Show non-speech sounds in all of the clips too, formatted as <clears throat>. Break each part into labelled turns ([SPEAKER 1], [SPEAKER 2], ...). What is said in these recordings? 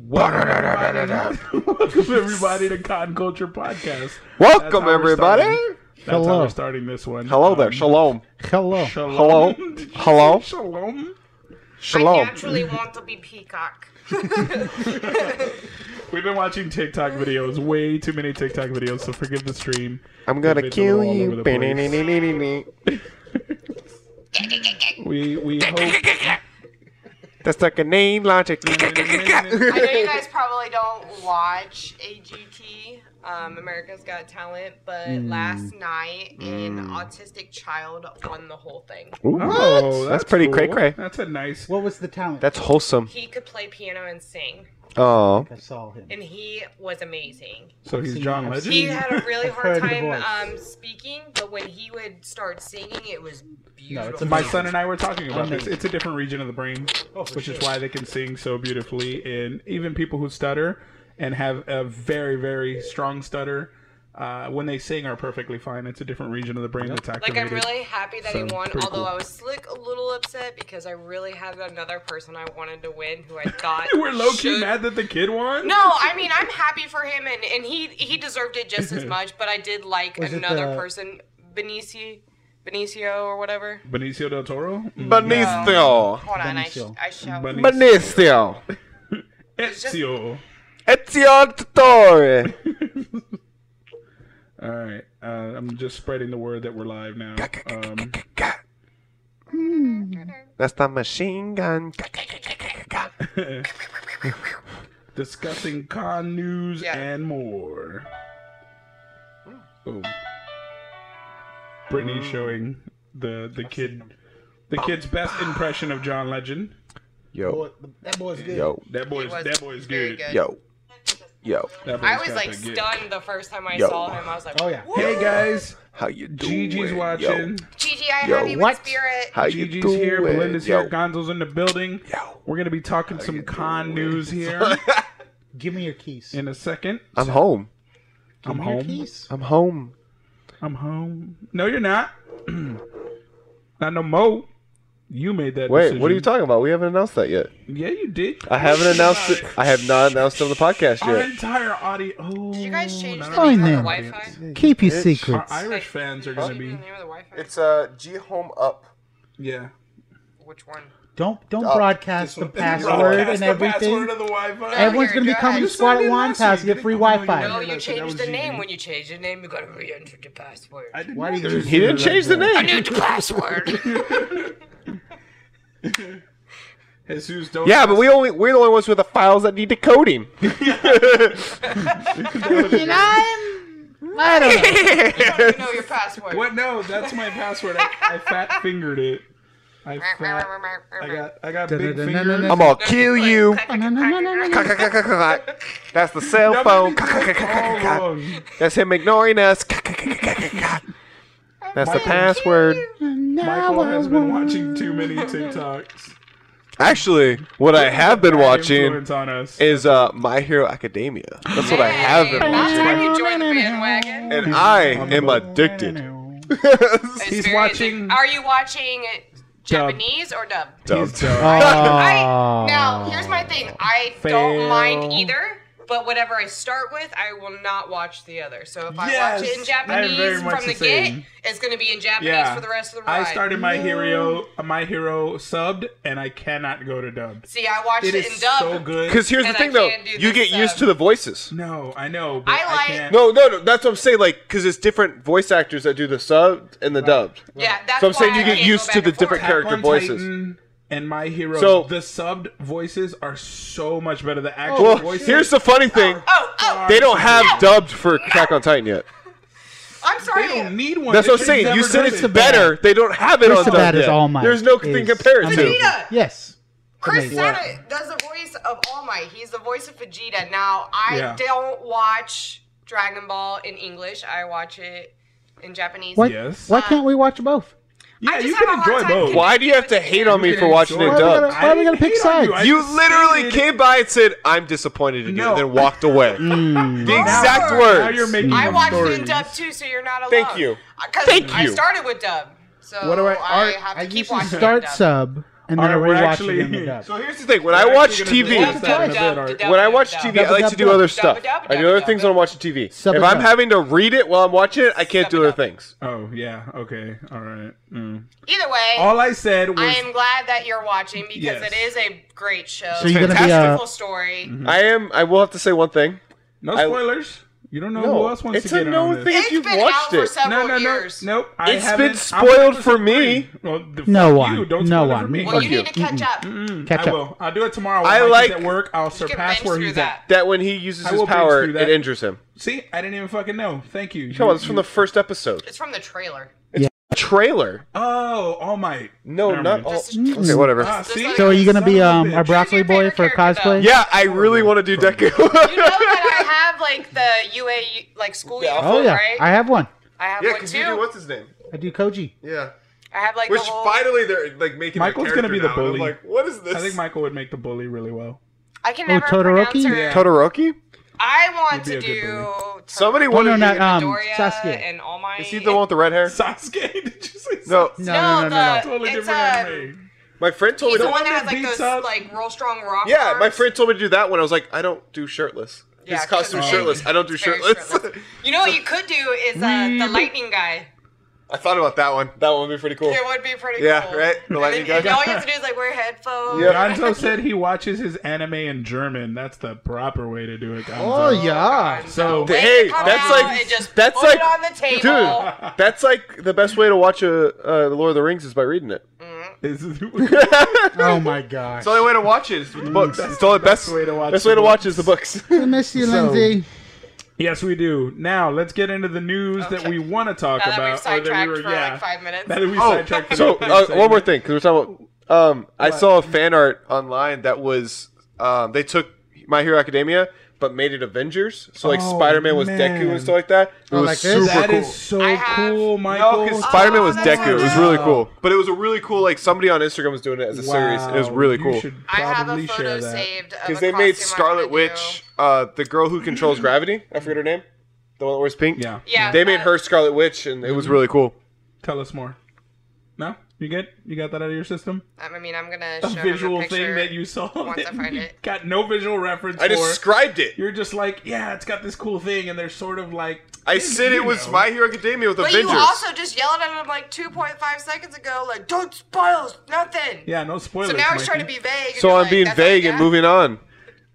[SPEAKER 1] Welcome everybody to Con Culture Podcast. That's how
[SPEAKER 2] Welcome,
[SPEAKER 1] we're
[SPEAKER 2] everybody.
[SPEAKER 1] starting. That's how
[SPEAKER 3] Hello.
[SPEAKER 1] we're starting this one.
[SPEAKER 2] Hello
[SPEAKER 1] Um,
[SPEAKER 2] there. Shalom.
[SPEAKER 3] Hello.
[SPEAKER 1] Shalom.
[SPEAKER 2] Hello.
[SPEAKER 1] Did you
[SPEAKER 2] Hello.
[SPEAKER 1] say Shalom.
[SPEAKER 2] Shalom.
[SPEAKER 4] I naturally want to be peacock.
[SPEAKER 1] We've been watching TikTok videos, way too many TikTok videos, so forgive the stream.
[SPEAKER 2] I'm gonna
[SPEAKER 1] It's
[SPEAKER 2] kill
[SPEAKER 1] all over
[SPEAKER 2] you.
[SPEAKER 1] the place.
[SPEAKER 2] That's
[SPEAKER 1] We we hope
[SPEAKER 3] <laughs>
[SPEAKER 2] like a name
[SPEAKER 4] <laughs>
[SPEAKER 2] logic. <laughs>
[SPEAKER 4] I know you guys probably don't watch AGT, um, America's Got Talent, but last night an autistic child won the whole thing.
[SPEAKER 1] Oh,
[SPEAKER 2] That's pretty
[SPEAKER 1] cool.
[SPEAKER 2] cray cray.
[SPEAKER 1] That's a nice
[SPEAKER 3] What was the talent?
[SPEAKER 2] That's wholesome.
[SPEAKER 4] He could play piano and sing,
[SPEAKER 2] Oh,
[SPEAKER 3] I saw him.
[SPEAKER 4] and he was amazing.
[SPEAKER 1] so he's
[SPEAKER 3] seen-
[SPEAKER 1] John
[SPEAKER 3] I've
[SPEAKER 1] Legend.
[SPEAKER 4] He had a really hard
[SPEAKER 3] Heard the
[SPEAKER 4] time
[SPEAKER 3] voice.
[SPEAKER 4] um, speaking, but when he would start singing, it was beautiful.
[SPEAKER 3] it's a
[SPEAKER 1] My son and I were talking about this.
[SPEAKER 3] Amazing.
[SPEAKER 1] It's a different region of the brain,
[SPEAKER 3] Oh, for
[SPEAKER 1] which is
[SPEAKER 3] sure.
[SPEAKER 1] why they can sing so beautifully. And even people who stutter and have a very, very strong stutter, uh, when they sing, are perfectly fine. It's a different region of the brain that's
[SPEAKER 4] Like
[SPEAKER 1] activated.
[SPEAKER 4] I'm really happy that he
[SPEAKER 1] So,
[SPEAKER 4] won,
[SPEAKER 1] pretty
[SPEAKER 4] although
[SPEAKER 1] cool.
[SPEAKER 4] I was slick a little upset because I really had another person I wanted to win who I thought
[SPEAKER 1] You <laughs> We're low key
[SPEAKER 4] should-
[SPEAKER 1] mad that the kid won.
[SPEAKER 4] No, I mean I'm happy for him and, and he he deserved it
[SPEAKER 3] <laughs>
[SPEAKER 4] just as much, but I did like
[SPEAKER 3] Was it
[SPEAKER 4] another
[SPEAKER 3] the-
[SPEAKER 4] person, Benicio Benicio or whatever.
[SPEAKER 1] Benicio del Toro.
[SPEAKER 2] Mm, Benicio.
[SPEAKER 4] Hold on, I, sh-
[SPEAKER 3] Benicio.
[SPEAKER 4] I shall
[SPEAKER 1] Beni-
[SPEAKER 2] Benicio.
[SPEAKER 1] Ezio.
[SPEAKER 2] Ezio
[SPEAKER 1] Um,
[SPEAKER 2] Dottore.
[SPEAKER 1] All right, uh, I'm just spreading the word that we're live now. Um,
[SPEAKER 2] That's the machine gun.
[SPEAKER 1] <laughs> discussing con news
[SPEAKER 4] Yeah.
[SPEAKER 1] and more. Boom. Brittany's showing the the <laughs> kid the kid's best impression of John Legend.
[SPEAKER 2] Yo,
[SPEAKER 3] Boy, that boy's good.
[SPEAKER 2] yo,
[SPEAKER 1] That boy is
[SPEAKER 4] was
[SPEAKER 1] that boy is
[SPEAKER 4] very
[SPEAKER 1] good.
[SPEAKER 4] good.
[SPEAKER 2] yo, yo.
[SPEAKER 1] That boy's
[SPEAKER 4] I was
[SPEAKER 1] got
[SPEAKER 4] like
[SPEAKER 1] that gift.
[SPEAKER 4] stunned the first time I
[SPEAKER 2] Yo.
[SPEAKER 4] saw him. I was like,
[SPEAKER 3] Oh yeah.
[SPEAKER 1] Hey guys,
[SPEAKER 2] How you doing?
[SPEAKER 1] Gigi's
[SPEAKER 2] yo?
[SPEAKER 1] watching.
[SPEAKER 4] Gigi, I
[SPEAKER 2] Yo,
[SPEAKER 4] have you
[SPEAKER 2] what?
[SPEAKER 4] in spirit.
[SPEAKER 2] How you
[SPEAKER 1] Gigi's
[SPEAKER 2] doing?
[SPEAKER 1] here, Belinda's
[SPEAKER 2] yo?
[SPEAKER 1] here, Gonzo's in the building.
[SPEAKER 2] Yo.
[SPEAKER 1] We're gonna be talking some con
[SPEAKER 2] <laughs>
[SPEAKER 1] news here
[SPEAKER 3] Give me your keys.
[SPEAKER 1] in a second.
[SPEAKER 2] I'm home.
[SPEAKER 1] I'm
[SPEAKER 3] Give me your
[SPEAKER 1] home.
[SPEAKER 3] keys.
[SPEAKER 2] I'm home.
[SPEAKER 1] I'm home. No, you're not. <clears throat> not no mo. You made that.
[SPEAKER 2] Wait,
[SPEAKER 1] decision.
[SPEAKER 2] what are you talking about? We haven't announced that yet.
[SPEAKER 1] Yeah, you did.
[SPEAKER 2] I haven't announced it. I have not announced it on the podcast
[SPEAKER 1] Our
[SPEAKER 2] yet.
[SPEAKER 1] entire audio. Oh,
[SPEAKER 4] Did you guys change
[SPEAKER 1] no.
[SPEAKER 4] the name of
[SPEAKER 3] Fine
[SPEAKER 4] the Wi-Fi?
[SPEAKER 3] Keep your
[SPEAKER 2] Bitch.
[SPEAKER 1] Our
[SPEAKER 3] secrets.
[SPEAKER 1] Irish fans are gonna
[SPEAKER 4] Change
[SPEAKER 1] be.
[SPEAKER 4] the name of the Wi-Fi?
[SPEAKER 2] uh G Home Up.
[SPEAKER 1] Yeah.
[SPEAKER 4] Which one?
[SPEAKER 3] Don't don't
[SPEAKER 2] Uh,
[SPEAKER 3] broadcast the password
[SPEAKER 1] Broadcast
[SPEAKER 3] and
[SPEAKER 1] the
[SPEAKER 3] everything.
[SPEAKER 1] Password of the Wi-Fi.
[SPEAKER 3] Everyone's
[SPEAKER 4] Here,
[SPEAKER 3] gonna be
[SPEAKER 4] go
[SPEAKER 3] coming
[SPEAKER 4] ahead.
[SPEAKER 3] to
[SPEAKER 4] You
[SPEAKER 3] Squad
[SPEAKER 1] signed in
[SPEAKER 3] One
[SPEAKER 1] last week,
[SPEAKER 3] House to get
[SPEAKER 1] didn't
[SPEAKER 3] free
[SPEAKER 1] you?
[SPEAKER 3] Wi-Fi.
[SPEAKER 1] No,
[SPEAKER 4] No,
[SPEAKER 1] no,
[SPEAKER 4] Oh, you
[SPEAKER 1] so that
[SPEAKER 4] changed
[SPEAKER 1] was
[SPEAKER 4] the name.
[SPEAKER 1] Gigi.
[SPEAKER 4] When you change the name, you gotta re-enter the password.
[SPEAKER 1] I didn't
[SPEAKER 3] Why do you-
[SPEAKER 1] notice
[SPEAKER 2] He didn't
[SPEAKER 1] that.
[SPEAKER 2] change the name.
[SPEAKER 4] New password.
[SPEAKER 1] Jesus, don't.
[SPEAKER 2] Yeah, but we only we're the only ones with the files that need decoding.
[SPEAKER 3] I don't know.
[SPEAKER 4] you
[SPEAKER 2] <laughs>
[SPEAKER 4] don't even know your password.
[SPEAKER 1] What? No, that's my password. I, I fat fingered it. I
[SPEAKER 4] <laughs>
[SPEAKER 1] fat. I got. I got big fingers.
[SPEAKER 2] I'm gonna kill
[SPEAKER 1] <laughs>
[SPEAKER 2] you.
[SPEAKER 4] That's
[SPEAKER 2] That's the cell
[SPEAKER 1] Y'all
[SPEAKER 2] phone.
[SPEAKER 1] made me do
[SPEAKER 2] <laughs> Oh
[SPEAKER 1] it all wrong.
[SPEAKER 2] That's him ignoring us. <laughs> That's the password.
[SPEAKER 1] Michael has been watching too many TikToks.
[SPEAKER 2] Actually, what I have been watching
[SPEAKER 1] Influence on us.
[SPEAKER 2] is uh My Hero Academia. That's what I have been watching.
[SPEAKER 4] how you join the bandwagon.
[SPEAKER 2] And I am addicted. <laughs>
[SPEAKER 4] It's
[SPEAKER 1] He's
[SPEAKER 4] very
[SPEAKER 1] watching-
[SPEAKER 4] addicting. Are you watching Japanese or dub?
[SPEAKER 1] He's
[SPEAKER 2] Dubbed.
[SPEAKER 1] dumb.
[SPEAKER 4] I, now, here's my thing. I
[SPEAKER 1] Fail.
[SPEAKER 4] don't mind either, but whatever I start with, I will not watch the other. So if I watch
[SPEAKER 1] Yes,
[SPEAKER 4] it in
[SPEAKER 1] I'm very
[SPEAKER 4] Japanese
[SPEAKER 1] much
[SPEAKER 4] from the
[SPEAKER 1] the same.
[SPEAKER 4] get, it's going to be in Japanese
[SPEAKER 1] Yeah.
[SPEAKER 4] for the rest of the ride.
[SPEAKER 1] I started my hero, uh, my hero subbed, and I cannot go to dubbed.
[SPEAKER 4] See, I watched
[SPEAKER 1] It
[SPEAKER 4] it,
[SPEAKER 1] is
[SPEAKER 4] in dub.
[SPEAKER 1] so good.
[SPEAKER 2] Because here's the
[SPEAKER 4] And I
[SPEAKER 2] thing, though,
[SPEAKER 4] can't do
[SPEAKER 2] you
[SPEAKER 4] this,
[SPEAKER 2] get used
[SPEAKER 4] um,
[SPEAKER 2] to the voices.
[SPEAKER 1] no, I know. But
[SPEAKER 4] I like-
[SPEAKER 1] can't.
[SPEAKER 2] No, no, no. That's what I'm saying. Like, because it's different voice actors that do the subbed and the dubbed.
[SPEAKER 4] Yeah, that's
[SPEAKER 2] So I'm saying
[SPEAKER 4] why
[SPEAKER 2] you
[SPEAKER 4] I
[SPEAKER 2] get
[SPEAKER 4] can't
[SPEAKER 2] used
[SPEAKER 4] go
[SPEAKER 2] to
[SPEAKER 4] back
[SPEAKER 2] the
[SPEAKER 4] and forth.
[SPEAKER 2] different character
[SPEAKER 1] Attack on
[SPEAKER 2] voices.
[SPEAKER 1] Titan and my hero.
[SPEAKER 2] So-
[SPEAKER 1] the subbed voices are so much better. The actual
[SPEAKER 2] Well,
[SPEAKER 1] voices.
[SPEAKER 2] here's the funny thing.
[SPEAKER 4] Oh, oh,
[SPEAKER 2] They don't have dubbed for Attack on Titan yet.
[SPEAKER 4] I'm sorry.
[SPEAKER 1] They don't need one.
[SPEAKER 2] That's
[SPEAKER 1] They
[SPEAKER 2] what I'm
[SPEAKER 1] just
[SPEAKER 2] saying. You
[SPEAKER 1] never
[SPEAKER 2] said
[SPEAKER 1] did
[SPEAKER 2] it's
[SPEAKER 1] it.
[SPEAKER 2] better. They don't have it
[SPEAKER 3] Chris
[SPEAKER 2] on dubbed
[SPEAKER 3] Sabat is
[SPEAKER 2] yet.
[SPEAKER 3] All Might
[SPEAKER 2] There's no thing
[SPEAKER 3] is
[SPEAKER 2] to compare it
[SPEAKER 3] amazing.
[SPEAKER 2] to.
[SPEAKER 4] Vegeta!
[SPEAKER 3] <laughs> Yes.
[SPEAKER 4] Chris
[SPEAKER 3] Amazing.
[SPEAKER 4] Sabat does the voice of All Might. He's the voice of Vegeta. Now, I
[SPEAKER 1] Yeah.
[SPEAKER 4] don't watch Dragon Ball in English. I watch it in Japanese.
[SPEAKER 3] Why,
[SPEAKER 1] Yes.
[SPEAKER 3] why can't we watch both?
[SPEAKER 1] Yeah,
[SPEAKER 4] I just
[SPEAKER 1] you
[SPEAKER 4] have a
[SPEAKER 1] can
[SPEAKER 4] hard
[SPEAKER 1] enjoy
[SPEAKER 4] time
[SPEAKER 1] both.
[SPEAKER 2] Why do you have to hate on me for watching
[SPEAKER 3] Why
[SPEAKER 2] it
[SPEAKER 3] are we gonna-
[SPEAKER 2] dubbed?
[SPEAKER 3] why are we gonna pick
[SPEAKER 1] I didn't hate on
[SPEAKER 3] sides?
[SPEAKER 1] You,
[SPEAKER 2] You
[SPEAKER 1] I
[SPEAKER 2] literally
[SPEAKER 1] stated-
[SPEAKER 2] came by and said, "I'm disappointed in you,"
[SPEAKER 1] No.
[SPEAKER 2] and then walked away. The exact
[SPEAKER 4] Now
[SPEAKER 2] words.
[SPEAKER 1] Now you're making
[SPEAKER 4] I
[SPEAKER 1] up
[SPEAKER 4] watched
[SPEAKER 1] stories.
[SPEAKER 4] it in dub too, so you're not alone.
[SPEAKER 2] Thank you.
[SPEAKER 4] Because
[SPEAKER 2] Thank
[SPEAKER 4] I
[SPEAKER 2] you.
[SPEAKER 4] started with dub. So
[SPEAKER 1] What do I-
[SPEAKER 4] I,
[SPEAKER 1] I-
[SPEAKER 4] have to
[SPEAKER 3] I
[SPEAKER 4] keep
[SPEAKER 3] usually
[SPEAKER 4] watching
[SPEAKER 3] start
[SPEAKER 4] dub.
[SPEAKER 3] sub and then I
[SPEAKER 1] All right, we're
[SPEAKER 3] rewatched
[SPEAKER 1] actually-
[SPEAKER 3] it and the
[SPEAKER 1] <laughs>
[SPEAKER 3] dub.
[SPEAKER 2] So here's the thing: when I
[SPEAKER 1] We're
[SPEAKER 2] watch
[SPEAKER 1] actually gonna
[SPEAKER 2] TV,
[SPEAKER 1] discuss that in a bit, Art.
[SPEAKER 2] when I watch TV, I like to do other stuff.
[SPEAKER 4] Dabba-dabba-dabba.
[SPEAKER 2] I do other things when I'm watching TV.
[SPEAKER 3] Sub
[SPEAKER 2] If
[SPEAKER 3] it
[SPEAKER 2] I'm
[SPEAKER 3] up.
[SPEAKER 2] having to read it while I'm watching it, I can't
[SPEAKER 4] Sub
[SPEAKER 2] do
[SPEAKER 4] it
[SPEAKER 2] other
[SPEAKER 4] up.
[SPEAKER 2] things.
[SPEAKER 1] Oh yeah. Okay. All right. Mm.
[SPEAKER 4] Either way,
[SPEAKER 1] All I said was
[SPEAKER 4] I am glad that you're watching because
[SPEAKER 1] Yes. Mm-hmm.
[SPEAKER 4] it is a great show.
[SPEAKER 3] So you're gonna be,
[SPEAKER 4] Fantastic
[SPEAKER 3] uh,
[SPEAKER 4] beautiful story.
[SPEAKER 2] I am. I will have to say one thing.
[SPEAKER 1] no
[SPEAKER 2] I-
[SPEAKER 1] spoilers. you don't know
[SPEAKER 2] No,
[SPEAKER 1] who else wants
[SPEAKER 2] it's
[SPEAKER 1] to
[SPEAKER 2] a
[SPEAKER 1] get in
[SPEAKER 2] no
[SPEAKER 1] on this.
[SPEAKER 2] thing.
[SPEAKER 4] It's
[SPEAKER 2] If you've
[SPEAKER 4] been out
[SPEAKER 2] watched
[SPEAKER 4] for
[SPEAKER 2] it-
[SPEAKER 1] No,
[SPEAKER 4] several
[SPEAKER 1] no, no,
[SPEAKER 4] years.
[SPEAKER 1] nope. I
[SPEAKER 2] It's been
[SPEAKER 1] haven't- I'm
[SPEAKER 2] spoiled
[SPEAKER 1] gonna
[SPEAKER 2] for me.
[SPEAKER 1] disagree. Well, the,
[SPEAKER 3] No
[SPEAKER 1] fuck
[SPEAKER 3] one.
[SPEAKER 1] You. Don't
[SPEAKER 3] No
[SPEAKER 1] spoil it for
[SPEAKER 3] one.
[SPEAKER 1] me.
[SPEAKER 4] Well,
[SPEAKER 2] Fuck
[SPEAKER 4] you
[SPEAKER 2] you.
[SPEAKER 4] need to catch up.
[SPEAKER 3] Catch
[SPEAKER 1] I
[SPEAKER 3] up.
[SPEAKER 1] will. I'll do it tomorrow.
[SPEAKER 2] I
[SPEAKER 1] When I
[SPEAKER 2] like-
[SPEAKER 1] get at work. I'll
[SPEAKER 4] Just get
[SPEAKER 1] Mm-hmm. surpass
[SPEAKER 4] banged
[SPEAKER 1] where
[SPEAKER 4] through
[SPEAKER 1] he's
[SPEAKER 4] that.
[SPEAKER 1] at.
[SPEAKER 2] That when he uses
[SPEAKER 1] I
[SPEAKER 2] his
[SPEAKER 1] will binge
[SPEAKER 2] power,
[SPEAKER 1] through that.
[SPEAKER 2] it injures him.
[SPEAKER 1] See, I didn't even fucking know. Thank you.
[SPEAKER 2] Come
[SPEAKER 1] You-
[SPEAKER 2] on, it's from the first episode.
[SPEAKER 4] It's from the trailer.
[SPEAKER 2] Trailer.
[SPEAKER 1] Oh, All Might.
[SPEAKER 2] No,
[SPEAKER 1] Never
[SPEAKER 2] not
[SPEAKER 1] mind.
[SPEAKER 2] all.
[SPEAKER 4] Just-
[SPEAKER 2] Okay, whatever.
[SPEAKER 1] Ah, see?
[SPEAKER 4] like-
[SPEAKER 3] So are you gonna be
[SPEAKER 1] Son of
[SPEAKER 3] um
[SPEAKER 1] a
[SPEAKER 3] our
[SPEAKER 1] bitch.
[SPEAKER 3] broccoli
[SPEAKER 4] your
[SPEAKER 3] boy
[SPEAKER 4] favorite
[SPEAKER 3] for
[SPEAKER 4] character, though.
[SPEAKER 3] cosplay?
[SPEAKER 2] Yeah, I really want to do <laughs>
[SPEAKER 4] You know
[SPEAKER 2] Deku.
[SPEAKER 4] that I have like the UA like school
[SPEAKER 2] Yeah.
[SPEAKER 4] uniform,
[SPEAKER 3] Oh yeah,
[SPEAKER 4] right?
[SPEAKER 3] I have one.
[SPEAKER 4] I have one too.
[SPEAKER 2] his name?
[SPEAKER 3] I do Koji.
[SPEAKER 2] Yeah.
[SPEAKER 4] I have like the whole.
[SPEAKER 2] they're like making.
[SPEAKER 1] Michael's gonna be the bully.
[SPEAKER 2] what is this?
[SPEAKER 1] I think Michael would make the bully really well.
[SPEAKER 4] I can
[SPEAKER 3] Oh,
[SPEAKER 4] never
[SPEAKER 3] Todoroki?
[SPEAKER 4] pronounce her.
[SPEAKER 1] Yeah.
[SPEAKER 2] Todoroki.
[SPEAKER 4] I want
[SPEAKER 1] He'd be
[SPEAKER 4] to
[SPEAKER 1] a good
[SPEAKER 4] do
[SPEAKER 2] Somebody
[SPEAKER 3] Oh, no,
[SPEAKER 2] wanted.
[SPEAKER 3] not um
[SPEAKER 4] Doria
[SPEAKER 3] Sasuke.
[SPEAKER 4] and All Might.
[SPEAKER 2] Is he the one with the red hair?
[SPEAKER 1] <laughs> Sasuke? Did you say
[SPEAKER 2] No.
[SPEAKER 1] Sasuke?
[SPEAKER 3] No, no, no, no,
[SPEAKER 4] the-
[SPEAKER 3] no.
[SPEAKER 1] Totally
[SPEAKER 4] it's,
[SPEAKER 1] different
[SPEAKER 4] um,
[SPEAKER 1] anime.
[SPEAKER 2] My friend told me
[SPEAKER 4] He's
[SPEAKER 2] to
[SPEAKER 4] the
[SPEAKER 1] one
[SPEAKER 4] one that
[SPEAKER 1] that
[SPEAKER 4] has like
[SPEAKER 1] beats
[SPEAKER 4] those
[SPEAKER 1] up-
[SPEAKER 4] like real strong rock.
[SPEAKER 2] Yeah, my
[SPEAKER 4] arms.
[SPEAKER 2] friend told me to do that one. I was like, I don't do shirtless.
[SPEAKER 4] Yeah,
[SPEAKER 2] His costume
[SPEAKER 4] 'cause it's
[SPEAKER 2] shirtless.
[SPEAKER 4] very-
[SPEAKER 2] I don't do
[SPEAKER 4] it's very
[SPEAKER 2] shirtless.
[SPEAKER 4] shirtless. You know what you could do is uh, the
[SPEAKER 1] Mm.
[SPEAKER 4] lightning guy.
[SPEAKER 2] <laughs> I thought about that one. That one would be pretty cool.
[SPEAKER 4] It would be pretty
[SPEAKER 2] Yeah,
[SPEAKER 4] cool.
[SPEAKER 2] right?
[SPEAKER 1] <laughs>
[SPEAKER 2] The
[SPEAKER 4] And
[SPEAKER 2] lightning
[SPEAKER 4] then- and
[SPEAKER 2] guy.
[SPEAKER 4] all you have to do is like wear headphones.
[SPEAKER 2] Yeah.
[SPEAKER 1] Gonzo said he watches his anime in German. That's the proper way to do it,
[SPEAKER 3] Oh
[SPEAKER 1] Gonzo.
[SPEAKER 3] yeah.
[SPEAKER 1] So
[SPEAKER 4] When
[SPEAKER 2] Hey,
[SPEAKER 4] it come
[SPEAKER 2] that's
[SPEAKER 4] out,
[SPEAKER 2] like-
[SPEAKER 4] it just
[SPEAKER 2] that's
[SPEAKER 4] put it
[SPEAKER 2] like-
[SPEAKER 4] on the table.
[SPEAKER 2] Dude, that's like the best way to watch a uh, The Lord of the Rings is by reading it.
[SPEAKER 1] <laughs>
[SPEAKER 2] <laughs>
[SPEAKER 1] This is- <laughs>
[SPEAKER 3] Oh my gosh.
[SPEAKER 2] It's the only way to watch it is with the books. It's the only best,
[SPEAKER 1] way to watch
[SPEAKER 2] best
[SPEAKER 1] the
[SPEAKER 2] way to
[SPEAKER 1] books.
[SPEAKER 2] watch is the books.
[SPEAKER 3] I miss you,
[SPEAKER 1] So-
[SPEAKER 3] Lindsay.
[SPEAKER 1] yes, we do. Now let's get into the news that
[SPEAKER 4] Okay.
[SPEAKER 1] we want to talk
[SPEAKER 4] Now that we've
[SPEAKER 1] about. or we
[SPEAKER 4] sidetracked
[SPEAKER 1] were-
[SPEAKER 4] for
[SPEAKER 1] yeah.
[SPEAKER 4] like five minutes.
[SPEAKER 1] Now that we
[SPEAKER 2] Oh,
[SPEAKER 1] sidetracked. for
[SPEAKER 2] so
[SPEAKER 1] the
[SPEAKER 2] uh,
[SPEAKER 1] segment.
[SPEAKER 2] one more thing because we're talking about. Um, I saw a fan art online that was um, they took My Hero Academia but made it Avengers. So like
[SPEAKER 1] Oh,
[SPEAKER 2] Spider Man was Deku
[SPEAKER 1] man.
[SPEAKER 2] and stuff like that. It
[SPEAKER 3] Oh,
[SPEAKER 2] was
[SPEAKER 3] like
[SPEAKER 2] super
[SPEAKER 3] this?
[SPEAKER 1] That
[SPEAKER 2] cool.
[SPEAKER 1] is so
[SPEAKER 4] I have-
[SPEAKER 2] No,
[SPEAKER 1] cool, Michael.
[SPEAKER 2] because Spider Man was
[SPEAKER 4] Oh, that's
[SPEAKER 2] Deku. It was
[SPEAKER 4] right.
[SPEAKER 2] really cool. But it was a really cool, like, somebody on Instagram was doing it as a series. It was
[SPEAKER 1] Wow,
[SPEAKER 2] really
[SPEAKER 1] you
[SPEAKER 2] cool.
[SPEAKER 1] should
[SPEAKER 4] oh, I have
[SPEAKER 1] probably
[SPEAKER 4] a photo
[SPEAKER 1] share that.
[SPEAKER 4] saved of
[SPEAKER 2] Because
[SPEAKER 4] a
[SPEAKER 2] they made
[SPEAKER 4] costume I
[SPEAKER 2] Scarlet
[SPEAKER 4] wanna do.
[SPEAKER 2] Witch, uh, the girl who controls gravity. I forget her name. The one that wears pink.
[SPEAKER 1] Yeah. Mm-hmm.
[SPEAKER 4] Yeah,
[SPEAKER 2] They made
[SPEAKER 4] uh,
[SPEAKER 2] her Scarlet Witch, and it was really cool.
[SPEAKER 1] Tell us more. No, you good? You got that out of your system?
[SPEAKER 4] I mean, I'm gonna
[SPEAKER 1] A
[SPEAKER 4] show
[SPEAKER 1] visual
[SPEAKER 4] him a
[SPEAKER 1] thing
[SPEAKER 4] picture.
[SPEAKER 1] that you saw.
[SPEAKER 4] once I
[SPEAKER 1] that
[SPEAKER 4] find
[SPEAKER 1] you
[SPEAKER 4] it.
[SPEAKER 1] Got no visual reference.
[SPEAKER 2] I
[SPEAKER 1] for.
[SPEAKER 2] described it.
[SPEAKER 1] You're just like, yeah, it's got this cool thing, and they're sort of like.
[SPEAKER 2] I
[SPEAKER 1] "Eh,
[SPEAKER 2] said
[SPEAKER 1] you
[SPEAKER 2] it was
[SPEAKER 1] know."
[SPEAKER 2] My Hero Academia with
[SPEAKER 4] But
[SPEAKER 2] Avengers.
[SPEAKER 4] you also just yelled at him like 2.5 seconds ago, like "Don't spoil nothing."
[SPEAKER 1] Yeah, no spoilers.
[SPEAKER 4] So now he's
[SPEAKER 1] Mikey.
[SPEAKER 4] trying to be vague. and
[SPEAKER 2] so
[SPEAKER 4] you're
[SPEAKER 2] I'm
[SPEAKER 4] like,
[SPEAKER 2] being
[SPEAKER 4] "That's all
[SPEAKER 2] vague
[SPEAKER 4] you
[SPEAKER 2] and
[SPEAKER 4] got?"
[SPEAKER 2] moving on.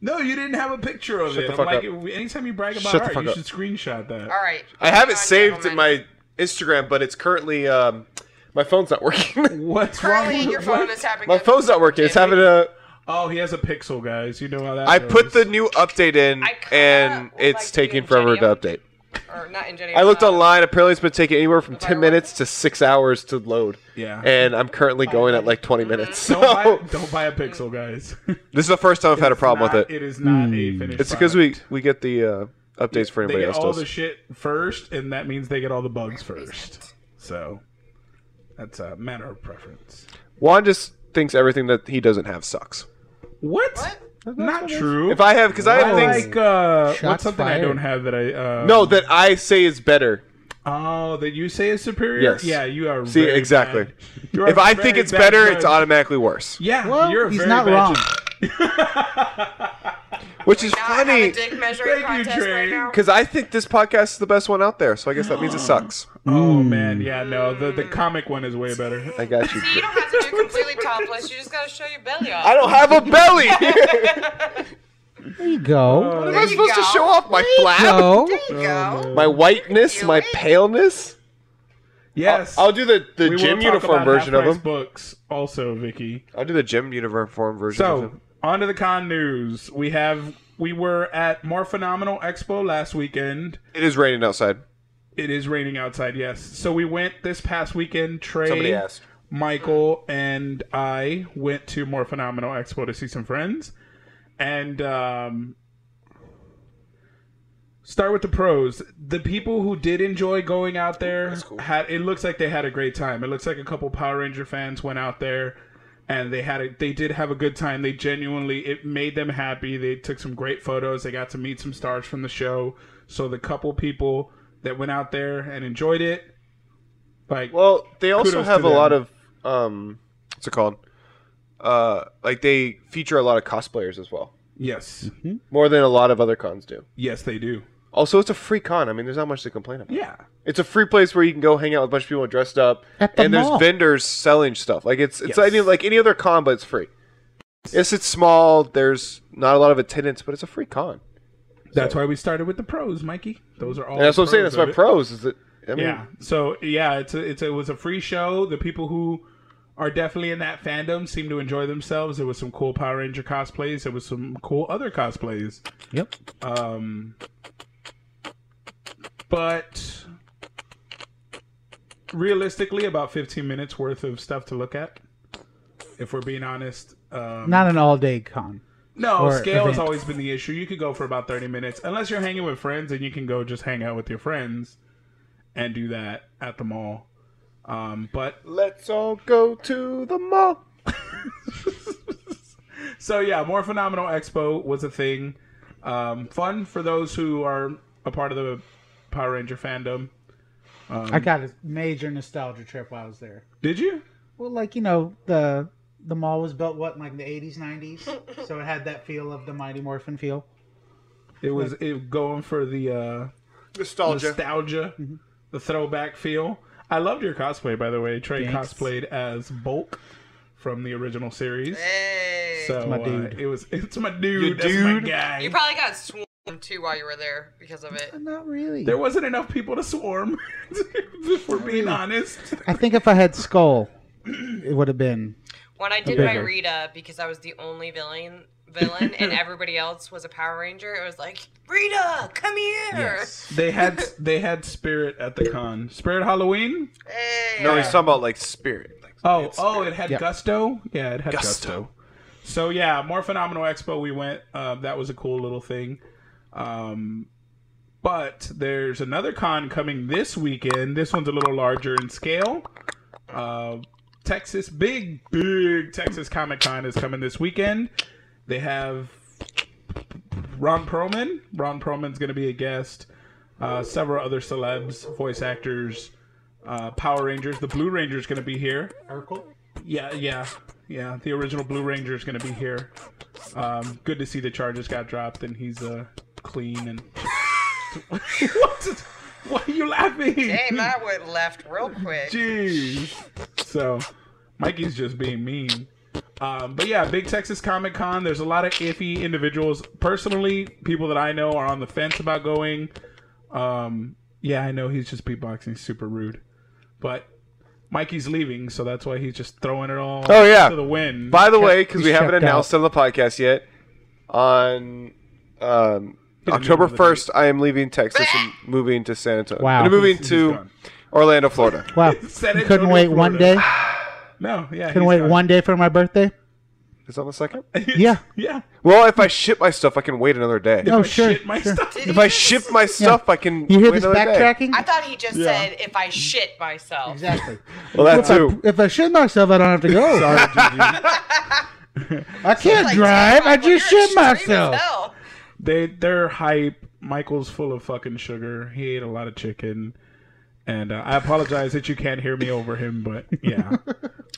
[SPEAKER 1] No, you didn't have a picture of it.
[SPEAKER 2] the
[SPEAKER 1] I'm
[SPEAKER 2] fuck
[SPEAKER 1] like,
[SPEAKER 2] up.
[SPEAKER 1] anytime you brag about
[SPEAKER 2] Shut the
[SPEAKER 1] art,
[SPEAKER 2] fuck
[SPEAKER 1] you
[SPEAKER 2] up.
[SPEAKER 1] should screenshot that.
[SPEAKER 4] All right.
[SPEAKER 2] I have it
[SPEAKER 4] Moving on,
[SPEAKER 2] saved in
[SPEAKER 4] gentlemen.
[SPEAKER 2] my Instagram, but it's currently. Um, my phone's not working. <laughs>
[SPEAKER 1] What's wrong
[SPEAKER 4] Currently,
[SPEAKER 1] with
[SPEAKER 4] your
[SPEAKER 1] <laughs> what?
[SPEAKER 4] phone is happening.
[SPEAKER 2] my phone's not working. It's having a.
[SPEAKER 1] Oh, he has a pixel, guys. You know how that.
[SPEAKER 2] I put
[SPEAKER 1] goes.
[SPEAKER 2] the new update in,
[SPEAKER 4] I kinda
[SPEAKER 2] and
[SPEAKER 4] would
[SPEAKER 2] it's
[SPEAKER 4] like Uh, to
[SPEAKER 2] taking
[SPEAKER 4] do
[SPEAKER 2] forever to
[SPEAKER 4] Ingenium.
[SPEAKER 2] update.
[SPEAKER 4] Or not in
[SPEAKER 2] I looked online. Apparently, it's been taking anywhere from ten minutes to six hours to load.
[SPEAKER 1] Yeah.
[SPEAKER 2] And I'm currently going at like twenty minutes. <laughs>
[SPEAKER 1] Don't buy,
[SPEAKER 2] So
[SPEAKER 1] don't buy a pixel, guys.
[SPEAKER 2] this is the first time I've had a problem
[SPEAKER 1] Not-
[SPEAKER 2] with it. Hmm.
[SPEAKER 1] It is not a finished.
[SPEAKER 2] It's because we we get the uh, updates for
[SPEAKER 1] they
[SPEAKER 2] anybody
[SPEAKER 1] get
[SPEAKER 2] else
[SPEAKER 1] all
[SPEAKER 2] does.
[SPEAKER 1] the shit first, and that means they get all the bugs first. So that's a matter of preference.
[SPEAKER 2] Juan just thinks everything that he doesn't have sucks.
[SPEAKER 1] What?
[SPEAKER 4] What?
[SPEAKER 1] Not true.
[SPEAKER 2] If I have, because I
[SPEAKER 1] I
[SPEAKER 2] have things.
[SPEAKER 1] like uh, what's
[SPEAKER 3] Shots
[SPEAKER 1] something I
[SPEAKER 3] fired.
[SPEAKER 1] don't have that I uh,
[SPEAKER 2] No, that I say is better.
[SPEAKER 1] oh that you say is superior.
[SPEAKER 2] Yes.
[SPEAKER 1] Yeah, you are.
[SPEAKER 2] See,
[SPEAKER 1] very
[SPEAKER 2] exactly.
[SPEAKER 1] bad. You are
[SPEAKER 2] If
[SPEAKER 1] a
[SPEAKER 2] I
[SPEAKER 1] very
[SPEAKER 2] think it's
[SPEAKER 1] bad
[SPEAKER 2] better,
[SPEAKER 1] judge.
[SPEAKER 2] it's automatically worse.
[SPEAKER 1] Yeah,
[SPEAKER 3] Well,
[SPEAKER 1] you're a
[SPEAKER 3] he's
[SPEAKER 1] very
[SPEAKER 3] not
[SPEAKER 1] bad
[SPEAKER 3] wrong.
[SPEAKER 1] judge. <laughs>
[SPEAKER 2] Which is
[SPEAKER 4] Now I have a
[SPEAKER 2] funny
[SPEAKER 4] dick
[SPEAKER 1] Thank
[SPEAKER 4] measuring
[SPEAKER 1] you,
[SPEAKER 4] contest
[SPEAKER 1] Trey.
[SPEAKER 4] right now.
[SPEAKER 2] because I think this podcast is the best one out there. So I guess that means it sucks.
[SPEAKER 1] Oh
[SPEAKER 2] Hmm.
[SPEAKER 1] man, yeah, no, the the comic one is way better.
[SPEAKER 2] I got you.
[SPEAKER 4] See, you don't have to do completely topless. You just gotta show your belly off.
[SPEAKER 2] I don't have a
[SPEAKER 4] <laughs>
[SPEAKER 2] belly.
[SPEAKER 3] There you go.
[SPEAKER 2] <laughs> Am
[SPEAKER 4] There
[SPEAKER 2] I
[SPEAKER 4] you
[SPEAKER 2] supposed to
[SPEAKER 4] go.
[SPEAKER 2] show off my Oh, flab?
[SPEAKER 1] Oh.
[SPEAKER 3] Go.
[SPEAKER 4] There you go.
[SPEAKER 2] My whiteness, my paleness?
[SPEAKER 1] Yes,
[SPEAKER 2] I'll do the, the
[SPEAKER 1] We will
[SPEAKER 2] gym
[SPEAKER 1] talk
[SPEAKER 2] uniform
[SPEAKER 1] about
[SPEAKER 2] version of
[SPEAKER 1] Half-Price
[SPEAKER 2] them.
[SPEAKER 1] Books also, Vicky.
[SPEAKER 2] I'll do the gym uniform version of
[SPEAKER 1] So,
[SPEAKER 2] them.
[SPEAKER 1] on to the con news. We have we were at More Phenomenal Expo last weekend.
[SPEAKER 2] It is raining outside.
[SPEAKER 1] It is raining outside, yes. So we went this past weekend. Trey,
[SPEAKER 2] Somebody asked.
[SPEAKER 1] Michael, and I went to More Phenomenal Expo to see some friends, and um, start with the pros. The people who did enjoy going out there had. It looks like they had a great time. It looks like a couple Power Ranger fans went out there. And they had a, they did have a good time. They genuinely it made them happy. They took some great photos. They got to meet some stars from the show. So the couple people that went out there and enjoyed it, like
[SPEAKER 2] Well, they also
[SPEAKER 1] Kudos
[SPEAKER 2] have a
[SPEAKER 1] to them.
[SPEAKER 2] lot of um what's it called? uh, like they feature a lot of cosplayers as well,
[SPEAKER 1] Yes,
[SPEAKER 2] more than a lot of other cons do.
[SPEAKER 1] yes, they do.
[SPEAKER 2] Also, it's a free con. I mean, there's not much to complain about.
[SPEAKER 1] Yeah,
[SPEAKER 2] It's a free place where you can go hang out with a bunch of people dressed up,
[SPEAKER 3] At the
[SPEAKER 2] and
[SPEAKER 3] mall.
[SPEAKER 2] there's vendors selling stuff. Like it's it's
[SPEAKER 1] Yes.
[SPEAKER 2] any, like any other con, but it's free. Yes, it's small. There's not a lot of attendance, but it's a free con.
[SPEAKER 1] that's why we started with the pros, Mikey. Those are all.
[SPEAKER 2] And that's
[SPEAKER 1] the
[SPEAKER 2] what I'm saying.
[SPEAKER 1] pros
[SPEAKER 2] That's my
[SPEAKER 1] of it.
[SPEAKER 2] pros. Is that I mean,
[SPEAKER 1] Yeah. So yeah, it's a, it's a, it was a free show. The people who are definitely in that fandom seem to enjoy themselves. There was some cool Power Ranger cosplays. There was some cool other cosplays.
[SPEAKER 3] Yep.
[SPEAKER 1] Um, but realistically, about 15 minutes worth of stuff to look at. If we're being honest, um,
[SPEAKER 3] Not an all day con.
[SPEAKER 1] no
[SPEAKER 3] or
[SPEAKER 1] scale has
[SPEAKER 3] event.
[SPEAKER 1] always been the issue. You could go for about 30 minutes, unless you're hanging with friends, and you can go just hang out with your friends and do that at the mall. Um, but
[SPEAKER 2] Let's all go to the mall.
[SPEAKER 1] So yeah, more phenomenal expo was a thing. Um, fun for those who are a part of the Power Ranger fandom. Um,
[SPEAKER 3] I got a major nostalgia trip while I was there.
[SPEAKER 1] Did you?
[SPEAKER 3] Well, like you know, the the mall was built what in, like the '80s,
[SPEAKER 1] <laughs>
[SPEAKER 3] '90s, so it had that feel of the Mighty Morphin feel.
[SPEAKER 1] It was it going for the uh,
[SPEAKER 2] Nostalgia.
[SPEAKER 1] nostalgia,
[SPEAKER 3] Mm-hmm.
[SPEAKER 1] the throwback feel. I loved your cosplay, by the way. Trey
[SPEAKER 3] Thanks.
[SPEAKER 1] cosplayed as Bulk from the original series.
[SPEAKER 4] Hey.
[SPEAKER 1] So
[SPEAKER 3] my
[SPEAKER 1] uh,
[SPEAKER 3] dude.
[SPEAKER 1] it was <laughs> it's my dude,
[SPEAKER 2] Your
[SPEAKER 1] that's
[SPEAKER 2] dude?
[SPEAKER 1] my guy.
[SPEAKER 4] you probably got swarmed too while you were there because of it.
[SPEAKER 3] Not really.
[SPEAKER 1] there wasn't enough people to swarm. <laughs> if we're being honest,
[SPEAKER 3] I think if I had Skull, it would have been.
[SPEAKER 1] <clears throat>
[SPEAKER 4] When I did
[SPEAKER 3] Okay.
[SPEAKER 4] my Rita because I was the only villain villain and everybody else was a Power Ranger, it was like, Rita, come here.
[SPEAKER 1] they <laughs> had they had Spirit at the con. Spirit Halloween.
[SPEAKER 4] Hey.
[SPEAKER 2] No, he's talking about like spirit. Like,
[SPEAKER 1] Oh, oh, it had
[SPEAKER 3] Yep.
[SPEAKER 1] Gusto. Yeah, it had Gusto.
[SPEAKER 2] Gusto.
[SPEAKER 1] So yeah, more phenomenal expo. We went. Uh, that was a cool little thing. Um, but there's another con coming this weekend. This one's a little larger in scale. Uh, Texas, big, big Texas Comic Con is coming this weekend. They have Ron Perlman. Ron Perlman's going to be a guest. Uh, several other celebs, voice actors, uh, Power Rangers. The Blue Ranger's going to be here.
[SPEAKER 3] Urkel.
[SPEAKER 1] Yeah, yeah, yeah. The original Blue Ranger is going to be here. Um, good to see the charges got dropped and he's uh, clean and. <laughs> what? Why are you laughing? <laughs>
[SPEAKER 4] Damn, that went left real quick.
[SPEAKER 1] Jeez. So, Mikey's just being mean. Um, but yeah, Big Texas Comic Con. There's a lot of iffy individuals. Personally, people that I know are on the fence about going. Um, yeah, I know he's just beatboxing, super rude, but Mikey's leaving, so that's why he's just throwing it all.
[SPEAKER 2] Oh, yeah.
[SPEAKER 1] to the wind.
[SPEAKER 2] By the way, because
[SPEAKER 3] he's
[SPEAKER 2] we haven't
[SPEAKER 3] checked
[SPEAKER 2] announced it on the podcast yet, on um, October
[SPEAKER 1] remember the date.
[SPEAKER 2] first, I am leaving Texas
[SPEAKER 4] <laughs>
[SPEAKER 2] and moving to San Antonio.
[SPEAKER 3] Wow.
[SPEAKER 2] I'm moving
[SPEAKER 1] He's
[SPEAKER 2] to
[SPEAKER 1] gone.
[SPEAKER 2] Orlando, Florida.
[SPEAKER 3] Wow.
[SPEAKER 1] <laughs> San
[SPEAKER 3] You couldn't
[SPEAKER 1] Antonio,
[SPEAKER 3] wait one
[SPEAKER 1] Florida.
[SPEAKER 3] day.
[SPEAKER 1] No, yeah,
[SPEAKER 3] Couldn't
[SPEAKER 1] he's <laughs>
[SPEAKER 3] wait
[SPEAKER 1] gone.
[SPEAKER 3] one day for my birthday.
[SPEAKER 2] Is that the second?
[SPEAKER 3] Yeah.
[SPEAKER 1] <laughs> Yeah.
[SPEAKER 2] Well, if I ship my stuff, I can wait another day.
[SPEAKER 3] Oh,
[SPEAKER 1] I
[SPEAKER 3] sure,
[SPEAKER 1] shit my
[SPEAKER 3] sure.
[SPEAKER 1] stuff.
[SPEAKER 4] Did
[SPEAKER 2] If
[SPEAKER 4] he
[SPEAKER 2] I
[SPEAKER 4] just-
[SPEAKER 2] ship my stuff, I can.
[SPEAKER 3] You hear
[SPEAKER 2] wait
[SPEAKER 3] this
[SPEAKER 2] another day.
[SPEAKER 3] backtracking?
[SPEAKER 4] I thought he just
[SPEAKER 1] Yeah.
[SPEAKER 4] said, if I shit myself.
[SPEAKER 3] Exactly.
[SPEAKER 2] Well, that
[SPEAKER 3] if,
[SPEAKER 2] too.
[SPEAKER 3] I, if I shit myself, I don't have to go. <laughs> I can't
[SPEAKER 4] Like,
[SPEAKER 3] drive.
[SPEAKER 4] damn,
[SPEAKER 3] I just
[SPEAKER 4] Michael, you're
[SPEAKER 3] shit
[SPEAKER 4] extreme as
[SPEAKER 3] myself.
[SPEAKER 4] hell.
[SPEAKER 1] They they're hype. Michael's full of fucking sugar. He ate a lot of chicken, and uh, I apologize that you can't hear me over him. But
[SPEAKER 3] <laughs>
[SPEAKER 1] yeah,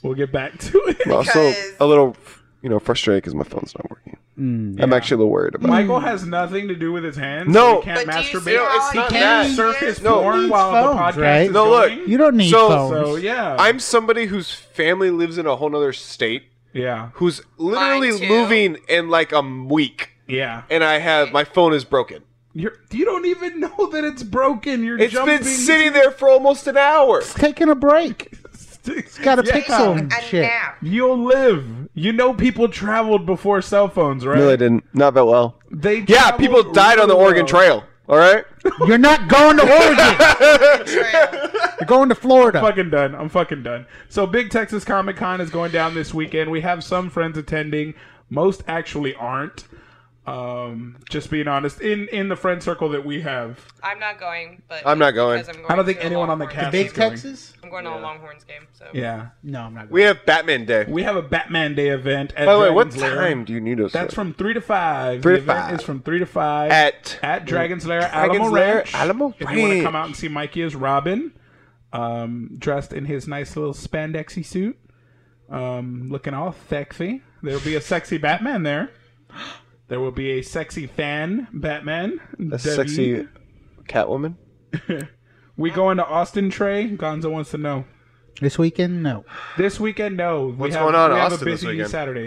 [SPEAKER 1] we'll get back to it.
[SPEAKER 2] I'm also
[SPEAKER 4] Because-
[SPEAKER 2] a little, you know, frustrated because my phone's not working.
[SPEAKER 3] Mm,
[SPEAKER 2] I'm actually a little worried about. it.
[SPEAKER 1] Michael has nothing to do with his hands.
[SPEAKER 2] No.
[SPEAKER 1] so he can't
[SPEAKER 4] But do you
[SPEAKER 1] masturbate.
[SPEAKER 4] see how
[SPEAKER 2] it's
[SPEAKER 4] I
[SPEAKER 2] not
[SPEAKER 4] can't
[SPEAKER 2] that.
[SPEAKER 4] hear?
[SPEAKER 1] Surf his
[SPEAKER 2] No.
[SPEAKER 1] porn
[SPEAKER 3] Needs
[SPEAKER 1] while the
[SPEAKER 3] phones,
[SPEAKER 1] podcast
[SPEAKER 3] right?
[SPEAKER 1] is
[SPEAKER 2] No, look,
[SPEAKER 1] going.
[SPEAKER 3] You don't need
[SPEAKER 2] So-
[SPEAKER 3] phones.
[SPEAKER 1] So yeah,
[SPEAKER 2] I'm somebody whose family lives in a whole nother state,
[SPEAKER 1] yeah,
[SPEAKER 2] who's literally
[SPEAKER 4] too.
[SPEAKER 2] moving in like a week,
[SPEAKER 1] yeah.
[SPEAKER 2] and I have my phone is broken.
[SPEAKER 1] You're, you don't even know that it's broken. You're
[SPEAKER 2] It's
[SPEAKER 1] jumping.
[SPEAKER 2] been sitting there for almost an hour.
[SPEAKER 3] Taking a break. Got a
[SPEAKER 1] Yeah.
[SPEAKER 3] pixel
[SPEAKER 4] A
[SPEAKER 3] shit.
[SPEAKER 4] nap.
[SPEAKER 1] You'll live. You know, people traveled before cell phones, right?
[SPEAKER 2] didn't. Not that well.
[SPEAKER 1] They
[SPEAKER 2] Yeah, people
[SPEAKER 1] traveled
[SPEAKER 2] died on the
[SPEAKER 1] real
[SPEAKER 2] Oregon
[SPEAKER 1] well.
[SPEAKER 2] Trail. All right.
[SPEAKER 3] You're not going to Oregon.
[SPEAKER 4] Trail.
[SPEAKER 3] You're going to Florida.
[SPEAKER 1] fucking done. I'm fucking done. So Big Texas Comic Con is going down this weekend. We have some friends attending. Most actually aren't. Um, just being honest, in in the friend circle that we have,
[SPEAKER 4] I'm not going, but
[SPEAKER 2] I'm not going.
[SPEAKER 4] because I'm
[SPEAKER 1] I don't think
[SPEAKER 4] to
[SPEAKER 1] anyone on the
[SPEAKER 4] Longhorns.
[SPEAKER 1] cast.
[SPEAKER 3] Big
[SPEAKER 1] is going.
[SPEAKER 3] Texas?
[SPEAKER 4] I'm going to a Longhorns game, so
[SPEAKER 1] Yeah,
[SPEAKER 3] No, I'm not
[SPEAKER 2] We
[SPEAKER 3] going.
[SPEAKER 2] have Batman Day.
[SPEAKER 1] we have a Batman Day event. At
[SPEAKER 2] By the way, what
[SPEAKER 1] Dragon's Lair.
[SPEAKER 2] time do you need us?
[SPEAKER 1] That's
[SPEAKER 2] at?
[SPEAKER 1] from three to five.
[SPEAKER 2] Three
[SPEAKER 1] the
[SPEAKER 2] to
[SPEAKER 1] event
[SPEAKER 2] five.
[SPEAKER 1] is from three to five
[SPEAKER 2] at
[SPEAKER 1] at Dragon's Lair,
[SPEAKER 2] Dragon's
[SPEAKER 1] Alamo
[SPEAKER 2] Lair,
[SPEAKER 1] Ranch.
[SPEAKER 2] Alamo
[SPEAKER 1] If you want to
[SPEAKER 2] Ranch.
[SPEAKER 1] come out and see Mikey as Robin, um, dressed in his nice little spandexy suit. um, looking all sexy. There will be a sexy Batman there. There will be a sexy fan Batman.
[SPEAKER 2] A
[SPEAKER 1] Debbie.
[SPEAKER 2] sexy Catwoman.
[SPEAKER 1] We going to Austin, Trey? Gonzo wants to know.
[SPEAKER 3] This weekend, no.
[SPEAKER 1] This weekend, no. We
[SPEAKER 2] What's
[SPEAKER 1] have,
[SPEAKER 2] going on in
[SPEAKER 1] we have
[SPEAKER 2] Austin
[SPEAKER 1] a
[SPEAKER 2] this
[SPEAKER 1] busy
[SPEAKER 2] weekend?
[SPEAKER 1] Saturday.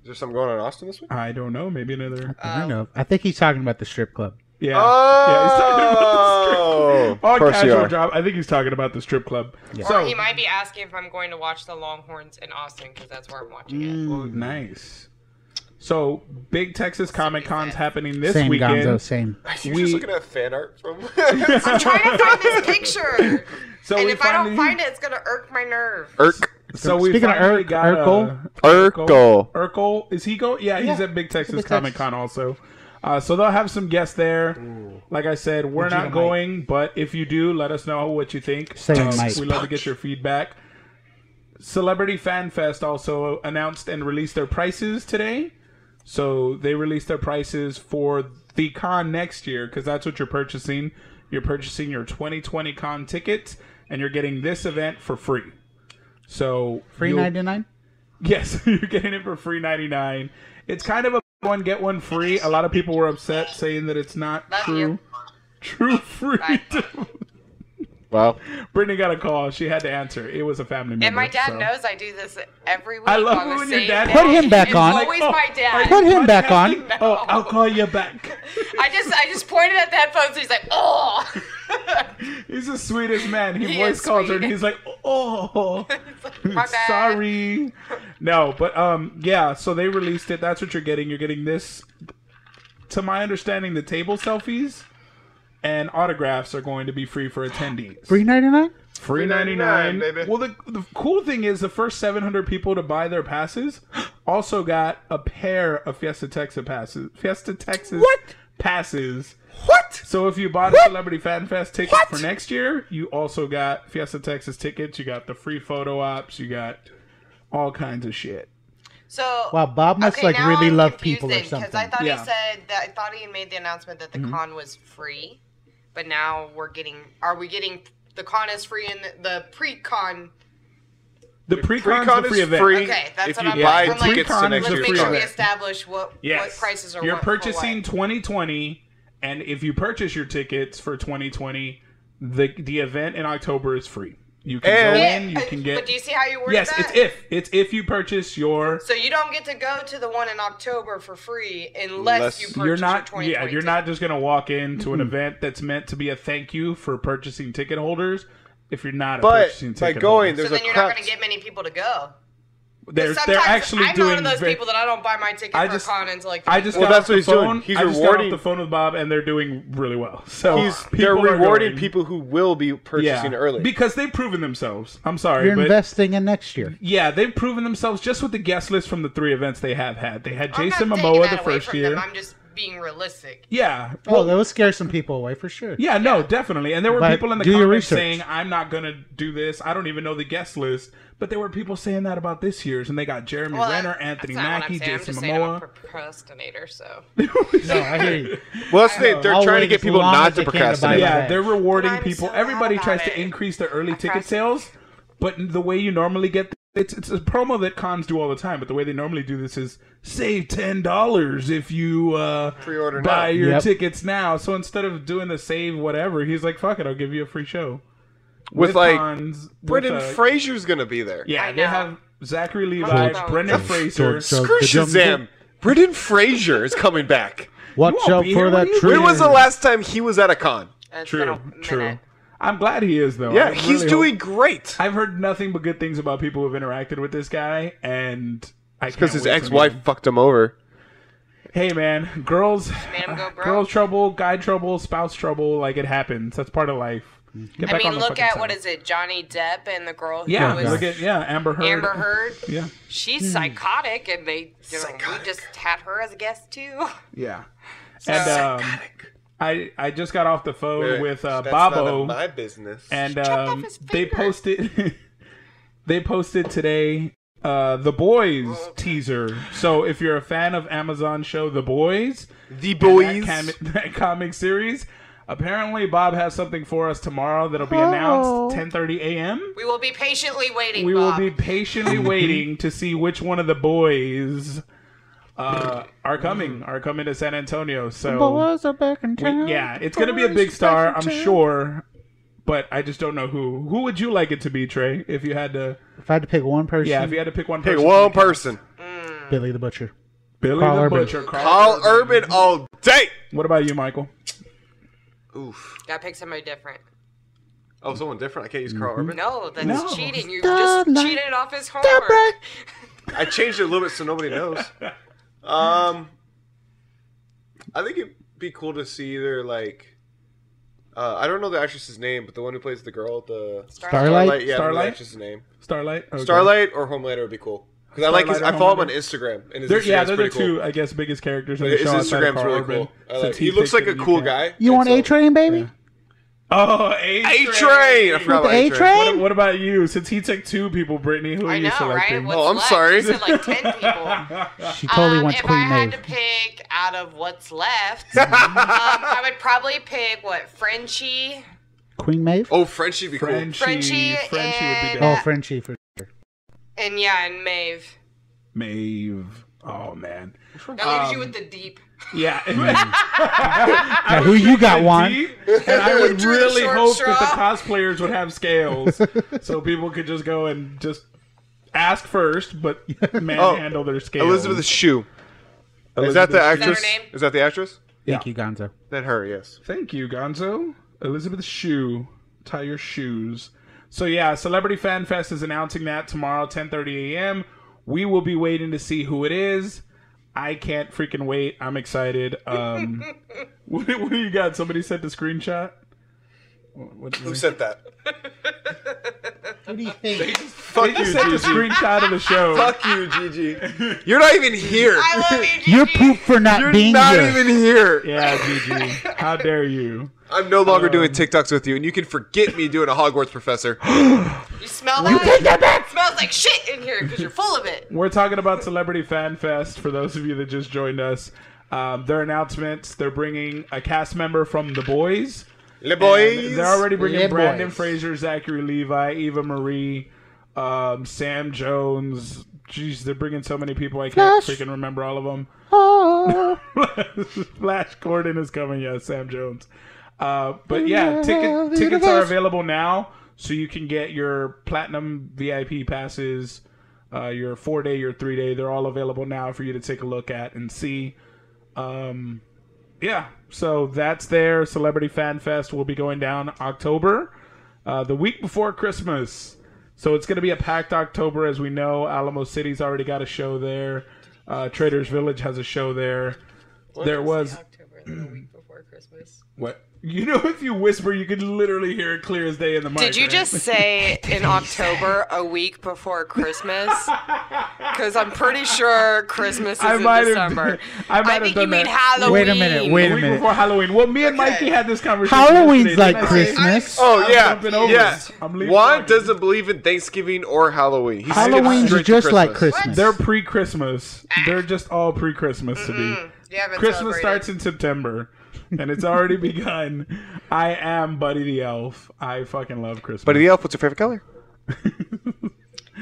[SPEAKER 2] Is there something going on in Austin this week?
[SPEAKER 1] I don't know. Maybe another.
[SPEAKER 3] I know. I think he's talking about the strip club.
[SPEAKER 1] Yeah. yeah, he's talking about the strip
[SPEAKER 2] Oh,
[SPEAKER 1] On
[SPEAKER 2] of course you
[SPEAKER 1] casual
[SPEAKER 2] are.
[SPEAKER 1] job, I think he's talking about the strip club.
[SPEAKER 4] Or he
[SPEAKER 1] So
[SPEAKER 4] might be asking if I'm going to watch the Longhorns in Austin because that's where I'm watching it.
[SPEAKER 1] Oh, nice. So big Texas Comic Con's happening this
[SPEAKER 3] same
[SPEAKER 1] weekend.
[SPEAKER 3] Gonzo, same.
[SPEAKER 2] You're
[SPEAKER 1] We-
[SPEAKER 2] just looking at fan art
[SPEAKER 1] <laughs>
[SPEAKER 2] from. <laughs>
[SPEAKER 4] Trying to find this picture,
[SPEAKER 1] So
[SPEAKER 4] and
[SPEAKER 1] we
[SPEAKER 4] if I don't
[SPEAKER 1] finally-
[SPEAKER 4] find it, it's gonna irk my nerve.
[SPEAKER 2] Irk.
[SPEAKER 1] so we
[SPEAKER 3] Speaking of
[SPEAKER 1] finally
[SPEAKER 3] Urk-
[SPEAKER 1] got, uh,
[SPEAKER 3] Urkel.
[SPEAKER 2] Urkel.
[SPEAKER 1] Urkel, is he go? Yeah, he's
[SPEAKER 3] Yeah,
[SPEAKER 1] at Big Texas
[SPEAKER 3] Big
[SPEAKER 1] Comic Con also. Uh, so they'll have some guests there. Like I said, we're
[SPEAKER 3] Vegeta
[SPEAKER 1] not
[SPEAKER 3] Mike.
[SPEAKER 1] going, but if you do, let us know what you think.
[SPEAKER 3] Say
[SPEAKER 1] Um,
[SPEAKER 3] Mike.
[SPEAKER 1] we love to get your feedback. Celebrity Fan Fest also announced and released their prices today. So they released their prices for the con next year because that's what you're purchasing. You're purchasing your 2020 con tickets, and you're getting this event for free. So
[SPEAKER 3] Free
[SPEAKER 1] you'll-
[SPEAKER 3] ninety nine.
[SPEAKER 1] Yes, <laughs> you're getting it for free 99. It's kind of a <laughs> one get one free. A lot of people were upset saying that it's not
[SPEAKER 4] Love
[SPEAKER 1] true.
[SPEAKER 4] you.
[SPEAKER 1] True free.
[SPEAKER 4] Bye.
[SPEAKER 2] Wow.
[SPEAKER 1] <laughs> Brittany got a call. She had to answer. It was a family member.
[SPEAKER 4] And my dad
[SPEAKER 1] so.
[SPEAKER 4] knows I do this every week.
[SPEAKER 1] I love
[SPEAKER 4] on the
[SPEAKER 1] it when your
[SPEAKER 4] same
[SPEAKER 1] dad-
[SPEAKER 4] day.
[SPEAKER 1] Put
[SPEAKER 3] him back
[SPEAKER 4] it's
[SPEAKER 3] on.
[SPEAKER 4] Always
[SPEAKER 1] Oh,
[SPEAKER 4] my
[SPEAKER 1] are you
[SPEAKER 4] dad.
[SPEAKER 3] Put him back on.
[SPEAKER 1] podcasting? Oh, I'll call you
[SPEAKER 4] <laughs>
[SPEAKER 1] back.
[SPEAKER 4] I just I just pointed at the headphones. And he's like,
[SPEAKER 1] <laughs>
[SPEAKER 4] oh.
[SPEAKER 1] He's the sweetest man. He,
[SPEAKER 4] He
[SPEAKER 1] voice
[SPEAKER 4] is
[SPEAKER 1] calls her and
[SPEAKER 4] sweet.
[SPEAKER 1] he's like,
[SPEAKER 4] <laughs>
[SPEAKER 1] oh.
[SPEAKER 4] It's like, my bad.
[SPEAKER 1] Sorry. No, but um yeah, so they released it. That's what you're getting. You're getting this to my understanding the table selfies and autographs are going to be free for attendees.
[SPEAKER 3] Free ninety nine.
[SPEAKER 1] Free
[SPEAKER 2] baby.
[SPEAKER 1] Well, the, the cool thing is the first 700 people to buy their passes <gasps> also got a pair of Fiesta Texas passes. Fiesta Texas
[SPEAKER 3] What?
[SPEAKER 1] passes.
[SPEAKER 3] What?
[SPEAKER 1] So if you bought a Celebrity Fan Fest ticket
[SPEAKER 3] What?
[SPEAKER 1] for next year, you also got Fiesta Texas tickets. You got the free photo ops. You got all kinds of shit.
[SPEAKER 4] So
[SPEAKER 3] Wow, Bob must, like,
[SPEAKER 4] now
[SPEAKER 3] really
[SPEAKER 4] I'm
[SPEAKER 3] love
[SPEAKER 4] confused
[SPEAKER 3] people or
[SPEAKER 4] then, 'cause I
[SPEAKER 3] something.
[SPEAKER 4] thought
[SPEAKER 1] Yeah. Mm-hmm.
[SPEAKER 4] he said that I thought he made the announcement that the con was free, but now we're getting. Are we getting the con is free and the, the pre-con?
[SPEAKER 1] The pre-con
[SPEAKER 2] Pre-con
[SPEAKER 1] the
[SPEAKER 2] is
[SPEAKER 1] free event.
[SPEAKER 2] free.
[SPEAKER 4] Okay, that's
[SPEAKER 2] if
[SPEAKER 4] what
[SPEAKER 2] you
[SPEAKER 4] I'm-
[SPEAKER 2] buy
[SPEAKER 4] I'm like,
[SPEAKER 2] tickets to
[SPEAKER 1] pre-con
[SPEAKER 2] next
[SPEAKER 1] is
[SPEAKER 4] Let's
[SPEAKER 1] a
[SPEAKER 2] year's
[SPEAKER 4] make sure
[SPEAKER 1] free
[SPEAKER 4] we
[SPEAKER 1] event.
[SPEAKER 2] concert.
[SPEAKER 4] establish what
[SPEAKER 1] Yes.
[SPEAKER 4] what prices are.
[SPEAKER 1] You're
[SPEAKER 4] what for what.
[SPEAKER 1] purchasing 2020, and if you purchase your tickets for 2020, the the event in October is free. You can go
[SPEAKER 2] And-
[SPEAKER 1] in. You can
[SPEAKER 4] But
[SPEAKER 1] get.
[SPEAKER 4] do you see how you word
[SPEAKER 1] Yes,
[SPEAKER 4] that?
[SPEAKER 1] it's if it's if you purchase your.
[SPEAKER 4] So you don't get to go to the one in October for free unless
[SPEAKER 2] Unless-
[SPEAKER 4] you purchase
[SPEAKER 1] You're not,
[SPEAKER 4] your
[SPEAKER 1] yeah,
[SPEAKER 4] 2020
[SPEAKER 1] you're not just gonna walk into
[SPEAKER 2] Mm-hmm.
[SPEAKER 1] an event that's meant to be a thank you for purchasing ticket holders. If you're not a purchasing
[SPEAKER 2] But by
[SPEAKER 1] ticket
[SPEAKER 2] going,
[SPEAKER 1] holder.
[SPEAKER 2] there's
[SPEAKER 4] So
[SPEAKER 2] a
[SPEAKER 4] then you're
[SPEAKER 2] crowd.
[SPEAKER 4] not going to get many people to go.
[SPEAKER 1] they're, they're
[SPEAKER 4] Sometimes
[SPEAKER 1] actually
[SPEAKER 4] I'm
[SPEAKER 1] doing.
[SPEAKER 4] one of those
[SPEAKER 1] very-
[SPEAKER 4] people that I don't buy my ticket
[SPEAKER 1] I
[SPEAKER 4] for
[SPEAKER 1] just-
[SPEAKER 4] a con until like.
[SPEAKER 1] I just
[SPEAKER 2] Well,
[SPEAKER 1] got
[SPEAKER 2] that's
[SPEAKER 1] off
[SPEAKER 2] what
[SPEAKER 1] the
[SPEAKER 2] he's doing.
[SPEAKER 1] phone.
[SPEAKER 2] He's
[SPEAKER 1] I just
[SPEAKER 2] rewarding-
[SPEAKER 1] got off the phone with Bob, and they're doing really well. <laughs> So
[SPEAKER 2] He's,
[SPEAKER 1] people
[SPEAKER 2] they're
[SPEAKER 1] are
[SPEAKER 2] rewarding
[SPEAKER 1] going-
[SPEAKER 2] people who will be purchasing
[SPEAKER 1] yeah,
[SPEAKER 2] early.
[SPEAKER 1] because they've proven themselves. I'm sorry,
[SPEAKER 3] You're
[SPEAKER 1] but
[SPEAKER 3] investing in next year.
[SPEAKER 1] yeah, they've proven themselves just with the guest list from the three events they have had. They had
[SPEAKER 4] I'm
[SPEAKER 1] Jason
[SPEAKER 4] not taking
[SPEAKER 1] Momoa
[SPEAKER 4] that
[SPEAKER 1] the
[SPEAKER 4] away
[SPEAKER 1] first
[SPEAKER 4] from
[SPEAKER 1] year.
[SPEAKER 4] Them. I'm just being realistic.
[SPEAKER 1] Yeah,
[SPEAKER 3] Oh, that will scare some people away for sure.
[SPEAKER 1] Yeah, no, definitely. And there were
[SPEAKER 3] But
[SPEAKER 1] people in the
[SPEAKER 3] do your
[SPEAKER 1] comments
[SPEAKER 3] research.
[SPEAKER 1] saying, I'm not going to do this. I don't even know the guest list. But there were people saying that about this year's, and they got Jeremy
[SPEAKER 4] Well,
[SPEAKER 1] Renner,
[SPEAKER 4] that's
[SPEAKER 1] Anthony
[SPEAKER 4] not what I'm
[SPEAKER 1] Mackie,
[SPEAKER 4] saying. I'm
[SPEAKER 1] Jason
[SPEAKER 4] just saying I'm a
[SPEAKER 1] Momoa.
[SPEAKER 4] procrastinator, so
[SPEAKER 3] No, I hear you.
[SPEAKER 2] well, that's the thing, they're
[SPEAKER 3] I'll
[SPEAKER 2] trying to
[SPEAKER 3] wait
[SPEAKER 2] get
[SPEAKER 3] as
[SPEAKER 2] people
[SPEAKER 3] long
[SPEAKER 2] not
[SPEAKER 3] as
[SPEAKER 2] to
[SPEAKER 3] they can to buy
[SPEAKER 2] procrastinate.
[SPEAKER 3] it.
[SPEAKER 1] Yeah,
[SPEAKER 3] Okay.
[SPEAKER 1] they're rewarding
[SPEAKER 4] I'm
[SPEAKER 1] people.
[SPEAKER 4] so mad
[SPEAKER 1] Everybody
[SPEAKER 4] about
[SPEAKER 1] tries to
[SPEAKER 4] it.
[SPEAKER 1] increase their early ticket
[SPEAKER 4] procrast-
[SPEAKER 1] sales, but the way you normally get it's it's a promo that cons do all the time. But the way they normally do this is save ten dollars if you uh,
[SPEAKER 2] Pre-order now.
[SPEAKER 1] buy your
[SPEAKER 3] Yep.
[SPEAKER 1] tickets now. So instead of doing the save whatever, he's like, "Fuck it, I'll give you a free show."
[SPEAKER 2] With, like,
[SPEAKER 1] cons, with,
[SPEAKER 2] Brendan
[SPEAKER 1] uh,
[SPEAKER 2] Fraser's gonna be there.
[SPEAKER 1] Yeah,
[SPEAKER 4] I
[SPEAKER 1] they
[SPEAKER 4] know.
[SPEAKER 1] have Zachary
[SPEAKER 4] George-
[SPEAKER 1] Levi, Brendan
[SPEAKER 4] George-
[SPEAKER 1] Fraser.
[SPEAKER 3] George- George-
[SPEAKER 2] Screw
[SPEAKER 3] The Jungle
[SPEAKER 2] Shazam. Brendan Fraser is coming
[SPEAKER 1] <laughs>
[SPEAKER 2] back.
[SPEAKER 3] Watch
[SPEAKER 1] won't
[SPEAKER 3] out
[SPEAKER 1] be
[SPEAKER 3] for
[SPEAKER 1] here,
[SPEAKER 3] that
[SPEAKER 1] will you?
[SPEAKER 3] tree.
[SPEAKER 2] When was the last time he was at a con?
[SPEAKER 4] it's been
[SPEAKER 1] True,
[SPEAKER 4] a minute.
[SPEAKER 1] true. I'm glad he is though. I
[SPEAKER 2] Yeah,
[SPEAKER 1] really
[SPEAKER 2] he's
[SPEAKER 1] hope-
[SPEAKER 2] doing great.
[SPEAKER 1] I've heard nothing but good things about people who've interacted with this guy, and I
[SPEAKER 2] Because
[SPEAKER 1] can't
[SPEAKER 2] his
[SPEAKER 1] wait to
[SPEAKER 2] ex-wife fucked him over.
[SPEAKER 1] meet him. Hey man, girls,
[SPEAKER 4] Made him go broke.
[SPEAKER 1] girl trouble, guy trouble, spouse trouble. Like it happens. That's part of life.
[SPEAKER 2] Mm-hmm.
[SPEAKER 1] Get
[SPEAKER 4] I
[SPEAKER 1] back
[SPEAKER 4] mean,
[SPEAKER 1] on the
[SPEAKER 4] look
[SPEAKER 1] fucking
[SPEAKER 4] at
[SPEAKER 1] saddle.
[SPEAKER 4] what is it, Johnny Depp and the girl who
[SPEAKER 1] Yeah,
[SPEAKER 4] was
[SPEAKER 1] look at yeah, Amber Heard.
[SPEAKER 4] Amber Heard.
[SPEAKER 1] Yeah,
[SPEAKER 4] She's psychotic, and they you know,
[SPEAKER 2] Psychotic.
[SPEAKER 4] we just had her as a guest too. <laughs>
[SPEAKER 1] yeah. And um, I I just got off the phone with uh, Bobo.
[SPEAKER 2] my business.
[SPEAKER 1] and
[SPEAKER 4] chopped off
[SPEAKER 1] um,
[SPEAKER 4] his
[SPEAKER 1] they
[SPEAKER 4] finger.
[SPEAKER 1] posted <laughs> they posted today uh, the boys teaser so if you're a fan of amazon show the boys
[SPEAKER 2] the
[SPEAKER 1] <laughs> that,
[SPEAKER 2] boys.
[SPEAKER 1] cam- that comic series Apparently, Bob has something for us tomorrow that'll be
[SPEAKER 5] Oh.
[SPEAKER 1] announced 10:30 a.m.
[SPEAKER 4] We will be patiently waiting.
[SPEAKER 1] We will
[SPEAKER 4] Bob.
[SPEAKER 1] be patiently waiting to see which one of the boys uh, are coming are coming to San Antonio. So
[SPEAKER 5] Boys are back in town.
[SPEAKER 1] yeah, it's gonna be a
[SPEAKER 5] Boys
[SPEAKER 1] big
[SPEAKER 5] are
[SPEAKER 1] star,
[SPEAKER 5] back in
[SPEAKER 1] I'm
[SPEAKER 5] town.
[SPEAKER 1] sure. But I just don't know who. Who would you like it to be, Trey? If you had to,
[SPEAKER 3] If I had to pick one person,
[SPEAKER 1] yeah, if you had to pick one
[SPEAKER 2] Pick
[SPEAKER 1] person,
[SPEAKER 2] one person.
[SPEAKER 3] Billy the Butcher.
[SPEAKER 1] Billy
[SPEAKER 3] Carl
[SPEAKER 1] the
[SPEAKER 3] Urban.
[SPEAKER 1] Butcher, Carl
[SPEAKER 2] Carl
[SPEAKER 1] Urban.
[SPEAKER 2] Urban all day.
[SPEAKER 1] What about you, Michael?
[SPEAKER 2] Oof.
[SPEAKER 4] Gotta pick somebody different.
[SPEAKER 2] Oh, someone different. I can't use
[SPEAKER 1] Mm-hmm.
[SPEAKER 2] Carl Urban.
[SPEAKER 4] No, that's
[SPEAKER 1] No.
[SPEAKER 4] cheating. You
[SPEAKER 5] Stop
[SPEAKER 4] just
[SPEAKER 5] lying.
[SPEAKER 4] cheated off his
[SPEAKER 5] Stop
[SPEAKER 4] homework.
[SPEAKER 5] it.
[SPEAKER 2] I changed it a little bit so nobody knows. Um, I think it'd be cool to see either like, uh, I don't know the actress's name, but the one who plays the girl, the
[SPEAKER 3] Starlight?
[SPEAKER 2] Starlight, yeah, I don't know the
[SPEAKER 1] Starlight?
[SPEAKER 2] actress's name,
[SPEAKER 1] Starlight. Okay.
[SPEAKER 2] Starlight or Homelander would be cool because I like his.
[SPEAKER 1] Starlight or
[SPEAKER 2] I follow him on
[SPEAKER 1] Homelander?
[SPEAKER 2] Instagram, and his
[SPEAKER 1] They're,
[SPEAKER 2] Instagram's
[SPEAKER 1] yeah, they're the
[SPEAKER 2] pretty
[SPEAKER 1] two,
[SPEAKER 2] cool.
[SPEAKER 1] I guess, biggest characters in the
[SPEAKER 2] His
[SPEAKER 1] show. outside
[SPEAKER 2] Instagram's
[SPEAKER 1] of Carl
[SPEAKER 2] really
[SPEAKER 1] Urban,
[SPEAKER 2] cool. I
[SPEAKER 1] since
[SPEAKER 2] like- he looks
[SPEAKER 1] takes
[SPEAKER 2] like
[SPEAKER 1] it
[SPEAKER 2] a
[SPEAKER 1] and you
[SPEAKER 2] cool
[SPEAKER 1] can't.
[SPEAKER 2] guy.
[SPEAKER 5] You
[SPEAKER 2] and
[SPEAKER 5] want
[SPEAKER 2] so-
[SPEAKER 5] A Train, baby?
[SPEAKER 1] Oh, A
[SPEAKER 2] A Train. I forgot about
[SPEAKER 5] A
[SPEAKER 2] A Train.
[SPEAKER 5] Train?
[SPEAKER 1] What, what about you? Since he took two people, Brittany, who are
[SPEAKER 4] I
[SPEAKER 1] you
[SPEAKER 4] know, right?
[SPEAKER 1] selecting?
[SPEAKER 4] What's
[SPEAKER 2] Oh, I'm
[SPEAKER 4] left?
[SPEAKER 2] sorry.
[SPEAKER 4] You said
[SPEAKER 2] <laughs>
[SPEAKER 4] like ten people.
[SPEAKER 3] She totally
[SPEAKER 4] um,
[SPEAKER 3] wants
[SPEAKER 4] if I
[SPEAKER 3] Queen
[SPEAKER 4] had
[SPEAKER 3] Maeve.
[SPEAKER 4] to pick out of what's left, um, I would probably pick what Frenchie.
[SPEAKER 3] Queen Maeve.
[SPEAKER 2] Oh, Frenchie'd be cool.
[SPEAKER 1] Frenchie, Frenchie,
[SPEAKER 4] Frenchie
[SPEAKER 1] would be
[SPEAKER 4] and-
[SPEAKER 1] down.
[SPEAKER 3] Oh, Frenchie for sure.
[SPEAKER 4] And yeah, and Maeve.
[SPEAKER 1] Maeve. Oh man.
[SPEAKER 4] That leaves you with the deep.
[SPEAKER 1] Yeah. <laughs> I
[SPEAKER 3] Hmm. Now,
[SPEAKER 1] would
[SPEAKER 3] who you
[SPEAKER 1] pick
[SPEAKER 3] got,
[SPEAKER 1] the
[SPEAKER 3] Juan?
[SPEAKER 1] deep, And I would
[SPEAKER 4] Drew the
[SPEAKER 1] really
[SPEAKER 4] short
[SPEAKER 1] hope that
[SPEAKER 4] straw.
[SPEAKER 1] the cosplayers would
[SPEAKER 3] <laughs>
[SPEAKER 1] have scales, so people could just go and just ask first,
[SPEAKER 3] <laughs>
[SPEAKER 1] but
[SPEAKER 3] Oh,
[SPEAKER 1] manhandle their scales.
[SPEAKER 2] Elizabeth Shue. Is that
[SPEAKER 1] Elizabeth
[SPEAKER 2] the
[SPEAKER 1] Shue.
[SPEAKER 2] actress?
[SPEAKER 4] Is that her name?
[SPEAKER 2] Is that the actress?
[SPEAKER 3] Thank you, Gonzo.
[SPEAKER 2] Then her, yes.
[SPEAKER 1] Thank you, Gonzo. Elizabeth Shoe, tie your shoes. So yeah, Celebrity Fan Fest is announcing that tomorrow, 10:30 a.m. We will be waiting to see who it is. I can't freaking wait. I'm excited. <laughs> Um, what, what do you got? Somebody sent the screenshot. What, what-
[SPEAKER 2] Who sent that?
[SPEAKER 3] What do you think?
[SPEAKER 1] they
[SPEAKER 2] Fuck you,
[SPEAKER 1] just sent a
[SPEAKER 2] Gigi.
[SPEAKER 1] screenshot of the <laughs> show.
[SPEAKER 2] Fuck you, Gigi. You're not even here.
[SPEAKER 4] I love you, Gigi.
[SPEAKER 3] You're poop for not
[SPEAKER 2] You're
[SPEAKER 3] being
[SPEAKER 2] not
[SPEAKER 3] here.
[SPEAKER 2] even here.
[SPEAKER 1] Yeah, Um, GG. How dare you?
[SPEAKER 2] I'm no longer doing TikToks with you, and you can forget me doing a Hogwarts
[SPEAKER 1] <gasps>
[SPEAKER 2] professor.
[SPEAKER 4] You smell that? You that back. smells like shit in here because you're full of it.
[SPEAKER 1] We're talking about Celebrity Fan Fest for those of you that just joined us. Um, their announcements, they're bringing a cast member from The Boys.
[SPEAKER 2] Le
[SPEAKER 1] And
[SPEAKER 2] boys.
[SPEAKER 1] They're already bringing
[SPEAKER 3] Le
[SPEAKER 1] Brandon
[SPEAKER 3] Boys.
[SPEAKER 1] Fraser, Zachary Levi, Eva Marie, um, Sam Jones. Jeez, they're bringing so many people. I can't
[SPEAKER 5] Flash.
[SPEAKER 1] freaking remember all of them.
[SPEAKER 5] Oh,
[SPEAKER 1] <laughs> Flash Gordon is coming. Yeah, Sam Jones. Uh, but yeah, ticket,
[SPEAKER 5] the
[SPEAKER 1] tickets are
[SPEAKER 5] universe.
[SPEAKER 1] available now, so you can get your platinum VIP passes, uh, your four day, your three day. They're all available now for you to take a look at and see. Um, yeah, so that's there. Celebrity Fan Fest will be going down October, uh, the week before Christmas. So it's going to be a packed October, as we know. Alamo City's already got a show there. Uh, Traders Village has a show there. there was
[SPEAKER 4] October, the week before Christmas.
[SPEAKER 1] what you know. If you whisper, you can literally hear it clear as day in the mic.
[SPEAKER 4] Did you
[SPEAKER 1] right?
[SPEAKER 4] just say in October, a week
[SPEAKER 1] <laughs>
[SPEAKER 4] before Christmas? Because I'm pretty sure Christmas
[SPEAKER 1] <laughs>
[SPEAKER 4] is
[SPEAKER 1] I
[SPEAKER 4] in
[SPEAKER 1] might have-
[SPEAKER 4] December.
[SPEAKER 1] I might have
[SPEAKER 4] think
[SPEAKER 1] done
[SPEAKER 4] you mean
[SPEAKER 1] that.
[SPEAKER 4] Halloween.
[SPEAKER 3] Wait a minute, wait
[SPEAKER 1] the
[SPEAKER 3] a
[SPEAKER 1] week
[SPEAKER 3] minute.
[SPEAKER 1] before Halloween? Well, me and Mikey had this conversation.
[SPEAKER 3] Halloween's
[SPEAKER 1] yesterday,
[SPEAKER 3] like
[SPEAKER 1] didn't I say?
[SPEAKER 3] Christmas.
[SPEAKER 2] Oh
[SPEAKER 1] I'm
[SPEAKER 2] yeah,
[SPEAKER 1] jumping over
[SPEAKER 2] yeah.
[SPEAKER 1] this. I'm leaving
[SPEAKER 2] Juan
[SPEAKER 1] Hogwarts.
[SPEAKER 2] doesn't believe in Thanksgiving or Halloween. He skips
[SPEAKER 3] Halloween's
[SPEAKER 2] straight to
[SPEAKER 3] just like Christmas.
[SPEAKER 1] They're pre-Christmas. They're just all pre-Christmas to me.
[SPEAKER 4] You haven't
[SPEAKER 1] Christmas
[SPEAKER 4] celebrated.
[SPEAKER 1] starts in September, and it's already begun. I am Buddy the Elf. I fucking love Christmas.
[SPEAKER 2] Buddy the Elf, what's your favorite color?
[SPEAKER 4] You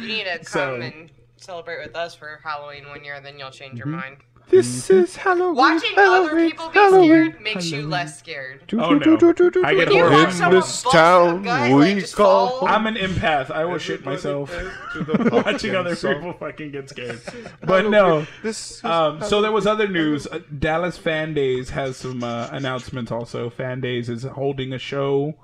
[SPEAKER 4] need to come
[SPEAKER 1] So-
[SPEAKER 4] and celebrate with us for Halloween one year, then you'll change your
[SPEAKER 1] Mm-hmm.
[SPEAKER 4] mind.
[SPEAKER 2] This is Halloween.
[SPEAKER 4] Watching other people be scared makes you less scared.
[SPEAKER 1] Oh, no. I get
[SPEAKER 4] You
[SPEAKER 1] horrible.
[SPEAKER 4] watch
[SPEAKER 1] In
[SPEAKER 4] someone
[SPEAKER 2] this
[SPEAKER 4] bust a
[SPEAKER 2] town
[SPEAKER 4] gut,
[SPEAKER 2] we
[SPEAKER 4] like, just
[SPEAKER 2] call
[SPEAKER 4] fall.
[SPEAKER 2] home.
[SPEAKER 1] I'm an empath. I will
[SPEAKER 2] <laughs>
[SPEAKER 1] shit myself <laughs> watching other people fucking get scared. But no.
[SPEAKER 2] This.
[SPEAKER 1] Um, so there was other news. Uh, Dallas Fan Days has some uh, announcements. Also, Fan Days is holding a show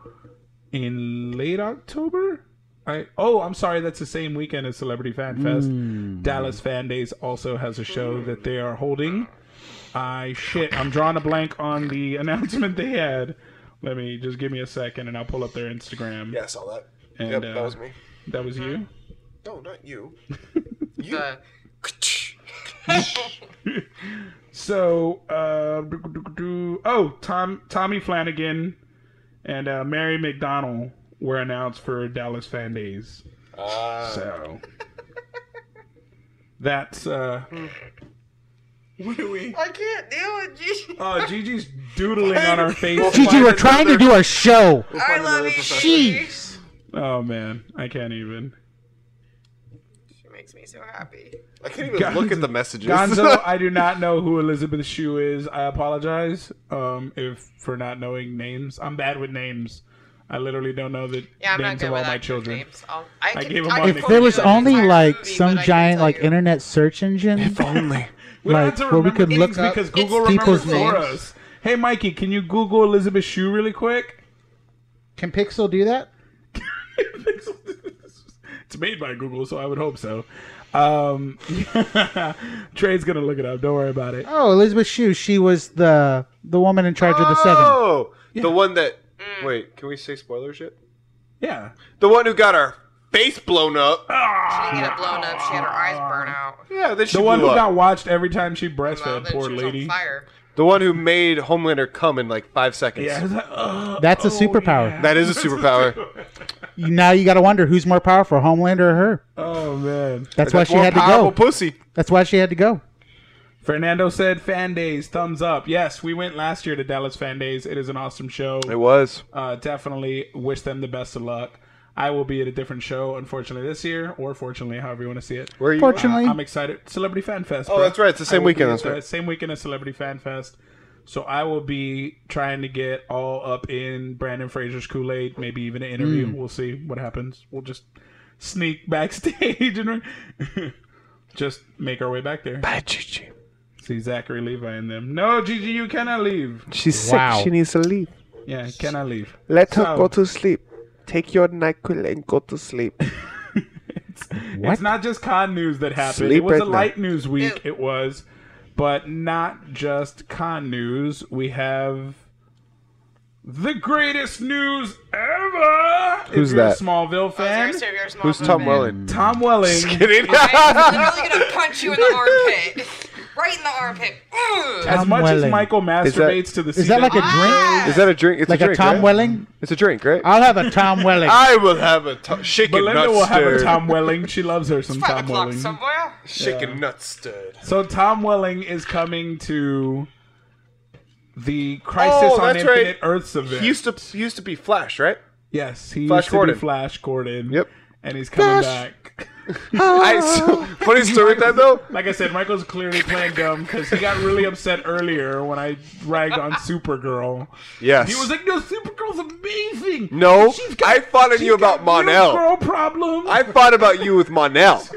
[SPEAKER 1] in late October. I oh, I'm sorry, that's the same weekend as Celebrity Fan Fest. Dallas Fan Days also has a show that they are holding. I shit, I'm drawing a blank on the <laughs> announcement they had. Let me just give me a second, and I'll pull up their Instagram.
[SPEAKER 2] yeah, I saw that.
[SPEAKER 1] And,
[SPEAKER 2] yep,
[SPEAKER 1] uh,
[SPEAKER 2] that was me.
[SPEAKER 1] That was you.
[SPEAKER 2] No, not you.
[SPEAKER 4] The-
[SPEAKER 1] So, uh, do- do- do- do- oh, Tom, Tommy Flanagan and uh, Mary McDonald were announced for Dallas Fan Days.
[SPEAKER 2] Uh,
[SPEAKER 1] So, that's uh, What are we?
[SPEAKER 4] I can't deal with Gigi.
[SPEAKER 1] Oh, Gigi's doodling on our face.
[SPEAKER 2] Gigi,
[SPEAKER 5] Gigi,
[SPEAKER 2] Find
[SPEAKER 5] we're trying to
[SPEAKER 2] another-
[SPEAKER 5] do our show.
[SPEAKER 2] We'll
[SPEAKER 4] I
[SPEAKER 2] find
[SPEAKER 4] love
[SPEAKER 2] another
[SPEAKER 4] you,
[SPEAKER 2] professor.
[SPEAKER 4] Gigi.
[SPEAKER 1] Oh man, I can't even.
[SPEAKER 4] <laughs> She makes me so happy.
[SPEAKER 2] I can't even
[SPEAKER 1] Gonzo-
[SPEAKER 2] look at the messages. <laughs>
[SPEAKER 1] Gonzo, I do not know who Elizabeth Shue is. I apologize um, if for not knowing names. I'm bad with names. I literally don't know the
[SPEAKER 4] Yeah, I'm not
[SPEAKER 1] names
[SPEAKER 4] good
[SPEAKER 1] of
[SPEAKER 4] with
[SPEAKER 1] all my
[SPEAKER 4] actors'
[SPEAKER 1] children.
[SPEAKER 4] names. I'll, I, can,
[SPEAKER 1] gave him
[SPEAKER 4] I
[SPEAKER 1] all
[SPEAKER 4] can
[SPEAKER 1] the-
[SPEAKER 5] If
[SPEAKER 4] quote
[SPEAKER 5] there
[SPEAKER 4] you
[SPEAKER 5] was
[SPEAKER 4] an
[SPEAKER 5] only
[SPEAKER 4] entire
[SPEAKER 5] like
[SPEAKER 4] movie,
[SPEAKER 5] some
[SPEAKER 4] but I can't
[SPEAKER 5] giant
[SPEAKER 4] tell
[SPEAKER 5] like
[SPEAKER 4] you.
[SPEAKER 5] internet search engine,
[SPEAKER 2] if only.
[SPEAKER 1] We don't have
[SPEAKER 5] like
[SPEAKER 1] to
[SPEAKER 5] where we
[SPEAKER 1] remember
[SPEAKER 5] could
[SPEAKER 1] names
[SPEAKER 5] look up
[SPEAKER 1] because Google remembers
[SPEAKER 5] people's
[SPEAKER 1] for
[SPEAKER 5] names.
[SPEAKER 1] us. Hey, Mikey, can you Google Elizabeth Shue really quick? <laughs>
[SPEAKER 5] Can Pixel do that?
[SPEAKER 1] it's made by Google, so I would hope so. Um, <laughs> Trey's gonna look it up. Don't worry about it.
[SPEAKER 5] Oh, Elizabeth Shue. She was the the woman in charge of the seven.
[SPEAKER 2] Oh, the one that. Wait, can we say spoiler shit?
[SPEAKER 1] Yeah.
[SPEAKER 2] The one who got her face blown <laughs> up.
[SPEAKER 4] She didn't get it blown up. She had her eyes burnt out.
[SPEAKER 2] Yeah, then she
[SPEAKER 1] The one
[SPEAKER 2] blew
[SPEAKER 1] who
[SPEAKER 2] up.
[SPEAKER 1] got watched every time she
[SPEAKER 4] Well,
[SPEAKER 1] breastfed,
[SPEAKER 4] then
[SPEAKER 1] poor
[SPEAKER 4] she was
[SPEAKER 1] lady.
[SPEAKER 4] on fire.
[SPEAKER 2] The one who made Homelander come in like five seconds.
[SPEAKER 1] Yeah, <laughs> it's like, uh,
[SPEAKER 5] That's a
[SPEAKER 1] oh,
[SPEAKER 5] superpower.
[SPEAKER 1] yeah.
[SPEAKER 2] That is a <laughs> superpower.
[SPEAKER 5] You- Now you got to wonder who's more powerful, Homelander or her.
[SPEAKER 1] Oh man.
[SPEAKER 5] That's why
[SPEAKER 2] That's
[SPEAKER 5] she
[SPEAKER 2] more
[SPEAKER 5] had to
[SPEAKER 2] powerful
[SPEAKER 5] go.
[SPEAKER 2] pussy.
[SPEAKER 5] That's why she had to go.
[SPEAKER 1] Fernando said fan days, thumbs up. Yes, we went last year to Dallas Fan Days. It is an awesome show.
[SPEAKER 2] It was.
[SPEAKER 1] Uh, definitely wish them the best of luck. I will be at a different show, unfortunately, this year, or fortunately, however you want to see it. Uh,
[SPEAKER 2] Where are you?
[SPEAKER 5] Fortunately,
[SPEAKER 1] I'm excited. Celebrity Fan Fest.
[SPEAKER 2] Oh,
[SPEAKER 1] bro.
[SPEAKER 2] that's right. It's the same
[SPEAKER 1] I will be
[SPEAKER 2] weekend,
[SPEAKER 1] at
[SPEAKER 2] that's
[SPEAKER 1] the
[SPEAKER 2] right.
[SPEAKER 1] Same weekend as Celebrity Fan Fest. So I will be trying to get all up in Brandon Fraser's Kool Aid. Maybe even an interview.
[SPEAKER 2] Mm.
[SPEAKER 1] We'll see what happens. We'll just sneak <laughs> backstage and <laughs> just make our way back there.
[SPEAKER 2] Bad Gigi.
[SPEAKER 1] See Zachary Levi and them. No, Gigi, you cannot leave.
[SPEAKER 2] She's
[SPEAKER 5] Wow.
[SPEAKER 2] sick. She needs to leave.
[SPEAKER 1] Yeah, cannot leave.
[SPEAKER 2] Let
[SPEAKER 1] So-
[SPEAKER 2] her go to sleep. Take your Nyquil and go to sleep.
[SPEAKER 1] It's not just con news that happened.
[SPEAKER 2] Sleep
[SPEAKER 1] it was
[SPEAKER 2] right
[SPEAKER 1] a
[SPEAKER 2] now.
[SPEAKER 1] light news week. It was, but not just con news. We have the greatest news ever.
[SPEAKER 2] Who's
[SPEAKER 1] if you're
[SPEAKER 2] that?
[SPEAKER 1] A Smallville
[SPEAKER 4] I
[SPEAKER 1] fan.
[SPEAKER 4] was very serious,
[SPEAKER 2] Who's
[SPEAKER 4] Mom.
[SPEAKER 2] Tom Welling?
[SPEAKER 1] Tom Welling.
[SPEAKER 2] Kidding.
[SPEAKER 4] I was literally gonna punch you in the armpit, <laughs> right in the armpit. Ugh.
[SPEAKER 1] As
[SPEAKER 5] Tom
[SPEAKER 1] much as
[SPEAKER 5] Welling.
[SPEAKER 1] Michael masturbates to the
[SPEAKER 5] is that
[SPEAKER 1] season-
[SPEAKER 5] like a drink?
[SPEAKER 2] <laughs>
[SPEAKER 4] Ah!
[SPEAKER 2] Is that a drink? It's
[SPEAKER 5] Like
[SPEAKER 2] a
[SPEAKER 5] a
[SPEAKER 2] drink.
[SPEAKER 5] Tom
[SPEAKER 2] right?
[SPEAKER 5] Welling?
[SPEAKER 2] It's a drink, right?
[SPEAKER 5] I'll have a Tom Welling.
[SPEAKER 2] <laughs> I will have a to- shaken
[SPEAKER 1] Belinda
[SPEAKER 2] nut
[SPEAKER 1] will have a
[SPEAKER 2] stirred.
[SPEAKER 1] Tom Welling. She loves
[SPEAKER 2] <laughs>
[SPEAKER 1] her some
[SPEAKER 4] Five
[SPEAKER 1] Tom
[SPEAKER 4] o'clock
[SPEAKER 1] Welling.
[SPEAKER 4] somewhere.
[SPEAKER 2] Shaken nut stirred.
[SPEAKER 1] So Tom Welling is coming to the Crisis
[SPEAKER 2] Oh,
[SPEAKER 1] on
[SPEAKER 2] that's
[SPEAKER 1] Infinite
[SPEAKER 2] right.
[SPEAKER 1] Earths event.
[SPEAKER 2] He used to he used to be Flash, right?
[SPEAKER 1] Yes, he
[SPEAKER 2] Flash
[SPEAKER 1] used to
[SPEAKER 2] Gordon.
[SPEAKER 1] be Flash Gordon.
[SPEAKER 2] Yep.
[SPEAKER 1] And he's coming
[SPEAKER 5] Flash.
[SPEAKER 1] back.
[SPEAKER 2] I, so, funny story with that though.
[SPEAKER 1] Like I said, Michael's clearly playing dumb because he got really upset earlier when I ragged on Supergirl.
[SPEAKER 2] Yes.
[SPEAKER 1] He was like, "No, Supergirl's amazing."
[SPEAKER 2] No,
[SPEAKER 1] She's
[SPEAKER 2] I fought on
[SPEAKER 1] she's
[SPEAKER 2] you about
[SPEAKER 1] got real
[SPEAKER 2] Mon-El.
[SPEAKER 1] Girl problem.
[SPEAKER 2] I thought about you with Monel.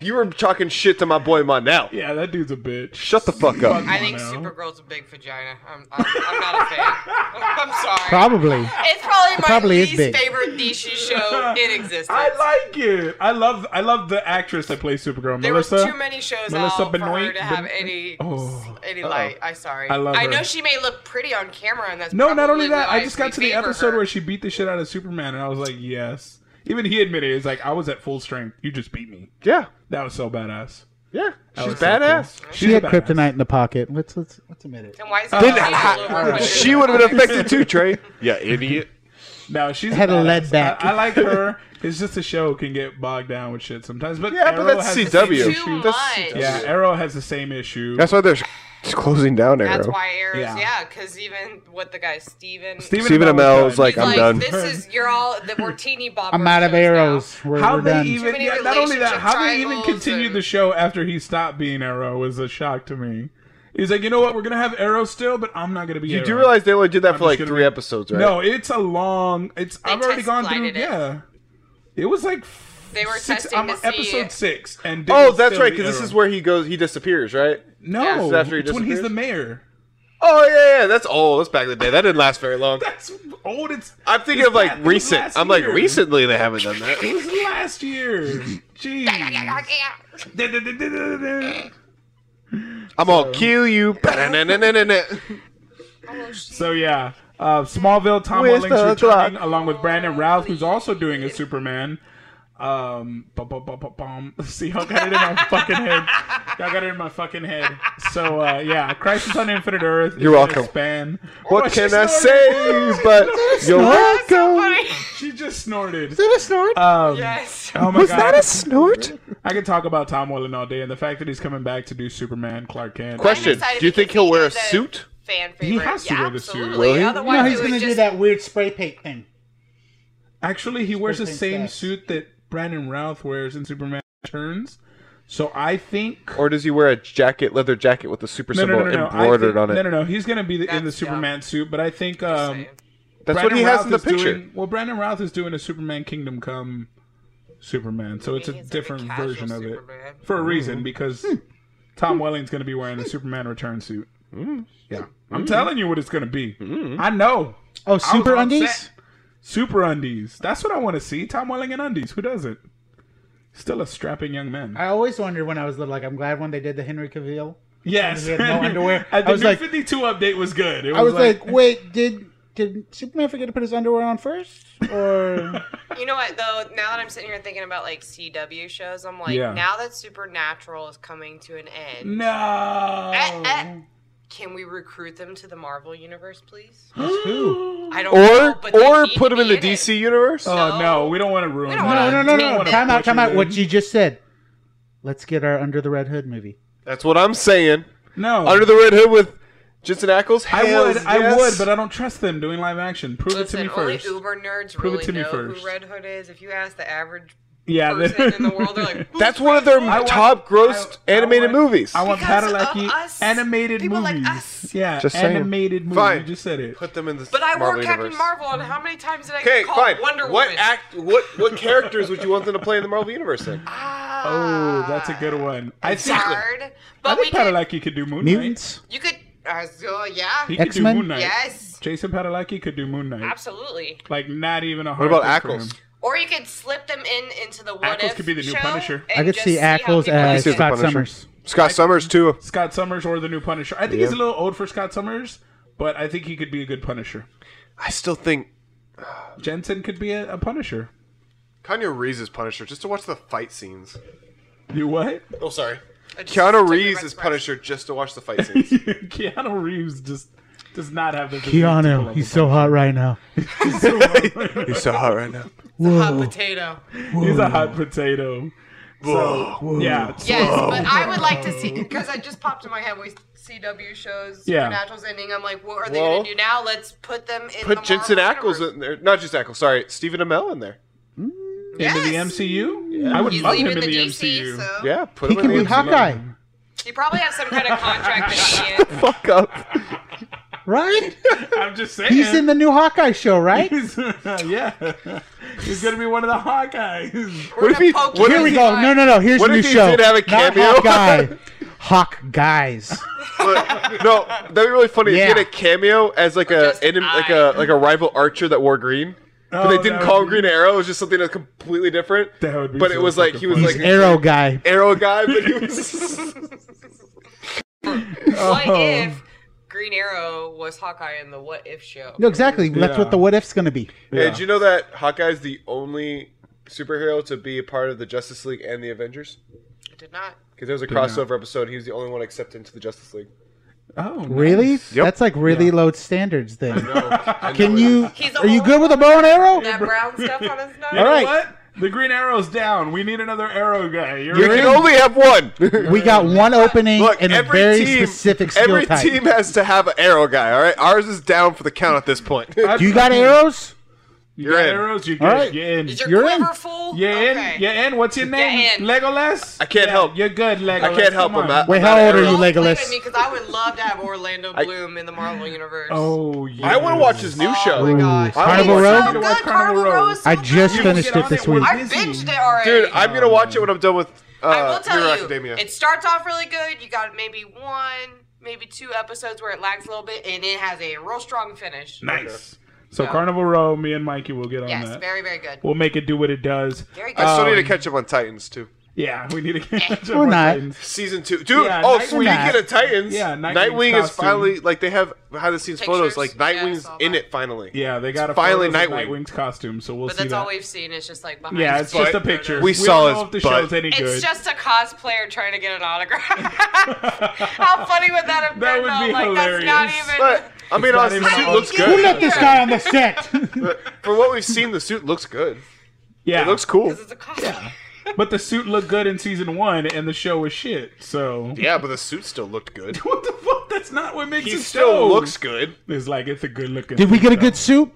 [SPEAKER 2] You were talking shit to my boy Monel.
[SPEAKER 1] yeah, that dude's a bitch. <laughs>
[SPEAKER 2] Shut the fuck up.
[SPEAKER 4] I think Supergirl's a big vagina. I'm, I'm, I'm not a fan. <laughs> I'm sorry.
[SPEAKER 5] Probably.
[SPEAKER 4] It's probably my
[SPEAKER 5] Probably is
[SPEAKER 4] least
[SPEAKER 5] big.
[SPEAKER 4] favorite DC show <laughs> in existence.
[SPEAKER 1] I like it. I love. I love the actress that plays Supergirl,
[SPEAKER 4] there
[SPEAKER 1] Melissa.
[SPEAKER 4] was too many shows
[SPEAKER 1] Melissa
[SPEAKER 4] out for her
[SPEAKER 1] Benoit-
[SPEAKER 4] to have
[SPEAKER 1] Ben-
[SPEAKER 4] any
[SPEAKER 1] Oh.
[SPEAKER 4] any light. I'm sorry.
[SPEAKER 1] I love her.
[SPEAKER 4] know she may look pretty on camera, and that's
[SPEAKER 1] No, not
[SPEAKER 4] probably
[SPEAKER 1] only that,
[SPEAKER 4] why
[SPEAKER 1] I just got
[SPEAKER 4] we
[SPEAKER 1] to the
[SPEAKER 4] favor
[SPEAKER 1] episode
[SPEAKER 4] her.
[SPEAKER 1] where she beat the shit out of Superman, and I was like, yes. Even he admitted, it's like, I was at full strength. You just beat me.
[SPEAKER 2] Yeah,
[SPEAKER 1] That was so badass.
[SPEAKER 2] yeah. She's
[SPEAKER 1] was so cool.
[SPEAKER 2] badass.
[SPEAKER 1] She's
[SPEAKER 5] she
[SPEAKER 1] a
[SPEAKER 5] had
[SPEAKER 1] badass.
[SPEAKER 5] kryptonite in the pocket. Let's let's let's admit it.
[SPEAKER 4] Then why is it
[SPEAKER 1] Didn't- <laughs>
[SPEAKER 4] all over her?
[SPEAKER 2] She would have been affected too, Trey. <laughs> Yeah, idiot.
[SPEAKER 1] No, she's
[SPEAKER 5] Had a
[SPEAKER 1] badass.
[SPEAKER 5] lead back.
[SPEAKER 1] I, I like her. It's just the show can get bogged down with shit sometimes. But
[SPEAKER 2] Yeah,
[SPEAKER 1] Arrow
[SPEAKER 2] but that's
[SPEAKER 1] has the
[SPEAKER 2] CW.
[SPEAKER 1] same
[SPEAKER 4] Too
[SPEAKER 1] issue.
[SPEAKER 4] much.
[SPEAKER 2] That's CW.
[SPEAKER 1] Yeah, Arrow has the same issue.
[SPEAKER 2] That's why they're closing down Arrow.
[SPEAKER 4] That's why Eric's,
[SPEAKER 1] Yeah.
[SPEAKER 4] yeah, because even what the guy Steven,
[SPEAKER 2] Stephen Amell is
[SPEAKER 1] done.
[SPEAKER 2] like,
[SPEAKER 4] he's
[SPEAKER 2] I'm
[SPEAKER 4] like,
[SPEAKER 2] done.
[SPEAKER 4] This is you're all that we're teeny bopper.
[SPEAKER 5] I'm out of
[SPEAKER 4] shows
[SPEAKER 5] arrows. We're,
[SPEAKER 1] how
[SPEAKER 5] we're
[SPEAKER 1] they
[SPEAKER 5] done.
[SPEAKER 1] even
[SPEAKER 4] many
[SPEAKER 1] yeah, not only that,
[SPEAKER 4] relationship
[SPEAKER 1] how they even
[SPEAKER 4] triangles
[SPEAKER 1] continued
[SPEAKER 4] and-
[SPEAKER 1] the show after he stopped being Arrow was a shock to me. He's like, you know what? We're gonna have Arrow still, but I'm not gonna be.
[SPEAKER 2] You
[SPEAKER 1] Arrow.
[SPEAKER 2] do realize they only did that for
[SPEAKER 1] just
[SPEAKER 2] like
[SPEAKER 1] gonna
[SPEAKER 2] three
[SPEAKER 1] be-
[SPEAKER 2] episodes, right?
[SPEAKER 1] No, it's a long. It's I've already
[SPEAKER 4] test
[SPEAKER 1] gone through.
[SPEAKER 4] flighted it.
[SPEAKER 1] Yeah, it was like f-
[SPEAKER 4] They were
[SPEAKER 1] six,
[SPEAKER 4] testing
[SPEAKER 1] I'm
[SPEAKER 4] to
[SPEAKER 1] on
[SPEAKER 4] see-
[SPEAKER 1] episode six, and
[SPEAKER 2] Oh,
[SPEAKER 1] Dick's
[SPEAKER 2] that's
[SPEAKER 1] still
[SPEAKER 2] right.
[SPEAKER 1] the
[SPEAKER 2] Because this
[SPEAKER 1] Arrow.
[SPEAKER 2] is where he goes. He disappears, right?
[SPEAKER 1] no,
[SPEAKER 2] This is after he
[SPEAKER 1] it's when he's
[SPEAKER 2] disappears?
[SPEAKER 1] the mayor.
[SPEAKER 2] Oh yeah, yeah. That's old. That's back in the day. That didn't last very long.
[SPEAKER 1] That's old. It's
[SPEAKER 2] I'm thinking
[SPEAKER 1] it's
[SPEAKER 2] of like
[SPEAKER 1] that- it was
[SPEAKER 2] recent.
[SPEAKER 1] last
[SPEAKER 2] I'm like
[SPEAKER 1] year.
[SPEAKER 2] recently they haven't done that.
[SPEAKER 1] It was last year. Jeez.
[SPEAKER 4] Now.
[SPEAKER 2] I'm gonna kill
[SPEAKER 1] <laughs>
[SPEAKER 2] you.
[SPEAKER 1] so yeah, uh, Smallville. Tom
[SPEAKER 2] Where's
[SPEAKER 1] Welling's
[SPEAKER 2] the
[SPEAKER 1] returning
[SPEAKER 2] clock?
[SPEAKER 1] along with Brandon Routh, who's also doing a Superman. Um, bum, bum, bum, bum, bum. <laughs> See, y'all got it in my fucking head. Y'all got it in my fucking head. So uh, yeah, Crisis on Infinite Earth.
[SPEAKER 2] You're
[SPEAKER 1] is
[SPEAKER 2] welcome.
[SPEAKER 1] gonna Span.
[SPEAKER 2] What
[SPEAKER 1] Oh, she
[SPEAKER 2] can I
[SPEAKER 1] snorted.
[SPEAKER 2] say? But you're
[SPEAKER 5] Snort?
[SPEAKER 4] That's so funny.
[SPEAKER 1] She just
[SPEAKER 2] <laughs>
[SPEAKER 1] snorted.
[SPEAKER 5] that a snort?
[SPEAKER 1] <laughs> Um,
[SPEAKER 4] Yes.
[SPEAKER 1] Oh my
[SPEAKER 5] Was
[SPEAKER 1] god.
[SPEAKER 5] that a snort?
[SPEAKER 1] I could talk about Tom Welling all day, and the fact that he's coming back to do Superman, Clark Kent.
[SPEAKER 2] Question:
[SPEAKER 4] excited
[SPEAKER 2] Do you think
[SPEAKER 4] because
[SPEAKER 2] he'll
[SPEAKER 4] he
[SPEAKER 2] wear a
[SPEAKER 4] is a-
[SPEAKER 2] suit?
[SPEAKER 4] Fan favorite.
[SPEAKER 1] He has to
[SPEAKER 4] yeah,
[SPEAKER 1] wear the suit.
[SPEAKER 4] absolutely.
[SPEAKER 2] Will he?
[SPEAKER 4] Otherwise,
[SPEAKER 3] No,
[SPEAKER 4] it
[SPEAKER 3] he's
[SPEAKER 4] would
[SPEAKER 3] gonna do
[SPEAKER 4] just-
[SPEAKER 3] that weird spray paint thing.
[SPEAKER 1] Actually, he wears the
[SPEAKER 3] Spray
[SPEAKER 1] same
[SPEAKER 3] paint stats.
[SPEAKER 1] suit that Brandon Routh wears in Superman Returns. So I think
[SPEAKER 2] Or does he wear a jacket, leather jacket with the super
[SPEAKER 1] no, no,
[SPEAKER 2] symbol
[SPEAKER 1] no, no, no. I
[SPEAKER 2] embroidered
[SPEAKER 1] think-
[SPEAKER 2] on it?
[SPEAKER 1] No, no, no. He's gonna be the, in the
[SPEAKER 4] That's- yeah.
[SPEAKER 1] Superman suit, but I think um,
[SPEAKER 2] That's what
[SPEAKER 1] Brandon
[SPEAKER 2] he has
[SPEAKER 1] Routh
[SPEAKER 2] in the
[SPEAKER 1] is
[SPEAKER 2] picture.
[SPEAKER 1] Doing, well, Brandon Routh is doing a Superman Kingdom Come Superman, so it's a
[SPEAKER 4] He's like a
[SPEAKER 1] different
[SPEAKER 4] casual
[SPEAKER 1] version of it
[SPEAKER 4] Superman.
[SPEAKER 1] for a
[SPEAKER 2] Mm-hmm.
[SPEAKER 1] reason because
[SPEAKER 2] Hmm.
[SPEAKER 1] Tom Welling's going to be wearing a Superman Return suit.
[SPEAKER 2] Mm.
[SPEAKER 1] Yeah,
[SPEAKER 2] Mm-hmm.
[SPEAKER 1] I'm telling you what it's going to be. I know. I
[SPEAKER 5] Oh,
[SPEAKER 1] was
[SPEAKER 5] super
[SPEAKER 1] on
[SPEAKER 5] undies?
[SPEAKER 1] set. Super undies. That's what I want to see. Tom Welling in undies. Who doesn't? Still a strapping young man.
[SPEAKER 3] I always wondered when I was little. Like, I'm glad when they did the Henry Cavill.
[SPEAKER 1] yes.
[SPEAKER 3] he had no underwear.
[SPEAKER 1] <laughs> At the
[SPEAKER 3] I was
[SPEAKER 1] new
[SPEAKER 3] like-
[SPEAKER 1] 52 update was good. It was
[SPEAKER 3] I was like, wait, did did Superman forget to put his underwear on first,
[SPEAKER 2] <laughs>
[SPEAKER 3] or
[SPEAKER 4] You know what though? Now that I'm sitting here thinking about like CW shows, I'm like,
[SPEAKER 1] Yeah.
[SPEAKER 4] now that Supernatural is coming to an end,
[SPEAKER 1] no.
[SPEAKER 4] eh, eh, can we recruit them to the Marvel universe, please?
[SPEAKER 3] who?
[SPEAKER 4] I don't know,
[SPEAKER 2] Or
[SPEAKER 4] but they
[SPEAKER 2] or
[SPEAKER 4] need
[SPEAKER 2] put
[SPEAKER 4] to
[SPEAKER 2] him in
[SPEAKER 4] be
[SPEAKER 2] the DC universe.
[SPEAKER 1] <gasps> Oh
[SPEAKER 4] No.
[SPEAKER 1] no, we don't want to ruin.
[SPEAKER 4] We don't
[SPEAKER 1] that.
[SPEAKER 3] No, no,
[SPEAKER 4] wanna-
[SPEAKER 3] no,
[SPEAKER 1] We don't
[SPEAKER 3] no!
[SPEAKER 1] wanna
[SPEAKER 3] Time out!
[SPEAKER 1] butcher
[SPEAKER 3] Time out!
[SPEAKER 1] that.
[SPEAKER 3] What you just said. Let's get our Under the Red Hood movie.
[SPEAKER 2] That's what I'm saying.
[SPEAKER 1] No,
[SPEAKER 2] Under the red hood with Jensen Ackles.
[SPEAKER 1] I
[SPEAKER 2] Hells
[SPEAKER 1] would, I
[SPEAKER 2] yes.
[SPEAKER 1] would, but I don't trust them doing live action. Prove
[SPEAKER 4] Listen,
[SPEAKER 1] it to me
[SPEAKER 4] only
[SPEAKER 1] first.
[SPEAKER 4] Uber nerds
[SPEAKER 1] Prove it
[SPEAKER 4] really
[SPEAKER 1] to me
[SPEAKER 4] know
[SPEAKER 1] first.
[SPEAKER 4] who Red Hood is. If you ask
[SPEAKER 1] <laughs>
[SPEAKER 4] the average
[SPEAKER 1] yeah,
[SPEAKER 4] person
[SPEAKER 1] they-
[SPEAKER 4] in the
[SPEAKER 1] <laughs>
[SPEAKER 4] world, they're like, "Who's
[SPEAKER 2] that's one of their
[SPEAKER 4] Red Hood?"
[SPEAKER 1] want-
[SPEAKER 2] top grossed
[SPEAKER 1] I- I
[SPEAKER 2] animated
[SPEAKER 1] want-
[SPEAKER 2] movies.
[SPEAKER 1] I want
[SPEAKER 4] Because of
[SPEAKER 1] Padalecki
[SPEAKER 4] us.
[SPEAKER 1] animated
[SPEAKER 4] People like
[SPEAKER 1] movies.
[SPEAKER 4] us.
[SPEAKER 1] Yeah,
[SPEAKER 2] Just saying.
[SPEAKER 1] animated movies.
[SPEAKER 2] Fine.
[SPEAKER 1] You just said it.
[SPEAKER 2] Put them in the
[SPEAKER 4] But I wore
[SPEAKER 2] Marvel
[SPEAKER 4] Captain
[SPEAKER 2] universe.
[SPEAKER 4] Marvel, and how many times did I
[SPEAKER 2] Okay,
[SPEAKER 4] get called
[SPEAKER 2] fine.
[SPEAKER 4] Wonder
[SPEAKER 2] what
[SPEAKER 4] Woman?
[SPEAKER 2] act? What what characters would you want them to play in the Marvel universe? Then
[SPEAKER 1] Oh, that's a good one. I think, I
[SPEAKER 4] Ah. Hard, but we
[SPEAKER 1] think
[SPEAKER 4] could,
[SPEAKER 1] Padalecki could do Moon Knight.
[SPEAKER 5] Mutants?
[SPEAKER 4] you could, uh, so, yeah,
[SPEAKER 1] He could
[SPEAKER 5] X-Men?
[SPEAKER 1] do Moon Knight.
[SPEAKER 4] yes,
[SPEAKER 1] Jason Padalecki could do Moon Knight.
[SPEAKER 4] absolutely.
[SPEAKER 1] Like not even a
[SPEAKER 2] what
[SPEAKER 1] hard.
[SPEAKER 2] about
[SPEAKER 1] thing for
[SPEAKER 2] Ackles?
[SPEAKER 1] him.
[SPEAKER 4] Or you could slip them in into the what
[SPEAKER 1] Ackles
[SPEAKER 4] if
[SPEAKER 1] could be the new
[SPEAKER 4] show
[SPEAKER 1] Punisher.
[SPEAKER 4] and
[SPEAKER 5] I could
[SPEAKER 4] just
[SPEAKER 5] see
[SPEAKER 4] how
[SPEAKER 5] Ackles
[SPEAKER 4] people
[SPEAKER 5] as
[SPEAKER 4] like it.
[SPEAKER 2] Scott
[SPEAKER 5] Scott
[SPEAKER 2] Punisher.
[SPEAKER 5] Summers.
[SPEAKER 2] Scott Summers too.
[SPEAKER 1] Scott Summers or the new Punisher. I think he's a little old for Scott Summers, but I think he could be a good Punisher.
[SPEAKER 2] I still think
[SPEAKER 1] Jensen could be a, a Punisher.
[SPEAKER 2] Kanye Reeves is Punisher just to watch the fight scenes.
[SPEAKER 1] You what? <laughs>
[SPEAKER 2] Oh, sorry.
[SPEAKER 4] I just took
[SPEAKER 2] Keanu
[SPEAKER 4] the
[SPEAKER 2] Reeves
[SPEAKER 4] Red
[SPEAKER 2] is
[SPEAKER 4] Square.
[SPEAKER 2] Punisher just to watch the fight scenes.
[SPEAKER 1] <laughs> Keanu Reeves just does not have the
[SPEAKER 5] Keanu, he's so hot right now.
[SPEAKER 2] He's so hot right now.
[SPEAKER 4] Hot potato.
[SPEAKER 1] he's a hot potato. So, yeah, so-
[SPEAKER 4] Yes, but I would like to
[SPEAKER 5] <laughs>
[SPEAKER 4] see because I just popped in my head. We CW shows
[SPEAKER 1] Yeah.
[SPEAKER 4] Supernatural's ending. I'm like, what are they
[SPEAKER 2] Well,
[SPEAKER 4] gonna do now? Let's put them in. the
[SPEAKER 2] Put Jensen
[SPEAKER 4] Marvel
[SPEAKER 2] Ackles
[SPEAKER 4] universe.
[SPEAKER 2] in there. Not just Ackles. Sorry, Stephen Amell in there.
[SPEAKER 1] into the
[SPEAKER 4] Yes.
[SPEAKER 1] MCU. I would
[SPEAKER 4] He's
[SPEAKER 1] love him
[SPEAKER 4] leaving
[SPEAKER 1] in the,
[SPEAKER 4] the,
[SPEAKER 1] MCU.
[SPEAKER 4] DC, so
[SPEAKER 2] Yeah, put
[SPEAKER 5] He
[SPEAKER 2] him
[SPEAKER 5] can
[SPEAKER 2] in
[SPEAKER 5] be
[SPEAKER 2] the
[SPEAKER 5] Hawkeye,
[SPEAKER 4] he probably has some kind of
[SPEAKER 5] <laughs>
[SPEAKER 4] contract that he can.
[SPEAKER 2] fuck up. <laughs>
[SPEAKER 5] right?
[SPEAKER 1] I'm just saying.
[SPEAKER 5] He's in the new Hawkeye show, right?
[SPEAKER 1] He's- <laughs> yeah, he's gonna be one of the Hawkeyes.
[SPEAKER 4] We're
[SPEAKER 2] if
[SPEAKER 4] gonna
[SPEAKER 2] he-
[SPEAKER 4] poke
[SPEAKER 2] what
[SPEAKER 4] him
[SPEAKER 5] Here we
[SPEAKER 4] in
[SPEAKER 5] go.
[SPEAKER 4] the
[SPEAKER 5] No, no, no. Here's
[SPEAKER 2] What
[SPEAKER 5] a new
[SPEAKER 2] if he
[SPEAKER 5] show.
[SPEAKER 2] did have a cameo?
[SPEAKER 5] Not
[SPEAKER 2] <laughs>
[SPEAKER 5] Hawkeye. Hawk guys.
[SPEAKER 2] But, no, that'd be really funny. If
[SPEAKER 5] Yeah.
[SPEAKER 2] he had a cameo as like
[SPEAKER 4] Or
[SPEAKER 2] a
[SPEAKER 4] just
[SPEAKER 2] enem-
[SPEAKER 4] I.
[SPEAKER 2] like a like a rival archer that wore green. But
[SPEAKER 1] Oh,
[SPEAKER 2] they
[SPEAKER 1] that
[SPEAKER 2] didn't
[SPEAKER 1] would
[SPEAKER 2] call him
[SPEAKER 1] be-
[SPEAKER 2] Green Arrow. It was just something that's completely different.
[SPEAKER 1] That would be
[SPEAKER 2] but
[SPEAKER 1] so
[SPEAKER 2] it was like he was
[SPEAKER 1] fucking
[SPEAKER 2] like
[SPEAKER 5] He's Arrow guy.
[SPEAKER 2] Arrow guy, but he was <laughs>
[SPEAKER 4] What
[SPEAKER 1] Oh.
[SPEAKER 4] if Green Arrow was Hawkeye in the What If show?
[SPEAKER 5] No, exactly. That's
[SPEAKER 1] Yeah.
[SPEAKER 5] what the what if's gonna be.
[SPEAKER 2] Hey, did you know that Hawkeye's the only superhero to be a part of the Justice League and the Avengers?
[SPEAKER 4] I did not.
[SPEAKER 2] Because there was a crossover episode, he was the only one accepted into the Justice League.
[SPEAKER 1] Oh, nice.
[SPEAKER 5] Really?
[SPEAKER 2] Yep.
[SPEAKER 5] That's like really low standards then.
[SPEAKER 2] No,
[SPEAKER 5] Can you
[SPEAKER 4] He's the
[SPEAKER 5] are you
[SPEAKER 4] whole-
[SPEAKER 5] good with a bow and arrow?
[SPEAKER 4] That brown stuff on his nose.
[SPEAKER 1] You know
[SPEAKER 5] All right.
[SPEAKER 1] What? The Green Arrow's down. We need another Arrow guy. You're,
[SPEAKER 2] You can only have one.
[SPEAKER 5] We got one opening
[SPEAKER 2] Look,
[SPEAKER 5] and a
[SPEAKER 2] every
[SPEAKER 5] very
[SPEAKER 2] team,
[SPEAKER 5] specific skill
[SPEAKER 2] every
[SPEAKER 5] type.
[SPEAKER 2] team has to have an arrow guy. All right, ours is down for the count at this point.
[SPEAKER 5] you got arrows?
[SPEAKER 1] You got
[SPEAKER 2] You're in.
[SPEAKER 1] arrows. You
[SPEAKER 5] All
[SPEAKER 1] get.
[SPEAKER 5] right.
[SPEAKER 1] You in.
[SPEAKER 4] Is your
[SPEAKER 5] You're in.
[SPEAKER 4] quiver full?
[SPEAKER 1] You
[SPEAKER 4] okay.
[SPEAKER 1] in. You in. What's your name?
[SPEAKER 4] in.
[SPEAKER 1] Legolas.
[SPEAKER 2] I can't
[SPEAKER 1] Yeah,
[SPEAKER 2] help.
[SPEAKER 1] You're good, Legolas.
[SPEAKER 2] I can't help
[SPEAKER 1] Come
[SPEAKER 2] him.
[SPEAKER 1] on.
[SPEAKER 2] I,
[SPEAKER 5] Wait,
[SPEAKER 2] I'm
[SPEAKER 5] how
[SPEAKER 2] not
[SPEAKER 5] old are
[SPEAKER 2] an
[SPEAKER 5] you,
[SPEAKER 2] arrow.
[SPEAKER 4] Don't
[SPEAKER 5] Legolas?
[SPEAKER 4] blame me because I would love to have Orlando Bloom in the Marvel universe.
[SPEAKER 1] Oh, yeah.
[SPEAKER 2] I want to watch his new
[SPEAKER 4] Oh
[SPEAKER 2] show.
[SPEAKER 4] my gosh.
[SPEAKER 2] I
[SPEAKER 5] Carnival
[SPEAKER 4] It's
[SPEAKER 5] Row?
[SPEAKER 4] So
[SPEAKER 1] You
[SPEAKER 4] good.
[SPEAKER 1] watch Carnival
[SPEAKER 4] Carnival
[SPEAKER 1] Row?
[SPEAKER 4] Row is so
[SPEAKER 5] I
[SPEAKER 4] good.
[SPEAKER 5] just
[SPEAKER 1] You
[SPEAKER 5] finished
[SPEAKER 1] get on
[SPEAKER 5] it this
[SPEAKER 1] it, we're
[SPEAKER 5] week.
[SPEAKER 4] I
[SPEAKER 1] Busy.
[SPEAKER 4] binged it already.
[SPEAKER 2] Dude, I'm gonna watch it when I'm done with uh,
[SPEAKER 4] I will
[SPEAKER 2] Hero
[SPEAKER 4] tell you,
[SPEAKER 2] Academia.
[SPEAKER 4] it starts off really good. You got maybe one, maybe two episodes where it lags a little bit, and it has a real strong finish.
[SPEAKER 1] Nice. So Carnival Row, me and Mikey will get on
[SPEAKER 4] Yes,
[SPEAKER 1] that.
[SPEAKER 4] very, very good.
[SPEAKER 1] We'll make it do what it does.
[SPEAKER 4] Very Eh. good.
[SPEAKER 2] I still
[SPEAKER 1] Um,
[SPEAKER 2] need to catch up on Titans too.
[SPEAKER 1] Yeah, we need to get <laughs> Ninja
[SPEAKER 5] Or
[SPEAKER 1] more
[SPEAKER 5] not.
[SPEAKER 1] Titans.
[SPEAKER 2] Season two, dude.
[SPEAKER 1] Yeah,
[SPEAKER 2] oh,
[SPEAKER 1] Nightwing-
[SPEAKER 2] speaking of Titans,
[SPEAKER 1] Yeah, Nightwing's
[SPEAKER 2] Nightwing is
[SPEAKER 1] costume.
[SPEAKER 2] finally like they have behind the scenes photos.
[SPEAKER 4] Pictures?
[SPEAKER 2] Like
[SPEAKER 4] Yeah, I
[SPEAKER 2] Nightwing's
[SPEAKER 4] saw
[SPEAKER 2] in
[SPEAKER 4] that.
[SPEAKER 2] it finally.
[SPEAKER 1] Yeah, they got a
[SPEAKER 2] finally
[SPEAKER 1] finally Nightwing.
[SPEAKER 2] Nightwing.
[SPEAKER 1] Nightwing's costume, so we'll
[SPEAKER 4] But
[SPEAKER 1] see
[SPEAKER 4] that's
[SPEAKER 1] that.
[SPEAKER 4] all we've seen. It's just like behind.
[SPEAKER 1] yeah,
[SPEAKER 4] the
[SPEAKER 1] it's just a
[SPEAKER 4] photos.
[SPEAKER 1] picture.
[SPEAKER 2] We
[SPEAKER 1] don't
[SPEAKER 2] saw
[SPEAKER 1] know
[SPEAKER 2] his
[SPEAKER 1] if the
[SPEAKER 2] butt.
[SPEAKER 1] show's any good. <laughs>
[SPEAKER 4] It's just a cosplayer trying to get an autograph.
[SPEAKER 2] <laughs>
[SPEAKER 4] How funny would that have
[SPEAKER 1] That
[SPEAKER 4] been?
[SPEAKER 1] would
[SPEAKER 4] though?
[SPEAKER 1] be
[SPEAKER 4] like
[SPEAKER 1] hilarious.
[SPEAKER 4] that's not even.
[SPEAKER 2] But I mean,
[SPEAKER 1] not
[SPEAKER 2] honestly, the
[SPEAKER 1] even
[SPEAKER 2] suit
[SPEAKER 1] all
[SPEAKER 2] looks
[SPEAKER 4] good.
[SPEAKER 5] Who
[SPEAKER 2] good.
[SPEAKER 5] let this guy on
[SPEAKER 1] <laughs>
[SPEAKER 5] the set?
[SPEAKER 2] But for what we've seen, the suit looks good.
[SPEAKER 1] yeah,
[SPEAKER 2] It looks cool.
[SPEAKER 4] Because it's a cosplayer.
[SPEAKER 1] but the suit looked good in season one, and the show was shit. So <laughs>
[SPEAKER 2] Yeah, but the suit still looked good.
[SPEAKER 1] what the fuck? That's not what makes
[SPEAKER 2] He
[SPEAKER 1] it
[SPEAKER 2] still looks good.
[SPEAKER 1] It's like it's a good looking.
[SPEAKER 5] Did we get a good suit?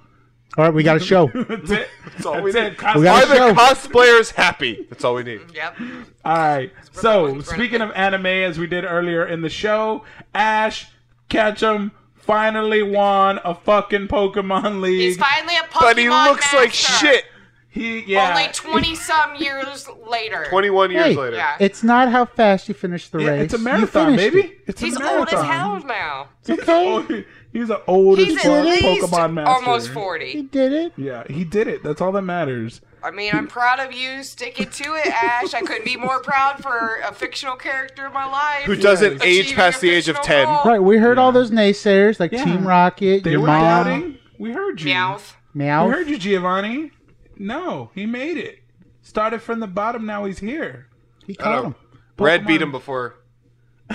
[SPEAKER 5] All right, we got
[SPEAKER 1] <laughs>
[SPEAKER 5] a show.
[SPEAKER 2] <laughs>
[SPEAKER 1] That's it. That's
[SPEAKER 2] all we
[SPEAKER 1] it.
[SPEAKER 2] need.
[SPEAKER 1] Cos-
[SPEAKER 5] We got
[SPEAKER 2] Are
[SPEAKER 5] a
[SPEAKER 2] the
[SPEAKER 5] show.
[SPEAKER 2] cosplayers happy? That's all we need.
[SPEAKER 4] Yep.
[SPEAKER 1] all right. So
[SPEAKER 4] We're-
[SPEAKER 1] speaking of anime, as we did earlier in the show, Ash Ketchum finally won a fucking Pokemon League.
[SPEAKER 4] He's finally a Pokemon
[SPEAKER 2] But he looks like
[SPEAKER 4] master.
[SPEAKER 2] shit.
[SPEAKER 1] he yeah.
[SPEAKER 4] Only twenty some years later.
[SPEAKER 2] Twenty-one years
[SPEAKER 5] Hey.
[SPEAKER 2] later.
[SPEAKER 4] Yeah.
[SPEAKER 5] It's not how fast you finish the
[SPEAKER 1] Yeah,
[SPEAKER 5] race.
[SPEAKER 1] it's a
[SPEAKER 5] You
[SPEAKER 1] marathon,
[SPEAKER 5] finished
[SPEAKER 1] baby.
[SPEAKER 5] it.
[SPEAKER 1] It's
[SPEAKER 4] He's
[SPEAKER 1] a
[SPEAKER 4] old as
[SPEAKER 1] marathon.
[SPEAKER 4] hell now.
[SPEAKER 5] It's okay.
[SPEAKER 1] Oh, he's an old
[SPEAKER 4] He's
[SPEAKER 1] as
[SPEAKER 4] at
[SPEAKER 1] fuck
[SPEAKER 4] least
[SPEAKER 1] Pokemon master.
[SPEAKER 4] almost
[SPEAKER 5] He
[SPEAKER 4] forty.
[SPEAKER 5] did it.
[SPEAKER 1] Yeah, he did it. That's all that matters.
[SPEAKER 4] I mean, I'm proud of you. Stick it to it, Ash. I couldn't be more proud for a fictional character in my life.
[SPEAKER 2] Who doesn't age
[SPEAKER 4] Achieving
[SPEAKER 2] past
[SPEAKER 4] a
[SPEAKER 2] the age of
[SPEAKER 4] fictional
[SPEAKER 2] ten?
[SPEAKER 4] goal.
[SPEAKER 5] Right, we heard all those naysayers like
[SPEAKER 1] Yeah.
[SPEAKER 5] Team Rocket,
[SPEAKER 1] They
[SPEAKER 5] your
[SPEAKER 1] were
[SPEAKER 5] mom,
[SPEAKER 1] doubting. We heard you.
[SPEAKER 4] Meowth.
[SPEAKER 1] We
[SPEAKER 5] Meow.
[SPEAKER 1] heard you, Giovanni. No, he made it. Started from the bottom. Now he's here.
[SPEAKER 5] He
[SPEAKER 2] I
[SPEAKER 5] caught
[SPEAKER 2] don't
[SPEAKER 5] him.
[SPEAKER 2] know. Red
[SPEAKER 1] Pokemon-
[SPEAKER 2] beat him before.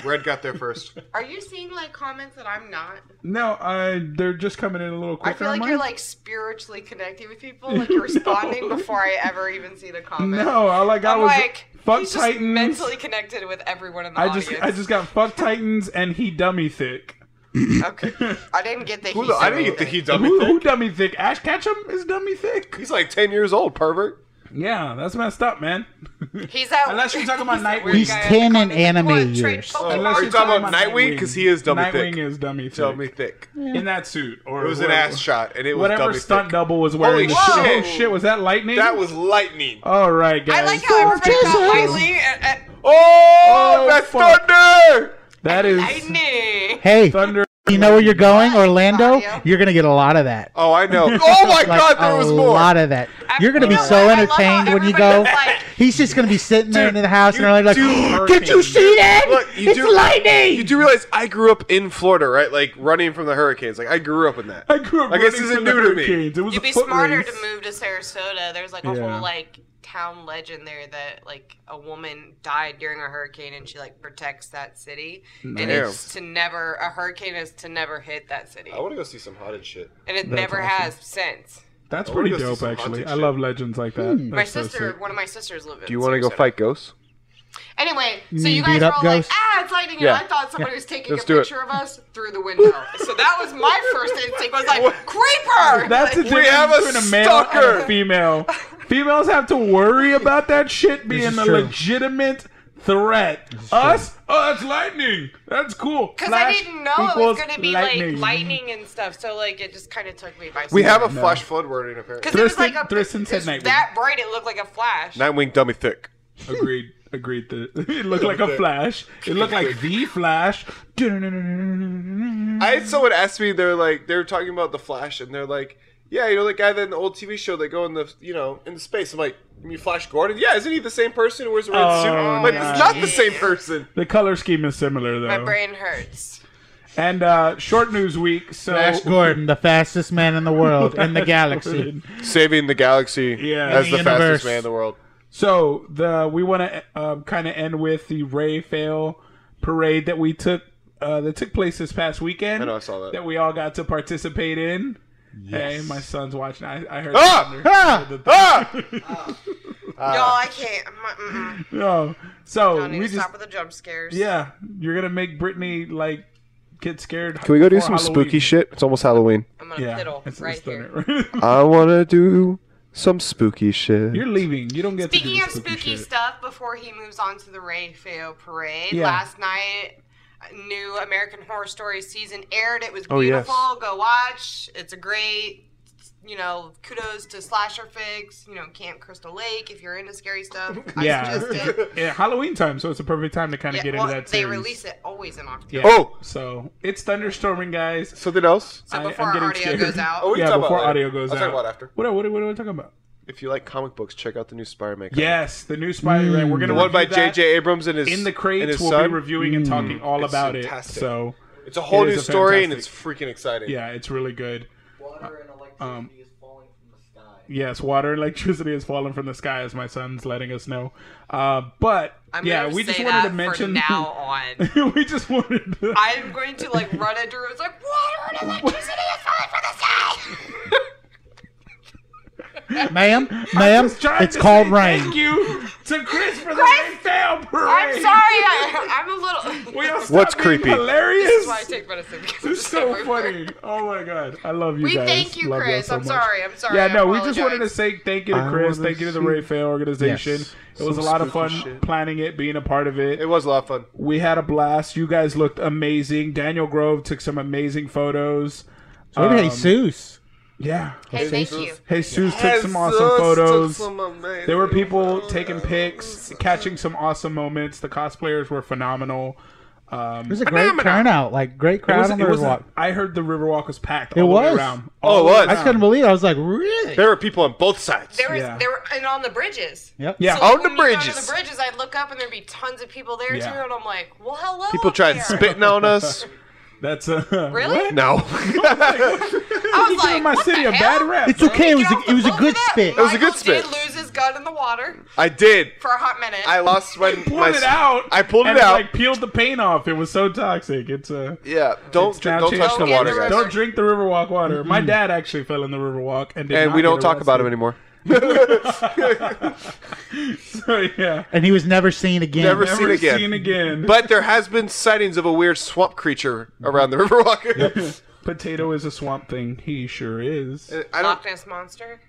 [SPEAKER 2] Red got there
[SPEAKER 4] <laughs>
[SPEAKER 2] first.
[SPEAKER 4] Are you seeing like comments that I'm not?
[SPEAKER 1] No, uh, they're just coming in a little
[SPEAKER 4] I
[SPEAKER 1] quicker.
[SPEAKER 4] feel like
[SPEAKER 1] am
[SPEAKER 4] you're like spiritually connecting with people.
[SPEAKER 1] <laughs>
[SPEAKER 4] Like you're responding before I ever even see the comment.
[SPEAKER 1] No, all I got
[SPEAKER 4] I'm
[SPEAKER 1] was
[SPEAKER 4] like
[SPEAKER 1] fuck
[SPEAKER 4] he's just
[SPEAKER 1] Titans.
[SPEAKER 4] mentally connected with everyone in the
[SPEAKER 1] I
[SPEAKER 4] audience.
[SPEAKER 1] just I just got fuck Titans and he dummy thick.
[SPEAKER 4] okay. I didn't get the.
[SPEAKER 2] Who
[SPEAKER 4] he
[SPEAKER 2] the, I
[SPEAKER 4] said
[SPEAKER 2] didn't get the
[SPEAKER 4] anything.
[SPEAKER 2] he
[SPEAKER 1] Who,
[SPEAKER 2] dummy.
[SPEAKER 1] who dummy thick? Ash Ketchum is dummy thick.
[SPEAKER 2] He's like ten years old, pervert.
[SPEAKER 1] Yeah, that's messed
[SPEAKER 2] <laughs>
[SPEAKER 1] up, man.
[SPEAKER 4] He's out.
[SPEAKER 1] Unless you're talking about
[SPEAKER 4] He's that
[SPEAKER 1] Nightwing.
[SPEAKER 4] weird
[SPEAKER 1] He's
[SPEAKER 4] guy
[SPEAKER 5] 10
[SPEAKER 4] at the con. He's
[SPEAKER 5] in
[SPEAKER 4] like,
[SPEAKER 5] anime
[SPEAKER 4] "What, trade
[SPEAKER 5] years."
[SPEAKER 4] Pokemon?"
[SPEAKER 1] Unless
[SPEAKER 2] Oh, Are you talking about Nightwing? 'Cause he is dummy
[SPEAKER 1] Nightwing
[SPEAKER 2] thick.
[SPEAKER 1] is dummy thick.
[SPEAKER 2] Dummy thick.
[SPEAKER 1] in that suit, or
[SPEAKER 2] It was an
[SPEAKER 1] whatever-
[SPEAKER 2] ass shot, and it was
[SPEAKER 1] Whatever
[SPEAKER 2] dummy
[SPEAKER 1] stunt
[SPEAKER 2] thick.
[SPEAKER 1] double was wearing.
[SPEAKER 2] Holy
[SPEAKER 1] the show.
[SPEAKER 2] shit.
[SPEAKER 1] Oh shit! Was that lightning?
[SPEAKER 2] That was lightning.
[SPEAKER 1] All right, guys.
[SPEAKER 4] I like how everybody
[SPEAKER 5] Jesus.
[SPEAKER 4] got lightly and, and
[SPEAKER 2] Oh,
[SPEAKER 1] Oh,
[SPEAKER 2] that's
[SPEAKER 1] fuck.
[SPEAKER 2] thunder!
[SPEAKER 1] that is
[SPEAKER 4] lightning.
[SPEAKER 5] Hey,
[SPEAKER 1] thunder.
[SPEAKER 5] you know where you're going, Orlando?
[SPEAKER 4] Audio.
[SPEAKER 5] You're gonna get a lot of that.
[SPEAKER 2] Oh, I
[SPEAKER 1] <laughs>
[SPEAKER 2] know. Oh my
[SPEAKER 5] Like,
[SPEAKER 2] god, there was
[SPEAKER 5] a
[SPEAKER 2] more.
[SPEAKER 5] lot of that. You're gonna be
[SPEAKER 4] You know
[SPEAKER 5] so
[SPEAKER 4] what? I love how
[SPEAKER 5] entertained when you go.
[SPEAKER 4] everybody's like-
[SPEAKER 5] He's just gonna be sitting there
[SPEAKER 2] Dude,
[SPEAKER 5] in the house,
[SPEAKER 2] you
[SPEAKER 5] and they're like,
[SPEAKER 2] do-
[SPEAKER 5] "Did you see that?
[SPEAKER 2] Look, you
[SPEAKER 5] it's
[SPEAKER 2] do-
[SPEAKER 5] lightning."
[SPEAKER 2] you do realize I grew up in Florida, right? Like running from the hurricanes. Like <laughs> I grew up in that.
[SPEAKER 1] I grew up.
[SPEAKER 2] Like this
[SPEAKER 1] running
[SPEAKER 2] isn't
[SPEAKER 1] from the
[SPEAKER 2] new to me.
[SPEAKER 1] hurricanes. It was
[SPEAKER 4] You'd
[SPEAKER 1] a
[SPEAKER 4] be
[SPEAKER 1] foot
[SPEAKER 4] smarter
[SPEAKER 1] race.
[SPEAKER 4] to move to Sarasota. There's like a
[SPEAKER 1] Yeah.
[SPEAKER 4] whole like town legend there that like a woman died during a hurricane and she like protects that city. And
[SPEAKER 2] Damn.
[SPEAKER 4] it's to never a hurricane is to never hit that city.
[SPEAKER 2] I want to go see some haunted shit.
[SPEAKER 4] And it never has since.
[SPEAKER 1] That's
[SPEAKER 2] I wanna go
[SPEAKER 1] pretty
[SPEAKER 2] see
[SPEAKER 1] dope,
[SPEAKER 2] some
[SPEAKER 1] actually.
[SPEAKER 2] Oh, haunted
[SPEAKER 1] I
[SPEAKER 2] shit.
[SPEAKER 1] love legends like that.
[SPEAKER 5] Hmm.
[SPEAKER 4] My
[SPEAKER 1] That's so
[SPEAKER 4] sister,
[SPEAKER 1] sick.
[SPEAKER 4] one of my sisters lives in
[SPEAKER 2] Do you want to go
[SPEAKER 4] Sarasota.
[SPEAKER 2] fight ghosts?
[SPEAKER 4] Anyway, so
[SPEAKER 5] mean
[SPEAKER 4] you guys
[SPEAKER 5] beat
[SPEAKER 4] were
[SPEAKER 5] up
[SPEAKER 4] all
[SPEAKER 5] ghosts?
[SPEAKER 4] like, ah, it's lightning,
[SPEAKER 2] Yeah.
[SPEAKER 4] and I thought somebody was taking
[SPEAKER 2] Let's
[SPEAKER 4] a
[SPEAKER 2] do it.
[SPEAKER 4] picture of us through the window. so that was my first instinct. was like,
[SPEAKER 2] <laughs>
[SPEAKER 4] <laughs> creeper!
[SPEAKER 1] That's the
[SPEAKER 4] like,
[SPEAKER 1] difference
[SPEAKER 2] have a
[SPEAKER 1] between a male and
[SPEAKER 2] stalker.
[SPEAKER 1] a female. Females have to worry about that shit being
[SPEAKER 5] is
[SPEAKER 1] a
[SPEAKER 5] true.
[SPEAKER 1] legitimate threat. Us? Oh, that's lightning. That's cool.
[SPEAKER 4] because I
[SPEAKER 1] Flash
[SPEAKER 4] didn't know it was
[SPEAKER 1] equals
[SPEAKER 4] going to be like lightning and stuff. So like, it just kind of took me by
[SPEAKER 2] We have a
[SPEAKER 1] No.
[SPEAKER 2] flash flood warning apparently.
[SPEAKER 4] because it was
[SPEAKER 1] Thurston-
[SPEAKER 4] like a
[SPEAKER 1] Thurston said
[SPEAKER 4] it was
[SPEAKER 1] Nightwing.
[SPEAKER 4] that bright. It looked like a flash.
[SPEAKER 2] Nightwing dummy thick.
[SPEAKER 1] Agreed. Agreed. That <laughs> it looked like a flash. It looked like the flash.
[SPEAKER 2] I had someone ask me, they're like, they're talking about the Flash, and they're like, yeah, you know that guy that in the old TV show they go in the, you know, in the space. I'm like, you mean Flash Gordon? Yeah, isn't he the same person who wears a red
[SPEAKER 1] Oh,
[SPEAKER 2] suit? I'm like,
[SPEAKER 1] nice.
[SPEAKER 2] it's not the same person.
[SPEAKER 1] The color scheme is similar though.
[SPEAKER 4] My brain hurts.
[SPEAKER 1] And uh, short news week. So
[SPEAKER 5] <laughs> Flash Gordon, the fastest man in the world
[SPEAKER 2] <laughs>
[SPEAKER 5] and the galaxy.
[SPEAKER 2] Saving the galaxy
[SPEAKER 1] Yeah.
[SPEAKER 2] as the
[SPEAKER 5] In the universe.
[SPEAKER 2] fastest man in the world.
[SPEAKER 1] So the we want to uh, kind of end with the Ray Fail parade that we took uh, that took place this past weekend.
[SPEAKER 2] I know, I saw that.
[SPEAKER 1] we all got to participate in. Hey, my son's watching. I, I heard.
[SPEAKER 2] Ah!
[SPEAKER 1] thunder.
[SPEAKER 2] <laughs>
[SPEAKER 5] Ah!
[SPEAKER 1] The-
[SPEAKER 2] Ah!
[SPEAKER 1] <laughs>
[SPEAKER 2] Uh,
[SPEAKER 4] no, I can't. Mm-mm.
[SPEAKER 1] No. So
[SPEAKER 4] I need
[SPEAKER 1] we
[SPEAKER 4] to
[SPEAKER 1] just
[SPEAKER 4] stop with the jump scares.
[SPEAKER 1] yeah, you're gonna make Brittany like get scared.
[SPEAKER 2] Can we go do some
[SPEAKER 1] before Halloween.
[SPEAKER 2] spooky shit? It's almost Halloween.
[SPEAKER 4] I'm gonna
[SPEAKER 1] Yeah,
[SPEAKER 4] fiddle
[SPEAKER 1] it's-
[SPEAKER 4] right
[SPEAKER 1] it's
[SPEAKER 4] here.
[SPEAKER 1] thunder.
[SPEAKER 2] I want to do some spooky shit.
[SPEAKER 1] <laughs> you're leaving. You don't get. to do
[SPEAKER 4] Speaking
[SPEAKER 1] the
[SPEAKER 4] of spooky
[SPEAKER 1] shit.
[SPEAKER 4] stuff, before he moves on to the Ray Feo parade,
[SPEAKER 1] Yeah.
[SPEAKER 4] last night, new American Horror Story season aired. It was
[SPEAKER 2] Oh, yes.
[SPEAKER 4] beautiful. Go watch. It's a great, you know, kudos to Slasher Figs, you know, Camp Crystal Lake if you're into scary
[SPEAKER 1] <laughs>
[SPEAKER 4] stuff. I
[SPEAKER 1] Yeah.
[SPEAKER 4] suggest it.
[SPEAKER 1] Yeah, Halloween time, so it's a perfect time to kind
[SPEAKER 4] Yeah,
[SPEAKER 1] of get
[SPEAKER 4] well,
[SPEAKER 1] into that.
[SPEAKER 4] they
[SPEAKER 1] Series.
[SPEAKER 4] release it always in October.
[SPEAKER 1] Yeah.
[SPEAKER 2] Oh!
[SPEAKER 1] so it's thunderstorming, guys.
[SPEAKER 2] Something else?
[SPEAKER 4] So
[SPEAKER 1] I- I'm
[SPEAKER 4] before our
[SPEAKER 1] getting
[SPEAKER 4] audio
[SPEAKER 1] scared.
[SPEAKER 4] goes out,
[SPEAKER 2] Oh, we can
[SPEAKER 1] <laughs> yeah,
[SPEAKER 2] talk about
[SPEAKER 1] before
[SPEAKER 2] it later.
[SPEAKER 1] audio goes
[SPEAKER 2] I'll
[SPEAKER 1] out.
[SPEAKER 2] talk about it after.
[SPEAKER 1] What, what, what are we talking about?
[SPEAKER 2] if you like comic books, check out the new Spider-Man. comic.
[SPEAKER 1] Yes, Hmm. the new Spider-Man. We're gonna
[SPEAKER 2] the one by
[SPEAKER 1] review that
[SPEAKER 2] J.J. Abrams and his
[SPEAKER 1] in the
[SPEAKER 2] and
[SPEAKER 1] crates.
[SPEAKER 2] his
[SPEAKER 1] We'll
[SPEAKER 2] son.
[SPEAKER 1] be reviewing and talking all
[SPEAKER 2] It's
[SPEAKER 1] about
[SPEAKER 2] fantastic.
[SPEAKER 1] it. So
[SPEAKER 2] It's a whole
[SPEAKER 1] It
[SPEAKER 2] new
[SPEAKER 1] is a
[SPEAKER 2] story, and it's
[SPEAKER 1] fantastic-
[SPEAKER 2] freaking exciting.
[SPEAKER 1] yeah, it's really good.
[SPEAKER 6] Water and electricity
[SPEAKER 1] um,
[SPEAKER 6] is falling from the sky.
[SPEAKER 1] Yes, water and electricity has fallen from the sky, as my son's letting us know. Uh, but
[SPEAKER 4] I'm
[SPEAKER 1] yeah,
[SPEAKER 4] gonna
[SPEAKER 1] we just
[SPEAKER 4] say
[SPEAKER 1] wanted
[SPEAKER 4] that
[SPEAKER 1] to mention
[SPEAKER 4] from
[SPEAKER 1] <laughs>
[SPEAKER 4] now on.
[SPEAKER 1] we just wanted. To...
[SPEAKER 4] I'm going to like run into rooms like water
[SPEAKER 1] <laughs>
[SPEAKER 4] and electricity is falling from the sky. <laughs>
[SPEAKER 5] ma'am,
[SPEAKER 1] I'm
[SPEAKER 5] ma'am,
[SPEAKER 1] <laughs> just trying
[SPEAKER 5] it's
[SPEAKER 1] to
[SPEAKER 5] called
[SPEAKER 1] say
[SPEAKER 5] rain.
[SPEAKER 1] Thank you to Chris for the
[SPEAKER 4] Chris,
[SPEAKER 1] rainfall parade.
[SPEAKER 4] I'm sorry. I, I'm a
[SPEAKER 1] <laughs>
[SPEAKER 4] little. <laughs>
[SPEAKER 1] We all stopped
[SPEAKER 2] What's
[SPEAKER 1] being
[SPEAKER 2] creepy?
[SPEAKER 1] Hilarious.
[SPEAKER 4] This is why I take medicine. Because
[SPEAKER 1] This is
[SPEAKER 4] it's
[SPEAKER 1] so
[SPEAKER 4] everywhere.
[SPEAKER 1] funny. Oh my god, I love you
[SPEAKER 4] We
[SPEAKER 1] guys.
[SPEAKER 4] thank you,
[SPEAKER 1] Love y'all
[SPEAKER 4] Chris.
[SPEAKER 1] so
[SPEAKER 4] I'm
[SPEAKER 1] much.
[SPEAKER 4] sorry. I'm sorry.
[SPEAKER 1] Yeah,
[SPEAKER 4] I
[SPEAKER 1] no, we just wanted to
[SPEAKER 4] apologize.
[SPEAKER 1] say thank you to
[SPEAKER 2] I
[SPEAKER 1] Chris.
[SPEAKER 2] wanna
[SPEAKER 1] Thank you to the
[SPEAKER 2] see-
[SPEAKER 1] Ray Fair organization.
[SPEAKER 2] Yes.
[SPEAKER 1] It was a
[SPEAKER 2] Some
[SPEAKER 1] lot of fun
[SPEAKER 2] spooky shit.
[SPEAKER 1] planning it, being a part of
[SPEAKER 2] It was a lot of fun.
[SPEAKER 1] we had a blast. You guys looked amazing. Daniel Grove took some amazing photos.
[SPEAKER 5] So did
[SPEAKER 1] Um,
[SPEAKER 5] Jesus.
[SPEAKER 1] Yeah.
[SPEAKER 4] Hey, thank you.
[SPEAKER 1] Jesus took some awesome
[SPEAKER 2] Yes, took
[SPEAKER 1] photos.
[SPEAKER 2] some amazing
[SPEAKER 1] There were people
[SPEAKER 2] photos.
[SPEAKER 1] taking pics, catching some awesome moments. The cosplayers were phenomenal. Um,
[SPEAKER 5] It was a great turnout, like great crowd on the
[SPEAKER 1] a-
[SPEAKER 5] Riverwalk.
[SPEAKER 1] I heard the Riverwalk was packed.
[SPEAKER 5] It
[SPEAKER 1] all The
[SPEAKER 5] was.
[SPEAKER 1] way around.
[SPEAKER 2] Oh,
[SPEAKER 1] All
[SPEAKER 2] it
[SPEAKER 1] the way
[SPEAKER 2] was.
[SPEAKER 5] I
[SPEAKER 1] around.
[SPEAKER 5] couldn't believe. It. I was like, really?
[SPEAKER 2] There were people on both sides.
[SPEAKER 4] There was
[SPEAKER 1] Yeah.
[SPEAKER 4] there were, and on the bridges.
[SPEAKER 5] Yep.
[SPEAKER 1] Yeah.
[SPEAKER 4] So
[SPEAKER 2] On the
[SPEAKER 4] like, when you go to
[SPEAKER 2] bridges.
[SPEAKER 4] the bridges, I'd look up and there'd be tons of people there
[SPEAKER 1] Yeah.
[SPEAKER 4] too, and I'm like, well, hello.
[SPEAKER 2] people
[SPEAKER 4] up
[SPEAKER 2] tried
[SPEAKER 4] there.
[SPEAKER 2] spitting on <laughs> us.
[SPEAKER 1] That's uh,
[SPEAKER 4] Really?
[SPEAKER 1] what?
[SPEAKER 2] No,
[SPEAKER 1] Oh
[SPEAKER 2] <laughs>
[SPEAKER 4] I
[SPEAKER 1] You
[SPEAKER 4] was
[SPEAKER 1] giving
[SPEAKER 4] like,
[SPEAKER 1] my
[SPEAKER 4] what
[SPEAKER 1] city
[SPEAKER 4] the
[SPEAKER 1] a
[SPEAKER 4] hell?
[SPEAKER 1] bad rap.
[SPEAKER 5] It's
[SPEAKER 1] bro.
[SPEAKER 5] okay. It was
[SPEAKER 4] Get off
[SPEAKER 5] a,
[SPEAKER 4] the
[SPEAKER 5] it was a
[SPEAKER 4] boat
[SPEAKER 5] good
[SPEAKER 4] for that.
[SPEAKER 5] spit.
[SPEAKER 2] It was a
[SPEAKER 4] Michael
[SPEAKER 2] good spit.
[SPEAKER 4] Did lose his gun in the water
[SPEAKER 2] I did.
[SPEAKER 4] for a hot minute.
[SPEAKER 2] I lost my.
[SPEAKER 1] Pulled
[SPEAKER 2] my
[SPEAKER 1] it out.
[SPEAKER 2] I pulled
[SPEAKER 1] and
[SPEAKER 2] it out.
[SPEAKER 1] Like peeled the paint off. It was so toxic. It's uh,
[SPEAKER 2] yeah, don't
[SPEAKER 1] It's
[SPEAKER 2] drink, don't
[SPEAKER 1] now
[SPEAKER 2] touch
[SPEAKER 1] changed.
[SPEAKER 2] the
[SPEAKER 4] Don't get
[SPEAKER 2] water,
[SPEAKER 4] in the
[SPEAKER 2] guys.
[SPEAKER 4] river.
[SPEAKER 1] Don't drink the Riverwalk water. My dad actually fell in the Riverwalk and did
[SPEAKER 2] And
[SPEAKER 1] not
[SPEAKER 2] we
[SPEAKER 1] get
[SPEAKER 2] don't talk about him
[SPEAKER 1] arrested.
[SPEAKER 2] anymore.
[SPEAKER 1] <laughs> So yeah,
[SPEAKER 5] And he was never seen again.
[SPEAKER 2] Never
[SPEAKER 1] never
[SPEAKER 2] Seen again.
[SPEAKER 1] seen again.
[SPEAKER 2] But there has been sightings of a weird swamp creature
[SPEAKER 1] Mm-hmm.
[SPEAKER 2] around the <laughs> Riverwalk.
[SPEAKER 1] potato is a swamp thing. He sure is.
[SPEAKER 2] I don't.
[SPEAKER 4] Loch Ness monster.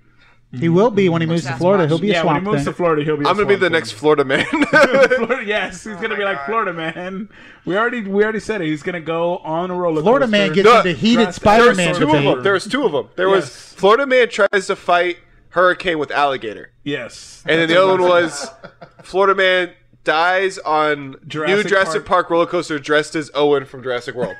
[SPEAKER 5] He will be when he moves to
[SPEAKER 4] that's
[SPEAKER 5] Florida.
[SPEAKER 4] why-
[SPEAKER 5] He'll be a
[SPEAKER 1] yeah, when he
[SPEAKER 5] swamp
[SPEAKER 1] moves
[SPEAKER 5] thing.
[SPEAKER 1] to Florida, he'll be. a
[SPEAKER 2] I'm gonna be
[SPEAKER 1] swamp
[SPEAKER 2] the
[SPEAKER 1] thing.
[SPEAKER 2] next Oh Florida man.
[SPEAKER 1] <laughs> Florida, yes, he's gonna be like Florida man. We already we already said it. He's gonna go on a roller.
[SPEAKER 5] Florida man
[SPEAKER 1] coaster.
[SPEAKER 5] gets
[SPEAKER 2] No,
[SPEAKER 5] into heated
[SPEAKER 1] trust- there
[SPEAKER 2] there was
[SPEAKER 5] Spider-Man
[SPEAKER 2] two of them.
[SPEAKER 5] debate.
[SPEAKER 2] There was two of them. There was
[SPEAKER 1] Yes.
[SPEAKER 2] Florida man tries to fight hurricane with alligator,
[SPEAKER 1] yes,
[SPEAKER 2] and then the other one was Florida man dies on new
[SPEAKER 1] Jurassic
[SPEAKER 2] Jurassic
[SPEAKER 1] Park.
[SPEAKER 2] Park. roller coaster dressed as Owen from Jurassic World.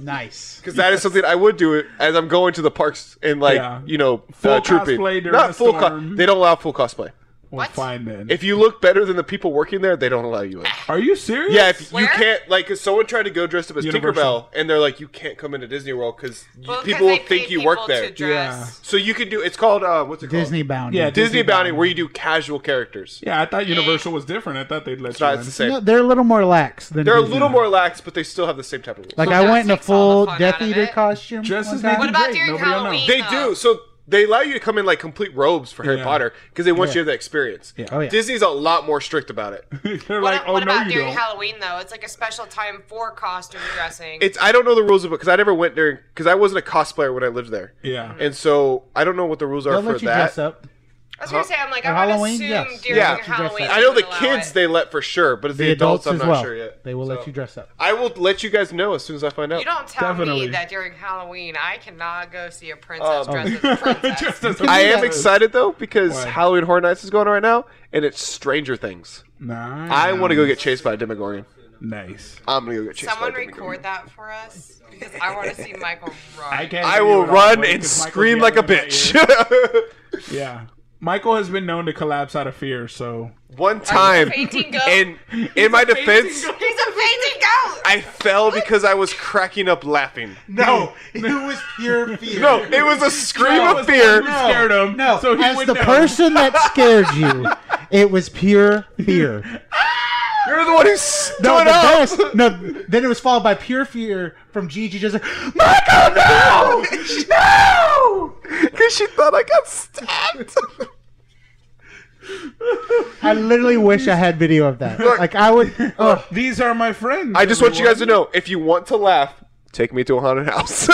[SPEAKER 5] Nice.
[SPEAKER 2] Because that is something I would do as I'm going to the parks and like
[SPEAKER 1] Yeah.
[SPEAKER 2] you know
[SPEAKER 1] Full
[SPEAKER 2] uh, trooping.
[SPEAKER 1] cosplay during a
[SPEAKER 2] Not full. Co-
[SPEAKER 1] storm.
[SPEAKER 2] they don't allow full cosplay.
[SPEAKER 1] well,
[SPEAKER 4] What?
[SPEAKER 1] fine then.
[SPEAKER 2] If you look better than the people working there, they don't allow you in.
[SPEAKER 1] Are you serious?
[SPEAKER 2] Yeah, if you
[SPEAKER 4] Where?
[SPEAKER 2] can't, like, 'cause someone tried to go dressed up as Tinkerbell,
[SPEAKER 1] Universal.
[SPEAKER 2] and they're like, you can't come into Disney World because
[SPEAKER 4] Well, 'cause
[SPEAKER 2] people
[SPEAKER 4] they
[SPEAKER 2] will think
[SPEAKER 4] paid
[SPEAKER 2] you
[SPEAKER 4] people
[SPEAKER 2] work there.
[SPEAKER 4] To dress.
[SPEAKER 2] So you can do. It's called uh, what's it
[SPEAKER 5] Disney
[SPEAKER 2] called?
[SPEAKER 5] bound.
[SPEAKER 1] Yeah,
[SPEAKER 2] Disney,
[SPEAKER 1] Disney
[SPEAKER 2] Bounty,
[SPEAKER 1] Bounty.
[SPEAKER 2] where you do casual characters.
[SPEAKER 1] yeah, I thought Universal was different. I thought they'd let
[SPEAKER 2] It's not
[SPEAKER 1] you
[SPEAKER 2] it's
[SPEAKER 1] in.
[SPEAKER 2] the same.
[SPEAKER 5] No, they're a little more lax than
[SPEAKER 2] They're a
[SPEAKER 5] Disney.
[SPEAKER 2] little more lax, but they still have the same type of rules.
[SPEAKER 5] Like
[SPEAKER 4] Well,
[SPEAKER 5] I
[SPEAKER 4] that
[SPEAKER 5] went in a
[SPEAKER 4] takes all
[SPEAKER 5] full
[SPEAKER 4] the fun
[SPEAKER 5] Death
[SPEAKER 4] out of
[SPEAKER 5] Eater
[SPEAKER 4] it.
[SPEAKER 5] costume.
[SPEAKER 1] Just
[SPEAKER 5] one
[SPEAKER 1] as
[SPEAKER 5] time.
[SPEAKER 1] Nathan
[SPEAKER 4] What about
[SPEAKER 1] Drake,
[SPEAKER 4] during
[SPEAKER 1] nobody will know.
[SPEAKER 4] Halloween?
[SPEAKER 2] They do. So they allow you to come in like complete robes for Harry
[SPEAKER 1] Yeah.
[SPEAKER 2] Potter because they want you to have that experience.
[SPEAKER 5] Oh, yeah.
[SPEAKER 2] Disney's a lot more strict about it.
[SPEAKER 1] <laughs> They're
[SPEAKER 4] What,
[SPEAKER 1] like, oh
[SPEAKER 4] what
[SPEAKER 1] no,
[SPEAKER 4] about
[SPEAKER 1] you
[SPEAKER 4] during
[SPEAKER 1] don't.
[SPEAKER 4] Halloween though? It's like a special time for costume dressing.
[SPEAKER 2] It's I don't know the rules of it because I never went there because I wasn't a cosplayer when I lived there,
[SPEAKER 1] yeah.
[SPEAKER 2] <laughs> and so I don't know what the rules are
[SPEAKER 5] They'll
[SPEAKER 2] for
[SPEAKER 5] let you
[SPEAKER 2] that.
[SPEAKER 5] dress up.
[SPEAKER 4] I was gonna say, I'm like,
[SPEAKER 5] For
[SPEAKER 4] I would
[SPEAKER 5] Halloween?
[SPEAKER 4] assume
[SPEAKER 5] Yes.
[SPEAKER 4] during
[SPEAKER 2] Yeah.
[SPEAKER 4] Halloween.
[SPEAKER 2] I know the
[SPEAKER 4] they'll allow
[SPEAKER 2] kids
[SPEAKER 4] it.
[SPEAKER 2] they let for sure, but as the,
[SPEAKER 5] The adults,
[SPEAKER 2] I'm
[SPEAKER 5] as
[SPEAKER 2] not
[SPEAKER 5] well.
[SPEAKER 2] sure yet.
[SPEAKER 5] They will
[SPEAKER 2] So-
[SPEAKER 5] let you
[SPEAKER 2] <laughs>
[SPEAKER 5] dress up.
[SPEAKER 2] I will let you guys know as soon as I find out.
[SPEAKER 4] You don't tell
[SPEAKER 1] Definitely.
[SPEAKER 4] me that during Halloween I cannot go see a princess
[SPEAKER 2] Um,
[SPEAKER 4] dressed
[SPEAKER 1] <laughs>
[SPEAKER 4] as a princess.
[SPEAKER 1] Just as a-
[SPEAKER 2] I am excited though because
[SPEAKER 1] Why?
[SPEAKER 2] Halloween Horror Nights is going on right now, and it's Stranger Things.
[SPEAKER 1] Nice.
[SPEAKER 2] I want to go get chased by a Demogorgon.
[SPEAKER 1] nice.
[SPEAKER 2] I'm gonna go get chased.
[SPEAKER 4] Someone
[SPEAKER 2] by a Demogorgon.
[SPEAKER 4] record that for us because I want to see Michael run.
[SPEAKER 1] I can't.
[SPEAKER 2] I
[SPEAKER 1] do
[SPEAKER 2] will
[SPEAKER 1] it all,
[SPEAKER 2] run
[SPEAKER 1] buddy,
[SPEAKER 2] and
[SPEAKER 1] 'cause Michael's
[SPEAKER 2] scream like a
[SPEAKER 1] yelling in my
[SPEAKER 2] bitch. <laughs>
[SPEAKER 1] ear. Yeah. Michael has been known to collapse out of fear, so
[SPEAKER 2] One time,
[SPEAKER 4] fainting goat?
[SPEAKER 2] and in my
[SPEAKER 1] a fainting
[SPEAKER 2] defense,
[SPEAKER 1] goat.
[SPEAKER 4] He's a fainting goat.
[SPEAKER 2] I fell because I was cracking up laughing.
[SPEAKER 5] <laughs>
[SPEAKER 3] No, it was
[SPEAKER 2] <laughs>
[SPEAKER 3] pure fear.
[SPEAKER 2] No, it was a scream
[SPEAKER 1] That
[SPEAKER 2] of
[SPEAKER 1] was
[SPEAKER 2] fear.
[SPEAKER 1] what scared him.
[SPEAKER 3] No,
[SPEAKER 1] so he
[SPEAKER 5] As
[SPEAKER 1] would
[SPEAKER 5] the
[SPEAKER 1] know.
[SPEAKER 2] <laughs>
[SPEAKER 5] person that scared you, it was pure
[SPEAKER 2] <laughs>
[SPEAKER 5] fear.
[SPEAKER 2] You're the one who stood
[SPEAKER 5] No, the
[SPEAKER 2] up.
[SPEAKER 5] best.
[SPEAKER 2] <laughs>
[SPEAKER 5] No, then it was followed by pure fear from Gigi, just like <gasps>
[SPEAKER 2] Michael, no, no, because she thought I got stabbed.
[SPEAKER 5] I literally wish I had video of that. Like
[SPEAKER 2] <laughs>
[SPEAKER 5] I would. Oh,
[SPEAKER 1] These are my friends.
[SPEAKER 2] I just want you guys to know if you want to laugh, take me to a haunted house.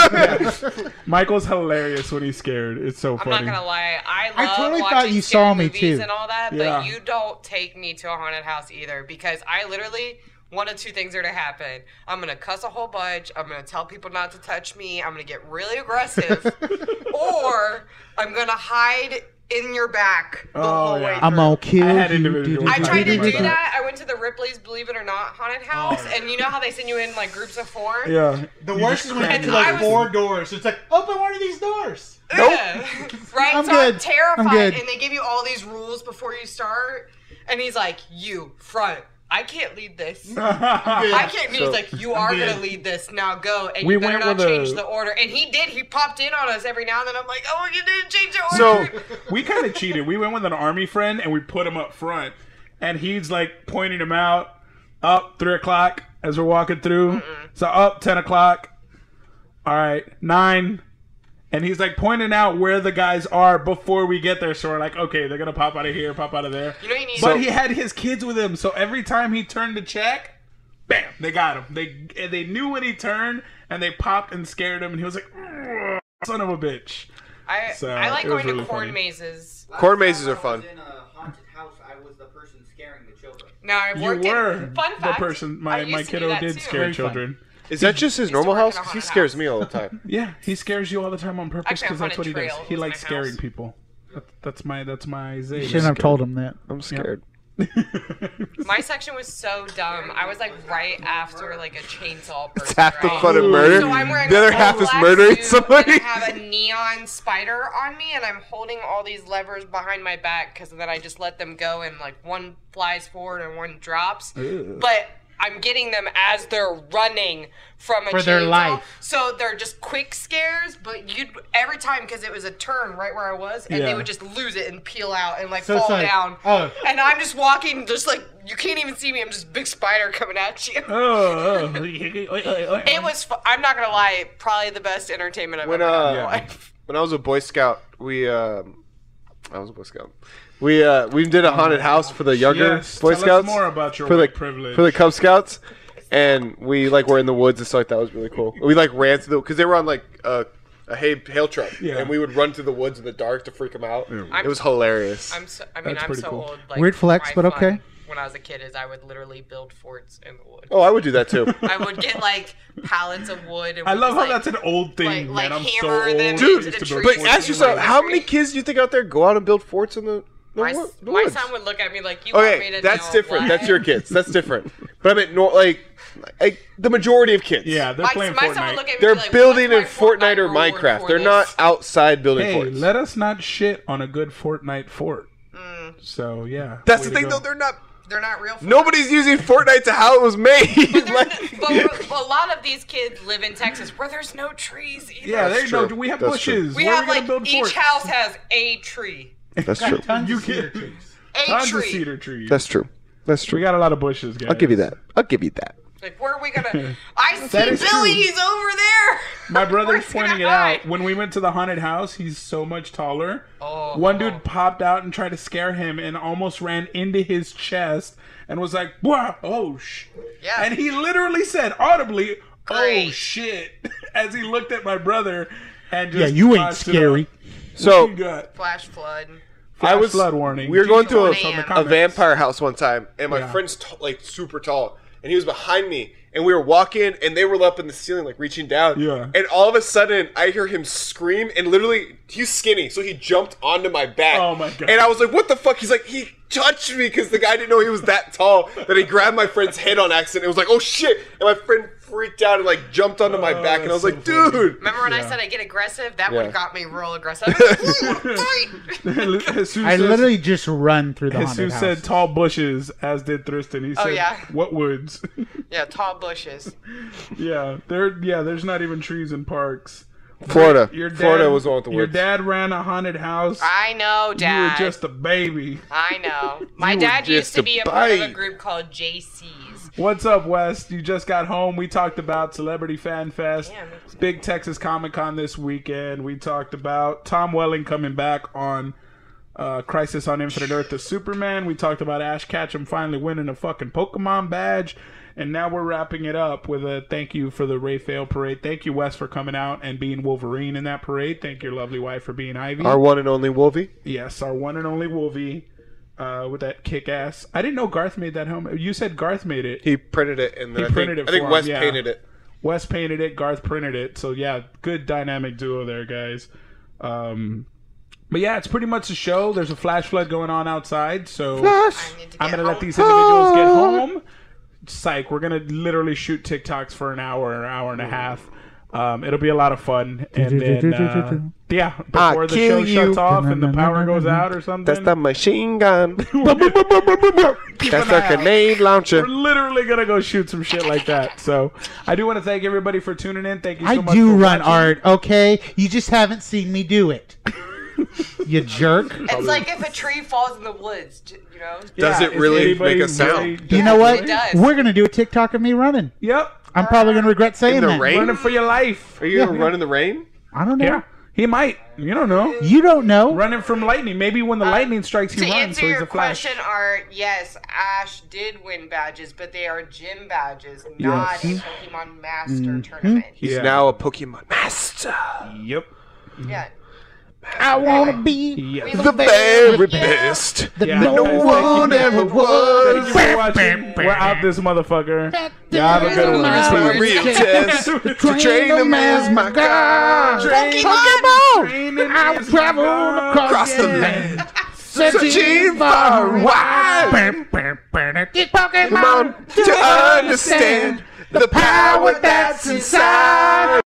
[SPEAKER 1] Michael's hilarious when he's scared. It's so
[SPEAKER 4] I'm
[SPEAKER 1] funny.
[SPEAKER 4] not gonna lie. I love
[SPEAKER 5] totally
[SPEAKER 4] watching
[SPEAKER 5] thought you
[SPEAKER 4] scary
[SPEAKER 5] saw me,
[SPEAKER 4] movies
[SPEAKER 5] too.
[SPEAKER 4] and all that,
[SPEAKER 1] Yeah.
[SPEAKER 4] but you don't take me to a haunted house either because I literally one of two things are to happen. I'm gonna cuss a whole bunch. I'm gonna tell people not to touch me. I'm gonna get really aggressive,
[SPEAKER 5] <laughs>
[SPEAKER 4] or I'm gonna hide in your back the
[SPEAKER 1] Oh,
[SPEAKER 4] whole
[SPEAKER 1] yeah.
[SPEAKER 4] way.
[SPEAKER 5] I'm
[SPEAKER 4] through.
[SPEAKER 5] gonna kill
[SPEAKER 1] I had
[SPEAKER 5] you.
[SPEAKER 1] individual
[SPEAKER 5] Do, do,
[SPEAKER 4] I
[SPEAKER 5] do,
[SPEAKER 4] tried
[SPEAKER 5] do,
[SPEAKER 4] to do
[SPEAKER 5] do.
[SPEAKER 4] that. I went to the Ripley's Believe It or Not haunted
[SPEAKER 1] Oh,
[SPEAKER 4] house, and you know how they send you in like groups of four.
[SPEAKER 1] Yeah.
[SPEAKER 3] The worst is when you
[SPEAKER 4] cracked
[SPEAKER 3] get to
[SPEAKER 4] me.
[SPEAKER 3] like
[SPEAKER 4] I was-
[SPEAKER 3] four doors. It's like open one of through these doors.
[SPEAKER 4] <laughs> right?
[SPEAKER 5] I'm
[SPEAKER 4] so I'm
[SPEAKER 5] good.
[SPEAKER 4] terrified.
[SPEAKER 5] I'm good.
[SPEAKER 4] And they give you all these rules before you start. And he's like, You front. I can't lead this.
[SPEAKER 1] <laughs>
[SPEAKER 4] I can't.
[SPEAKER 2] So-
[SPEAKER 4] he's like, You are going to lead this. Now go. And
[SPEAKER 1] We
[SPEAKER 4] you better
[SPEAKER 1] went
[SPEAKER 4] not
[SPEAKER 1] with
[SPEAKER 4] change
[SPEAKER 1] a-
[SPEAKER 4] the order. And he did. He popped in on us every now and then. I'm like, Oh, you didn't change the
[SPEAKER 1] So
[SPEAKER 4] <laughs> order.
[SPEAKER 1] we kind of cheated. We went with an army friend and we put him up front, and he's like pointing him out up three o'clock as we're walking through. So up ten o'clock. All right, nine. And he's like pointing out where the guys are before we get there. So we're like, okay, they're gonna pop out of here, pop out of there.
[SPEAKER 4] You know what you need?
[SPEAKER 1] but
[SPEAKER 4] So-
[SPEAKER 1] he had his kids with him, so every time he turned to check, bam, they got him. They and they knew when he turned, and they popped and scared him. And he was like, "Ugh, son of a bitch.
[SPEAKER 4] I,
[SPEAKER 1] So,
[SPEAKER 4] I like
[SPEAKER 1] it was
[SPEAKER 4] going to
[SPEAKER 1] really
[SPEAKER 4] corn
[SPEAKER 1] funny.
[SPEAKER 4] mazes.
[SPEAKER 2] <laughs>
[SPEAKER 6] Last
[SPEAKER 2] Corn
[SPEAKER 6] time
[SPEAKER 2] mazes
[SPEAKER 6] I
[SPEAKER 2] are
[SPEAKER 6] was
[SPEAKER 2] fun.
[SPEAKER 6] in a haunted house, I was the person scaring the children.
[SPEAKER 4] Now I've
[SPEAKER 1] You
[SPEAKER 4] worked
[SPEAKER 1] were
[SPEAKER 4] in, fun fact,
[SPEAKER 1] the person.
[SPEAKER 4] I
[SPEAKER 1] My
[SPEAKER 4] used
[SPEAKER 1] my
[SPEAKER 4] to do
[SPEAKER 1] kiddo
[SPEAKER 4] that
[SPEAKER 1] did
[SPEAKER 4] too.
[SPEAKER 1] scare
[SPEAKER 5] fun.
[SPEAKER 1] children.
[SPEAKER 2] Is that just his normal
[SPEAKER 4] work in
[SPEAKER 2] house?
[SPEAKER 4] a
[SPEAKER 2] 'Cause he
[SPEAKER 4] haunted
[SPEAKER 2] scares
[SPEAKER 4] house.
[SPEAKER 2] me all the time.
[SPEAKER 1] Yeah, he scares you all the time on purpose
[SPEAKER 4] Actually, I
[SPEAKER 1] because
[SPEAKER 4] found
[SPEAKER 1] that's
[SPEAKER 4] a
[SPEAKER 1] what he does.
[SPEAKER 4] trail.
[SPEAKER 1] He
[SPEAKER 4] It was
[SPEAKER 1] likes
[SPEAKER 4] my
[SPEAKER 1] scaring
[SPEAKER 4] house.
[SPEAKER 1] people. That, that's my that's my Zay.
[SPEAKER 5] Shouldn't
[SPEAKER 4] <laughs>
[SPEAKER 5] have told him that.
[SPEAKER 2] I'm scared.
[SPEAKER 4] My section was so dumb. I was like right after like a chainsaw. Person,
[SPEAKER 2] It's half the
[SPEAKER 4] right?
[SPEAKER 2] fun of
[SPEAKER 1] Ooh.
[SPEAKER 2] murder.
[SPEAKER 4] So I'm wearing
[SPEAKER 2] the
[SPEAKER 4] a
[SPEAKER 2] other
[SPEAKER 4] full
[SPEAKER 2] half is
[SPEAKER 4] black
[SPEAKER 2] murdering
[SPEAKER 4] suit,
[SPEAKER 2] somebody.
[SPEAKER 4] And I
[SPEAKER 2] <laughs>
[SPEAKER 4] have a neon spider on me, and I'm holding all these levers behind my back because then I just let them go, and like one flies forward and one drops. But I'm getting them as they're running from a
[SPEAKER 3] For their
[SPEAKER 4] chainsaw.
[SPEAKER 3] life.
[SPEAKER 4] So they're just quick scares, but you every time because it was a turn right where I was, and
[SPEAKER 1] Yeah.
[SPEAKER 4] they would just lose it and peel out and like
[SPEAKER 3] So it's
[SPEAKER 4] fall
[SPEAKER 3] like,
[SPEAKER 4] down.
[SPEAKER 3] oh.
[SPEAKER 4] And I'm just walking, just like you can't even see me. I'm just big spider coming at you.
[SPEAKER 1] <laughs> oh, oh.
[SPEAKER 4] It was. Fu- I'm not gonna lie. Probably the best entertainment I've
[SPEAKER 2] When,
[SPEAKER 4] ever had in
[SPEAKER 2] uh,
[SPEAKER 4] my life.
[SPEAKER 2] when I was a Boy Scout, we um, I was a Boy Scout. We uh, we did a haunted house for the younger
[SPEAKER 1] Yes,
[SPEAKER 2] Boy
[SPEAKER 1] tell us
[SPEAKER 2] Scouts.
[SPEAKER 1] more about your
[SPEAKER 2] for the
[SPEAKER 1] white privilege.
[SPEAKER 2] for the Cub Scouts, and we like were in the woods and stuff. Like that It was really cool. We like ran through because they were on like a a hay, hail truck,
[SPEAKER 1] Yeah.
[SPEAKER 2] and we would run through the woods in the dark to freak them out. It
[SPEAKER 4] I'm-
[SPEAKER 2] was hilarious.
[SPEAKER 4] I'm so. I mean,
[SPEAKER 1] That's
[SPEAKER 4] I'm
[SPEAKER 1] pretty
[SPEAKER 4] so
[SPEAKER 1] cool.
[SPEAKER 4] old. Like,
[SPEAKER 5] Weird flex,
[SPEAKER 4] my
[SPEAKER 5] but
[SPEAKER 4] fun
[SPEAKER 5] okay.
[SPEAKER 4] When I was a kid, is I would literally build forts in the woods.
[SPEAKER 2] oh, I would do that
[SPEAKER 4] <laughs>
[SPEAKER 2] too.
[SPEAKER 4] I would get like pallets of wood. And
[SPEAKER 1] I
[SPEAKER 4] we'd
[SPEAKER 1] love
[SPEAKER 4] just,
[SPEAKER 1] how
[SPEAKER 4] like,
[SPEAKER 1] that's an old thing,
[SPEAKER 4] like- like
[SPEAKER 1] man. I'm so
[SPEAKER 4] hammer them
[SPEAKER 1] old.
[SPEAKER 4] into
[SPEAKER 1] Dude,
[SPEAKER 4] the
[SPEAKER 1] used to
[SPEAKER 4] tree.
[SPEAKER 1] build
[SPEAKER 2] but
[SPEAKER 1] forts
[SPEAKER 2] ask
[SPEAKER 1] in
[SPEAKER 2] yourself,
[SPEAKER 1] my-
[SPEAKER 2] how many kids do you think out there go out and build forts in the, the,
[SPEAKER 4] My,
[SPEAKER 2] wo- the
[SPEAKER 4] my
[SPEAKER 2] woods?
[SPEAKER 4] son would look at me like you want me
[SPEAKER 2] Okay,
[SPEAKER 4] to
[SPEAKER 2] that's
[SPEAKER 4] know
[SPEAKER 2] different.
[SPEAKER 4] why?"
[SPEAKER 2] That's your kids. That's different. But I meant nor- like, like the majority of kids.
[SPEAKER 1] Yeah, they're
[SPEAKER 4] <laughs> My,
[SPEAKER 1] playing
[SPEAKER 4] my son would
[SPEAKER 1] Fortnite.
[SPEAKER 4] look at me and be
[SPEAKER 2] They're
[SPEAKER 4] like,
[SPEAKER 2] building in
[SPEAKER 4] "What's my
[SPEAKER 2] Fortnite or
[SPEAKER 4] reward
[SPEAKER 2] Minecraft.
[SPEAKER 4] for
[SPEAKER 2] They're
[SPEAKER 4] this?"
[SPEAKER 2] not outside building
[SPEAKER 1] Hey,
[SPEAKER 2] forts.
[SPEAKER 1] let us not shit on a good Fortnite fort.
[SPEAKER 4] Mm.
[SPEAKER 1] So yeah,
[SPEAKER 2] That's
[SPEAKER 1] way
[SPEAKER 2] the
[SPEAKER 1] to
[SPEAKER 2] thing,
[SPEAKER 1] go.
[SPEAKER 2] though. They're not.
[SPEAKER 4] They're not real. Fortnite.
[SPEAKER 2] Nobody's using Fortnite to how it was made. <laughs> like,
[SPEAKER 4] But, we're- but a lot of these kids live in Texas where there's no trees. Either.
[SPEAKER 1] yeah,
[SPEAKER 2] That's
[SPEAKER 1] there's no.
[SPEAKER 2] true.
[SPEAKER 1] We have
[SPEAKER 2] That's true.
[SPEAKER 1] bushes.
[SPEAKER 4] we
[SPEAKER 1] Where
[SPEAKER 4] have
[SPEAKER 1] are we
[SPEAKER 4] like
[SPEAKER 1] gonna build
[SPEAKER 4] each
[SPEAKER 1] forts?
[SPEAKER 4] house has a tree.
[SPEAKER 2] that's true.
[SPEAKER 3] Tons
[SPEAKER 1] You
[SPEAKER 3] of cedar
[SPEAKER 1] can't-
[SPEAKER 3] trees.
[SPEAKER 1] <laughs>
[SPEAKER 4] A
[SPEAKER 1] Tons
[SPEAKER 4] tree.
[SPEAKER 1] of cedar trees.
[SPEAKER 2] That's true. That's
[SPEAKER 1] we
[SPEAKER 2] true.
[SPEAKER 1] got a lot of bushes, guys.
[SPEAKER 2] I'll give you that. I'll give you that.
[SPEAKER 4] Like, where are
[SPEAKER 1] <laughs>
[SPEAKER 4] we gonna? I see
[SPEAKER 1] That
[SPEAKER 4] Billy.
[SPEAKER 1] is true.
[SPEAKER 4] He's over there.
[SPEAKER 1] My brother's
[SPEAKER 4] Where's
[SPEAKER 1] pointing
[SPEAKER 4] gonna
[SPEAKER 1] it
[SPEAKER 4] hide?
[SPEAKER 1] out. When we went to the haunted house, he's so much taller.
[SPEAKER 4] Oh.
[SPEAKER 1] One dude popped out and tried to scare him and almost ran into his chest and was like, "Wow, oh sh!"
[SPEAKER 4] Yeah.
[SPEAKER 1] And he literally said audibly, "Oh
[SPEAKER 4] Great.
[SPEAKER 1] shit!" <laughs> as he looked at my brother and
[SPEAKER 5] Yeah,
[SPEAKER 1] just
[SPEAKER 5] you ain't
[SPEAKER 1] busted
[SPEAKER 5] scary.
[SPEAKER 1] up.
[SPEAKER 2] So
[SPEAKER 1] You got
[SPEAKER 4] Flash flood.
[SPEAKER 1] flash
[SPEAKER 2] was-
[SPEAKER 1] flood warning.
[SPEAKER 2] we were going through a-
[SPEAKER 1] From the
[SPEAKER 4] a
[SPEAKER 2] a
[SPEAKER 1] comments. <laughs>
[SPEAKER 2] vampire house one time, and my
[SPEAKER 1] Yeah.
[SPEAKER 2] friend's t- like super tall, and he was behind me, and we were walking, and they were up in the ceiling, like reaching down.
[SPEAKER 1] Yeah.
[SPEAKER 2] And all of a sudden, I hear him scream, and literally, he's skinny, so he jumped onto my back.
[SPEAKER 1] Oh my God.
[SPEAKER 2] And I was like, "What the fuck?" He's like, "He touched me," because the guy didn't know he was that tall. that he grabbed my friend's head on accident. It was like, "Oh shit!" And my friend freaked out and like jumped onto my
[SPEAKER 1] Oh,
[SPEAKER 2] back, and I was
[SPEAKER 1] that's
[SPEAKER 2] like,
[SPEAKER 1] so funny.
[SPEAKER 2] "Dude."
[SPEAKER 4] Remember when
[SPEAKER 1] Yeah.
[SPEAKER 4] I said I get aggressive? That
[SPEAKER 2] Yeah.
[SPEAKER 4] one got me
[SPEAKER 1] <laughs>
[SPEAKER 4] real aggressive. I was like, "Ooh, fight."
[SPEAKER 1] Jesus
[SPEAKER 5] I
[SPEAKER 1] says-
[SPEAKER 5] literally just run through the haunted
[SPEAKER 1] Jesus
[SPEAKER 5] house.
[SPEAKER 1] said tall bushes, as did Thurston. He said,
[SPEAKER 4] Oh, yeah.
[SPEAKER 1] "What woods?" <laughs>
[SPEAKER 4] yeah, tall bushes.
[SPEAKER 1] yeah, there. Yeah, there's not even trees in parks.
[SPEAKER 2] Florida,
[SPEAKER 1] Your dad,
[SPEAKER 2] Florida was the one with the
[SPEAKER 1] Your
[SPEAKER 2] words.
[SPEAKER 1] dad ran a haunted house.
[SPEAKER 4] I know,
[SPEAKER 1] you were
[SPEAKER 4] Dad.
[SPEAKER 1] just a baby. <laughs>
[SPEAKER 4] I know. My
[SPEAKER 2] You were
[SPEAKER 4] dad used
[SPEAKER 2] just
[SPEAKER 4] to
[SPEAKER 2] a
[SPEAKER 4] be a part of a
[SPEAKER 2] bite.
[SPEAKER 4] group called JC's.
[SPEAKER 1] What's up, West? You just got home. We talked about Celebrity Fan Fest,
[SPEAKER 4] Damn, it's-
[SPEAKER 1] Big Texas Comic Con this weekend. We talked about Tom Welling coming back on uh, Crisis on Infinite Earth of Superman. We talked about Ash Ketchum finally winning a fucking Pokemon badge. And now we're wrapping it up with a thank you for the Raphael parade. Thank you, Wes, for coming out and being Wolverine in that parade. Thank your lovely wife for being Ivy.
[SPEAKER 2] Our one and only Wolvie.
[SPEAKER 1] Yes, our one and only Wolvie uh, with that kick ass. I didn't know Garth made that helmet. You said Garth made it.
[SPEAKER 2] He printed it, and then I think,
[SPEAKER 1] printed it
[SPEAKER 2] I think
[SPEAKER 1] for him,
[SPEAKER 2] Wes
[SPEAKER 1] yeah.
[SPEAKER 2] painted it.
[SPEAKER 1] Wes painted it, Garth printed it. So yeah, good dynamic duo there, guys. Um, but yeah, it's pretty much the show. There's a flash flood going on outside, so
[SPEAKER 4] I need to get
[SPEAKER 1] I'm gonna let
[SPEAKER 4] home.
[SPEAKER 1] these individuals get home. Psych, we're gonna literally shoot TikToks for an hour, an hour and a half. Um, it'll be a lot of fun. And then, uh, yeah, before the show
[SPEAKER 2] kill you.
[SPEAKER 1] shuts off and the power goes out or something,
[SPEAKER 2] That's the machine gun. That's the
[SPEAKER 1] eye out.
[SPEAKER 2] grenade launcher.
[SPEAKER 1] we're literally gonna go shoot some shit like that. So I do want to thank everybody for tuning in. Thank you so
[SPEAKER 5] I
[SPEAKER 1] much.
[SPEAKER 5] do
[SPEAKER 1] for
[SPEAKER 5] run
[SPEAKER 1] watching.
[SPEAKER 5] art, okay? You just haven't seen me do it.
[SPEAKER 3] <laughs>
[SPEAKER 5] you jerk.
[SPEAKER 4] It's like if a tree falls in the woods, j- you know.
[SPEAKER 2] Does it
[SPEAKER 1] if
[SPEAKER 2] really
[SPEAKER 1] anybody
[SPEAKER 2] make a sound?
[SPEAKER 5] You know what?
[SPEAKER 4] It does.
[SPEAKER 5] We're gonna do a TikTok of me running.
[SPEAKER 1] Yep.
[SPEAKER 5] I'm
[SPEAKER 3] Uh,
[SPEAKER 5] probably gonna regret saying
[SPEAKER 2] In the
[SPEAKER 5] that.
[SPEAKER 2] rain?
[SPEAKER 1] Running for your life.
[SPEAKER 2] Are you gonna run in the rain?
[SPEAKER 5] I don't know.
[SPEAKER 1] Yeah. He might. You don't know.
[SPEAKER 5] You don't know.
[SPEAKER 1] Running from lightning. Maybe when the lightning strikes, he
[SPEAKER 4] Uh, to
[SPEAKER 1] runs.
[SPEAKER 4] answer
[SPEAKER 1] So he's
[SPEAKER 4] your
[SPEAKER 1] a flash.
[SPEAKER 4] question, Art, yes, Ash did win badges, but they are gym badges, not a Pokemon Master
[SPEAKER 1] Mm-hmm.
[SPEAKER 4] tournament.
[SPEAKER 2] He's
[SPEAKER 1] Yeah.
[SPEAKER 2] now a Pokemon master.
[SPEAKER 1] Yep.
[SPEAKER 4] Yeah.
[SPEAKER 5] I wanna be
[SPEAKER 1] Yes.
[SPEAKER 2] The very best.
[SPEAKER 5] the
[SPEAKER 1] Yeah.
[SPEAKER 5] no
[SPEAKER 1] Guys,
[SPEAKER 5] one.
[SPEAKER 1] thank
[SPEAKER 2] One
[SPEAKER 1] you.
[SPEAKER 2] ever
[SPEAKER 1] Thank you
[SPEAKER 2] was.
[SPEAKER 4] <laughs>
[SPEAKER 1] for watching. We're out this motherfucker. Y'all have a good one.
[SPEAKER 4] Guys,
[SPEAKER 2] My real test. To <laughs> train them as my god.
[SPEAKER 5] Pokemon!
[SPEAKER 1] Training
[SPEAKER 5] I've
[SPEAKER 1] is
[SPEAKER 5] traveled
[SPEAKER 1] my
[SPEAKER 5] across,
[SPEAKER 2] Across
[SPEAKER 5] the
[SPEAKER 2] the
[SPEAKER 5] land,
[SPEAKER 2] land.
[SPEAKER 5] searching
[SPEAKER 2] Searching
[SPEAKER 5] far
[SPEAKER 2] far
[SPEAKER 5] and
[SPEAKER 2] and
[SPEAKER 5] wide.
[SPEAKER 2] wide.
[SPEAKER 5] Get Pokemon
[SPEAKER 2] Pokemon To understand the power that's inside.